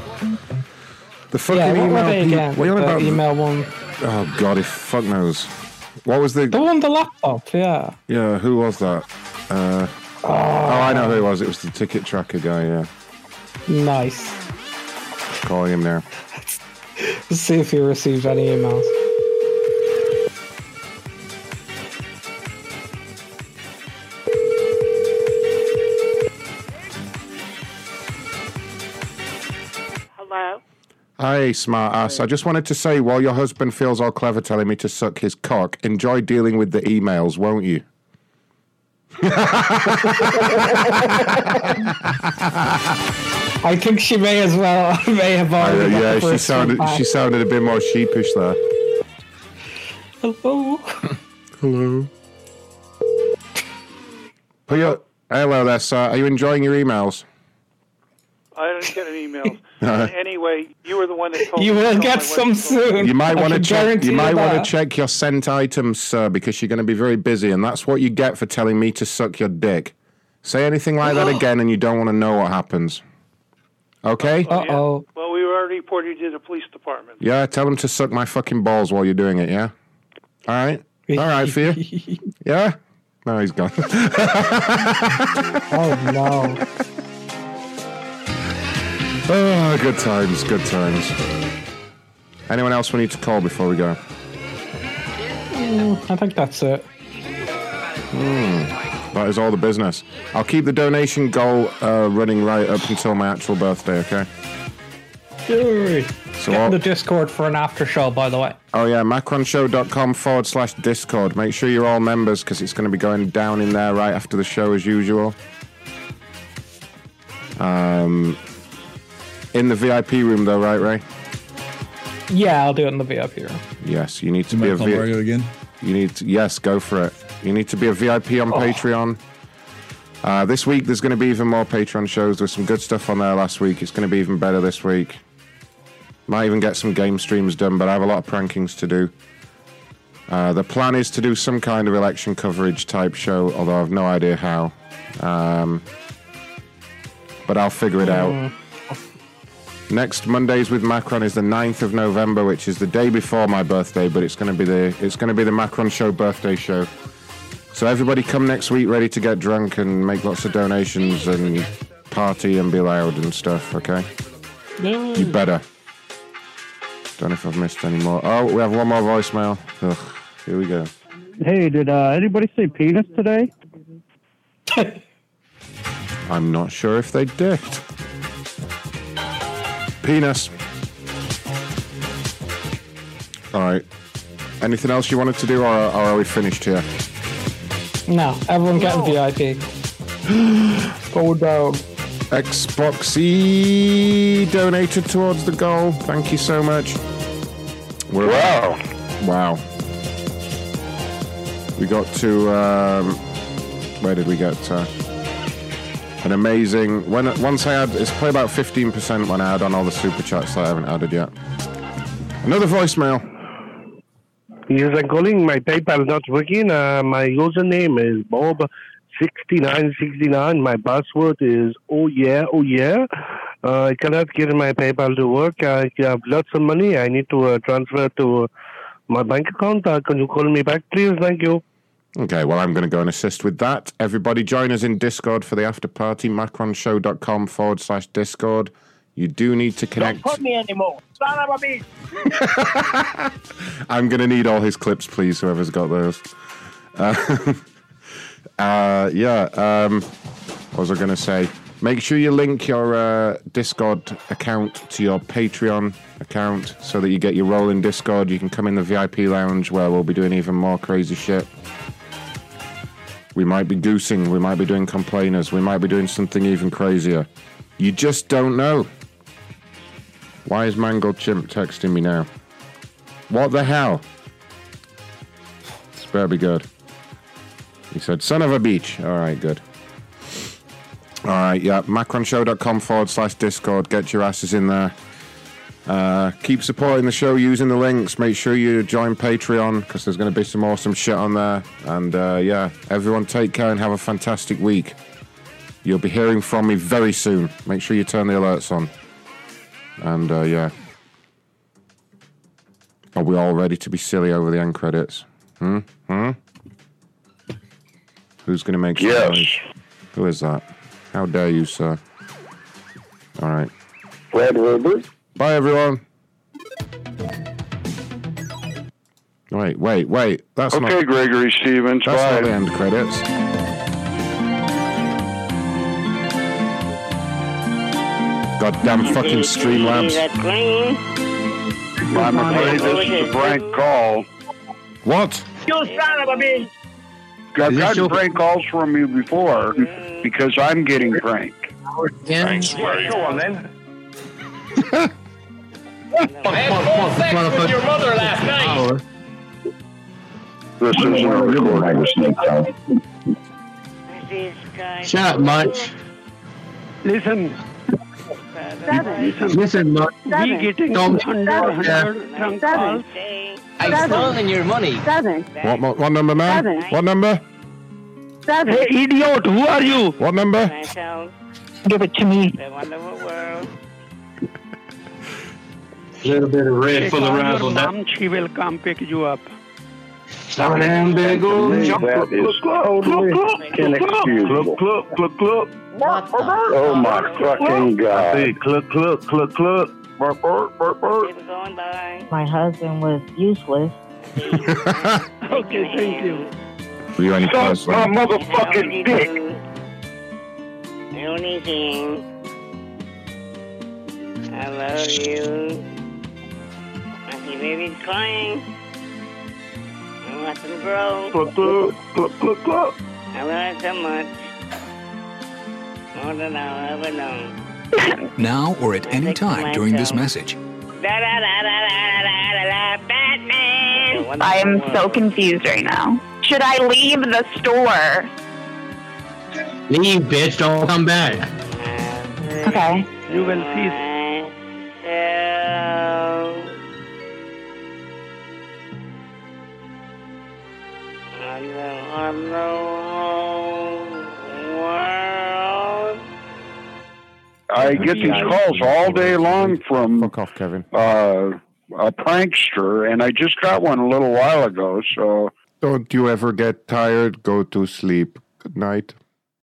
S10: The fucking
S11: Yeah, what
S10: email.
S11: were they
S10: pe-
S11: again?
S10: what are you on
S11: The
S10: about?
S11: email one.
S10: Oh god, if fuck knows. What was the?
S11: The one on the laptop, yeah.
S10: Yeah, who was that? Uh, oh. I know who it was. It was the ticket tracker guy. Yeah,
S11: Nice.
S10: calling him now.
S11: Let's see if he received any emails.
S5: Hello?
S10: Hi, smart ass. I just wanted to say, while your husband feels all clever telling me to suck his cock, enjoy dealing with the emails, won't you?
S11: I think she may as well may have
S10: Uh,
S11: already. got
S10: yeah,
S11: the
S10: she
S11: first
S10: sounded
S11: one back.
S10: she sounded a bit more sheepish there.
S11: Hello.
S10: Hello. Put your hello there, sir. Are you enjoying your emails?
S20: I didn't get any emails.
S10: Alright.
S20: anyway, you were the one that told
S11: You
S20: me. to
S11: will
S20: tell
S11: get
S20: my wife
S11: some
S20: to go.
S11: soon.
S10: You might
S11: I
S10: want to
S11: can
S10: check.
S11: guarantee
S10: You might want
S11: that.
S10: to check your sent items, sir, because you're going to be very busy, and that's what you get for telling me to suck your dick. Say anything like that again, and you don't want to know what happens. Okay? Uh
S11: oh.
S20: Well, we already reported to the police department.
S10: Yeah, tell them to suck my fucking balls while you're doing it. Yeah. All right. All right for you. Yeah. No, he's gone.
S11: oh no.
S10: Oh, good times, good times. Anyone else we need to call before we go?
S11: Mm, I think that's it.
S10: Hmm. That is all the business. I'll keep the donation goal uh, running right up until my actual birthday, okay?
S11: Yay.
S10: So
S11: Get in
S10: I'll-
S11: the Discord for an after show, by the way.
S10: Oh, yeah, macronshow.com forward slash Discord. Make sure you're all members because it's going to be going down in there right after the show as usual. Um, in the VIP room, though, right, Ray?
S11: Yeah, I'll do it in the VIP room.
S10: Yes, you need to
S24: You
S10: be
S24: might
S10: a
S24: call Mario
S10: VIP.
S24: again?
S10: You need to, yes, go for it. You need to be a VIP on Patreon. Uh, this week there's going to be even more Patreon shows. There's some good stuff on there last week. It's going to be even better this week. Might even get some game streams done, but I have a lot of prankings to do. Uh, the plan is to do some kind of election coverage type show, although I've no idea how. Um, but I'll figure it
S11: Hmm. Mm.
S10: out. Next Mondays with Macron is the 9th of November, which is the day before my birthday, but it's going to be the it's going to be the Macron show birthday show. So everybody come next week ready to get drunk and make lots of donations and party and be loud and stuff, okay? You
S1: Hmm.
S10: better. Don't know if I've missed any more. Oh, we have one more voicemail. Ugh, here we go.
S7: Hey, did uh, anybody say penis today?
S10: I'm not sure if they did. Penis. All right. Anything else you wanted to do, or, or are we finished here?
S11: No, everyone get VIP. Go down.
S10: Xboxy donated towards the goal. Thank you so much. We're wow. Wow. We got to um, where did we get to? An amazing when once I had it's probably about fifteen percent when I add on all the super chats that I haven't added yet. Another voicemail.
S7: Yes, I'm calling. My PayPal not working. Uh, my username is Bob6969. My password is oh yeah, oh yeah. Uh, I cannot get my PayPal to work. I have lots of money. I need to uh, transfer to my bank account. Uh, can you call me back, please? Thank you.
S10: Okay, well, I'm going to go and assist with that. Everybody, join us in Discord for the after party, macronshow.com forward slash Discord. You do need to
S6: Don't
S10: connect.
S6: put me anymore. Son of a bitch.
S10: I'm going to need all his clips, please, whoever's got those. Uh, uh, yeah, um, what was I going to say? Make sure you link your uh, Discord account to your Patreon account so that you get your role in Discord. You can come in the VIP lounge where we'll be doing even more crazy shit. We might be goosing. We might be doing complainers. We might be doing something even crazier. You just don't know. Why is Mangled Chimp texting me now? What the hell? It's better be good. He said, son of a beach. All right, good. All right, yeah. Macronshow.com forward slash Discord. Get your asses in there. Uh, keep supporting the show using the links. Make sure you join Patreon because there's going to be some awesome shit on there. And uh, yeah, everyone take care and have a fantastic week. You'll be hearing from me very soon. Make sure you turn the alerts on. And uh, yeah. Are we all ready to be silly over the end credits? Hmm? Hmm? Who's going to make some
S17: Yes.
S10: noise? Who is that? How dare you, sir? All right.
S17: Fred Herbert.
S10: Bye, everyone. Wait, wait, wait. That's
S17: okay,
S10: not.
S17: Gregory Stevens.
S10: That's
S17: bye.
S10: not the end credits. Goddamn fucking Streamlabs.
S17: I'm afraid this is a prank call.
S10: What?
S34: You son of a bitch.
S17: I've gotten prank calls from you before
S18: Mm.
S17: because I'm getting pranked.
S12: Thanks,
S17: Go on then.
S12: your mother last night.
S17: This isn't a recording.
S12: Shut up, Munch.
S1: Listen.
S12: Listen, Listen Munch.
S1: We getting
S12: Don't-
S1: 100,
S12: Yeah.
S1: 100 calls.
S12: I'm stealing your money.
S1: Seven.
S10: What, mo- what number, man?
S1: Seven.
S10: What number?
S1: Seven.
S10: Hey, idiot, who are you? What number?
S1: Give it to me. A little bit of red for the razzle. razzle. Mom, she will come pick you up.
S17: Son and That is totally inexcusable.
S23: Cluck, cluck, cluck.
S17: Oh my fucking
S23: I
S17: god.
S23: say cluck, cluck, cluck, cluck. Burp, burp, burp, burp.
S1: My husband was useless. Okay, thank you.
S10: Were you any close?
S1: my
S17: motherfucking dick.
S21: Anything. I love you. I see babies crying. I want them grow.
S23: Cluck, cluck, cluck, cluck, cluck.
S21: I love so much. More than I'll ever know.
S9: Now or at any time during this message.
S21: Da da da da da da da da. Batman.
S9: I am so confused right now. Should I leave the store?
S12: Leave, bitch. Don't come back.
S9: Okay.
S1: You will see.
S21: On the whole world.
S17: I get these calls all day long from
S10: Fuck off, Kevin.
S17: uh, a prankster, and I just got one a little while ago. So
S10: Don't you ever get tired? Go to sleep. Good night.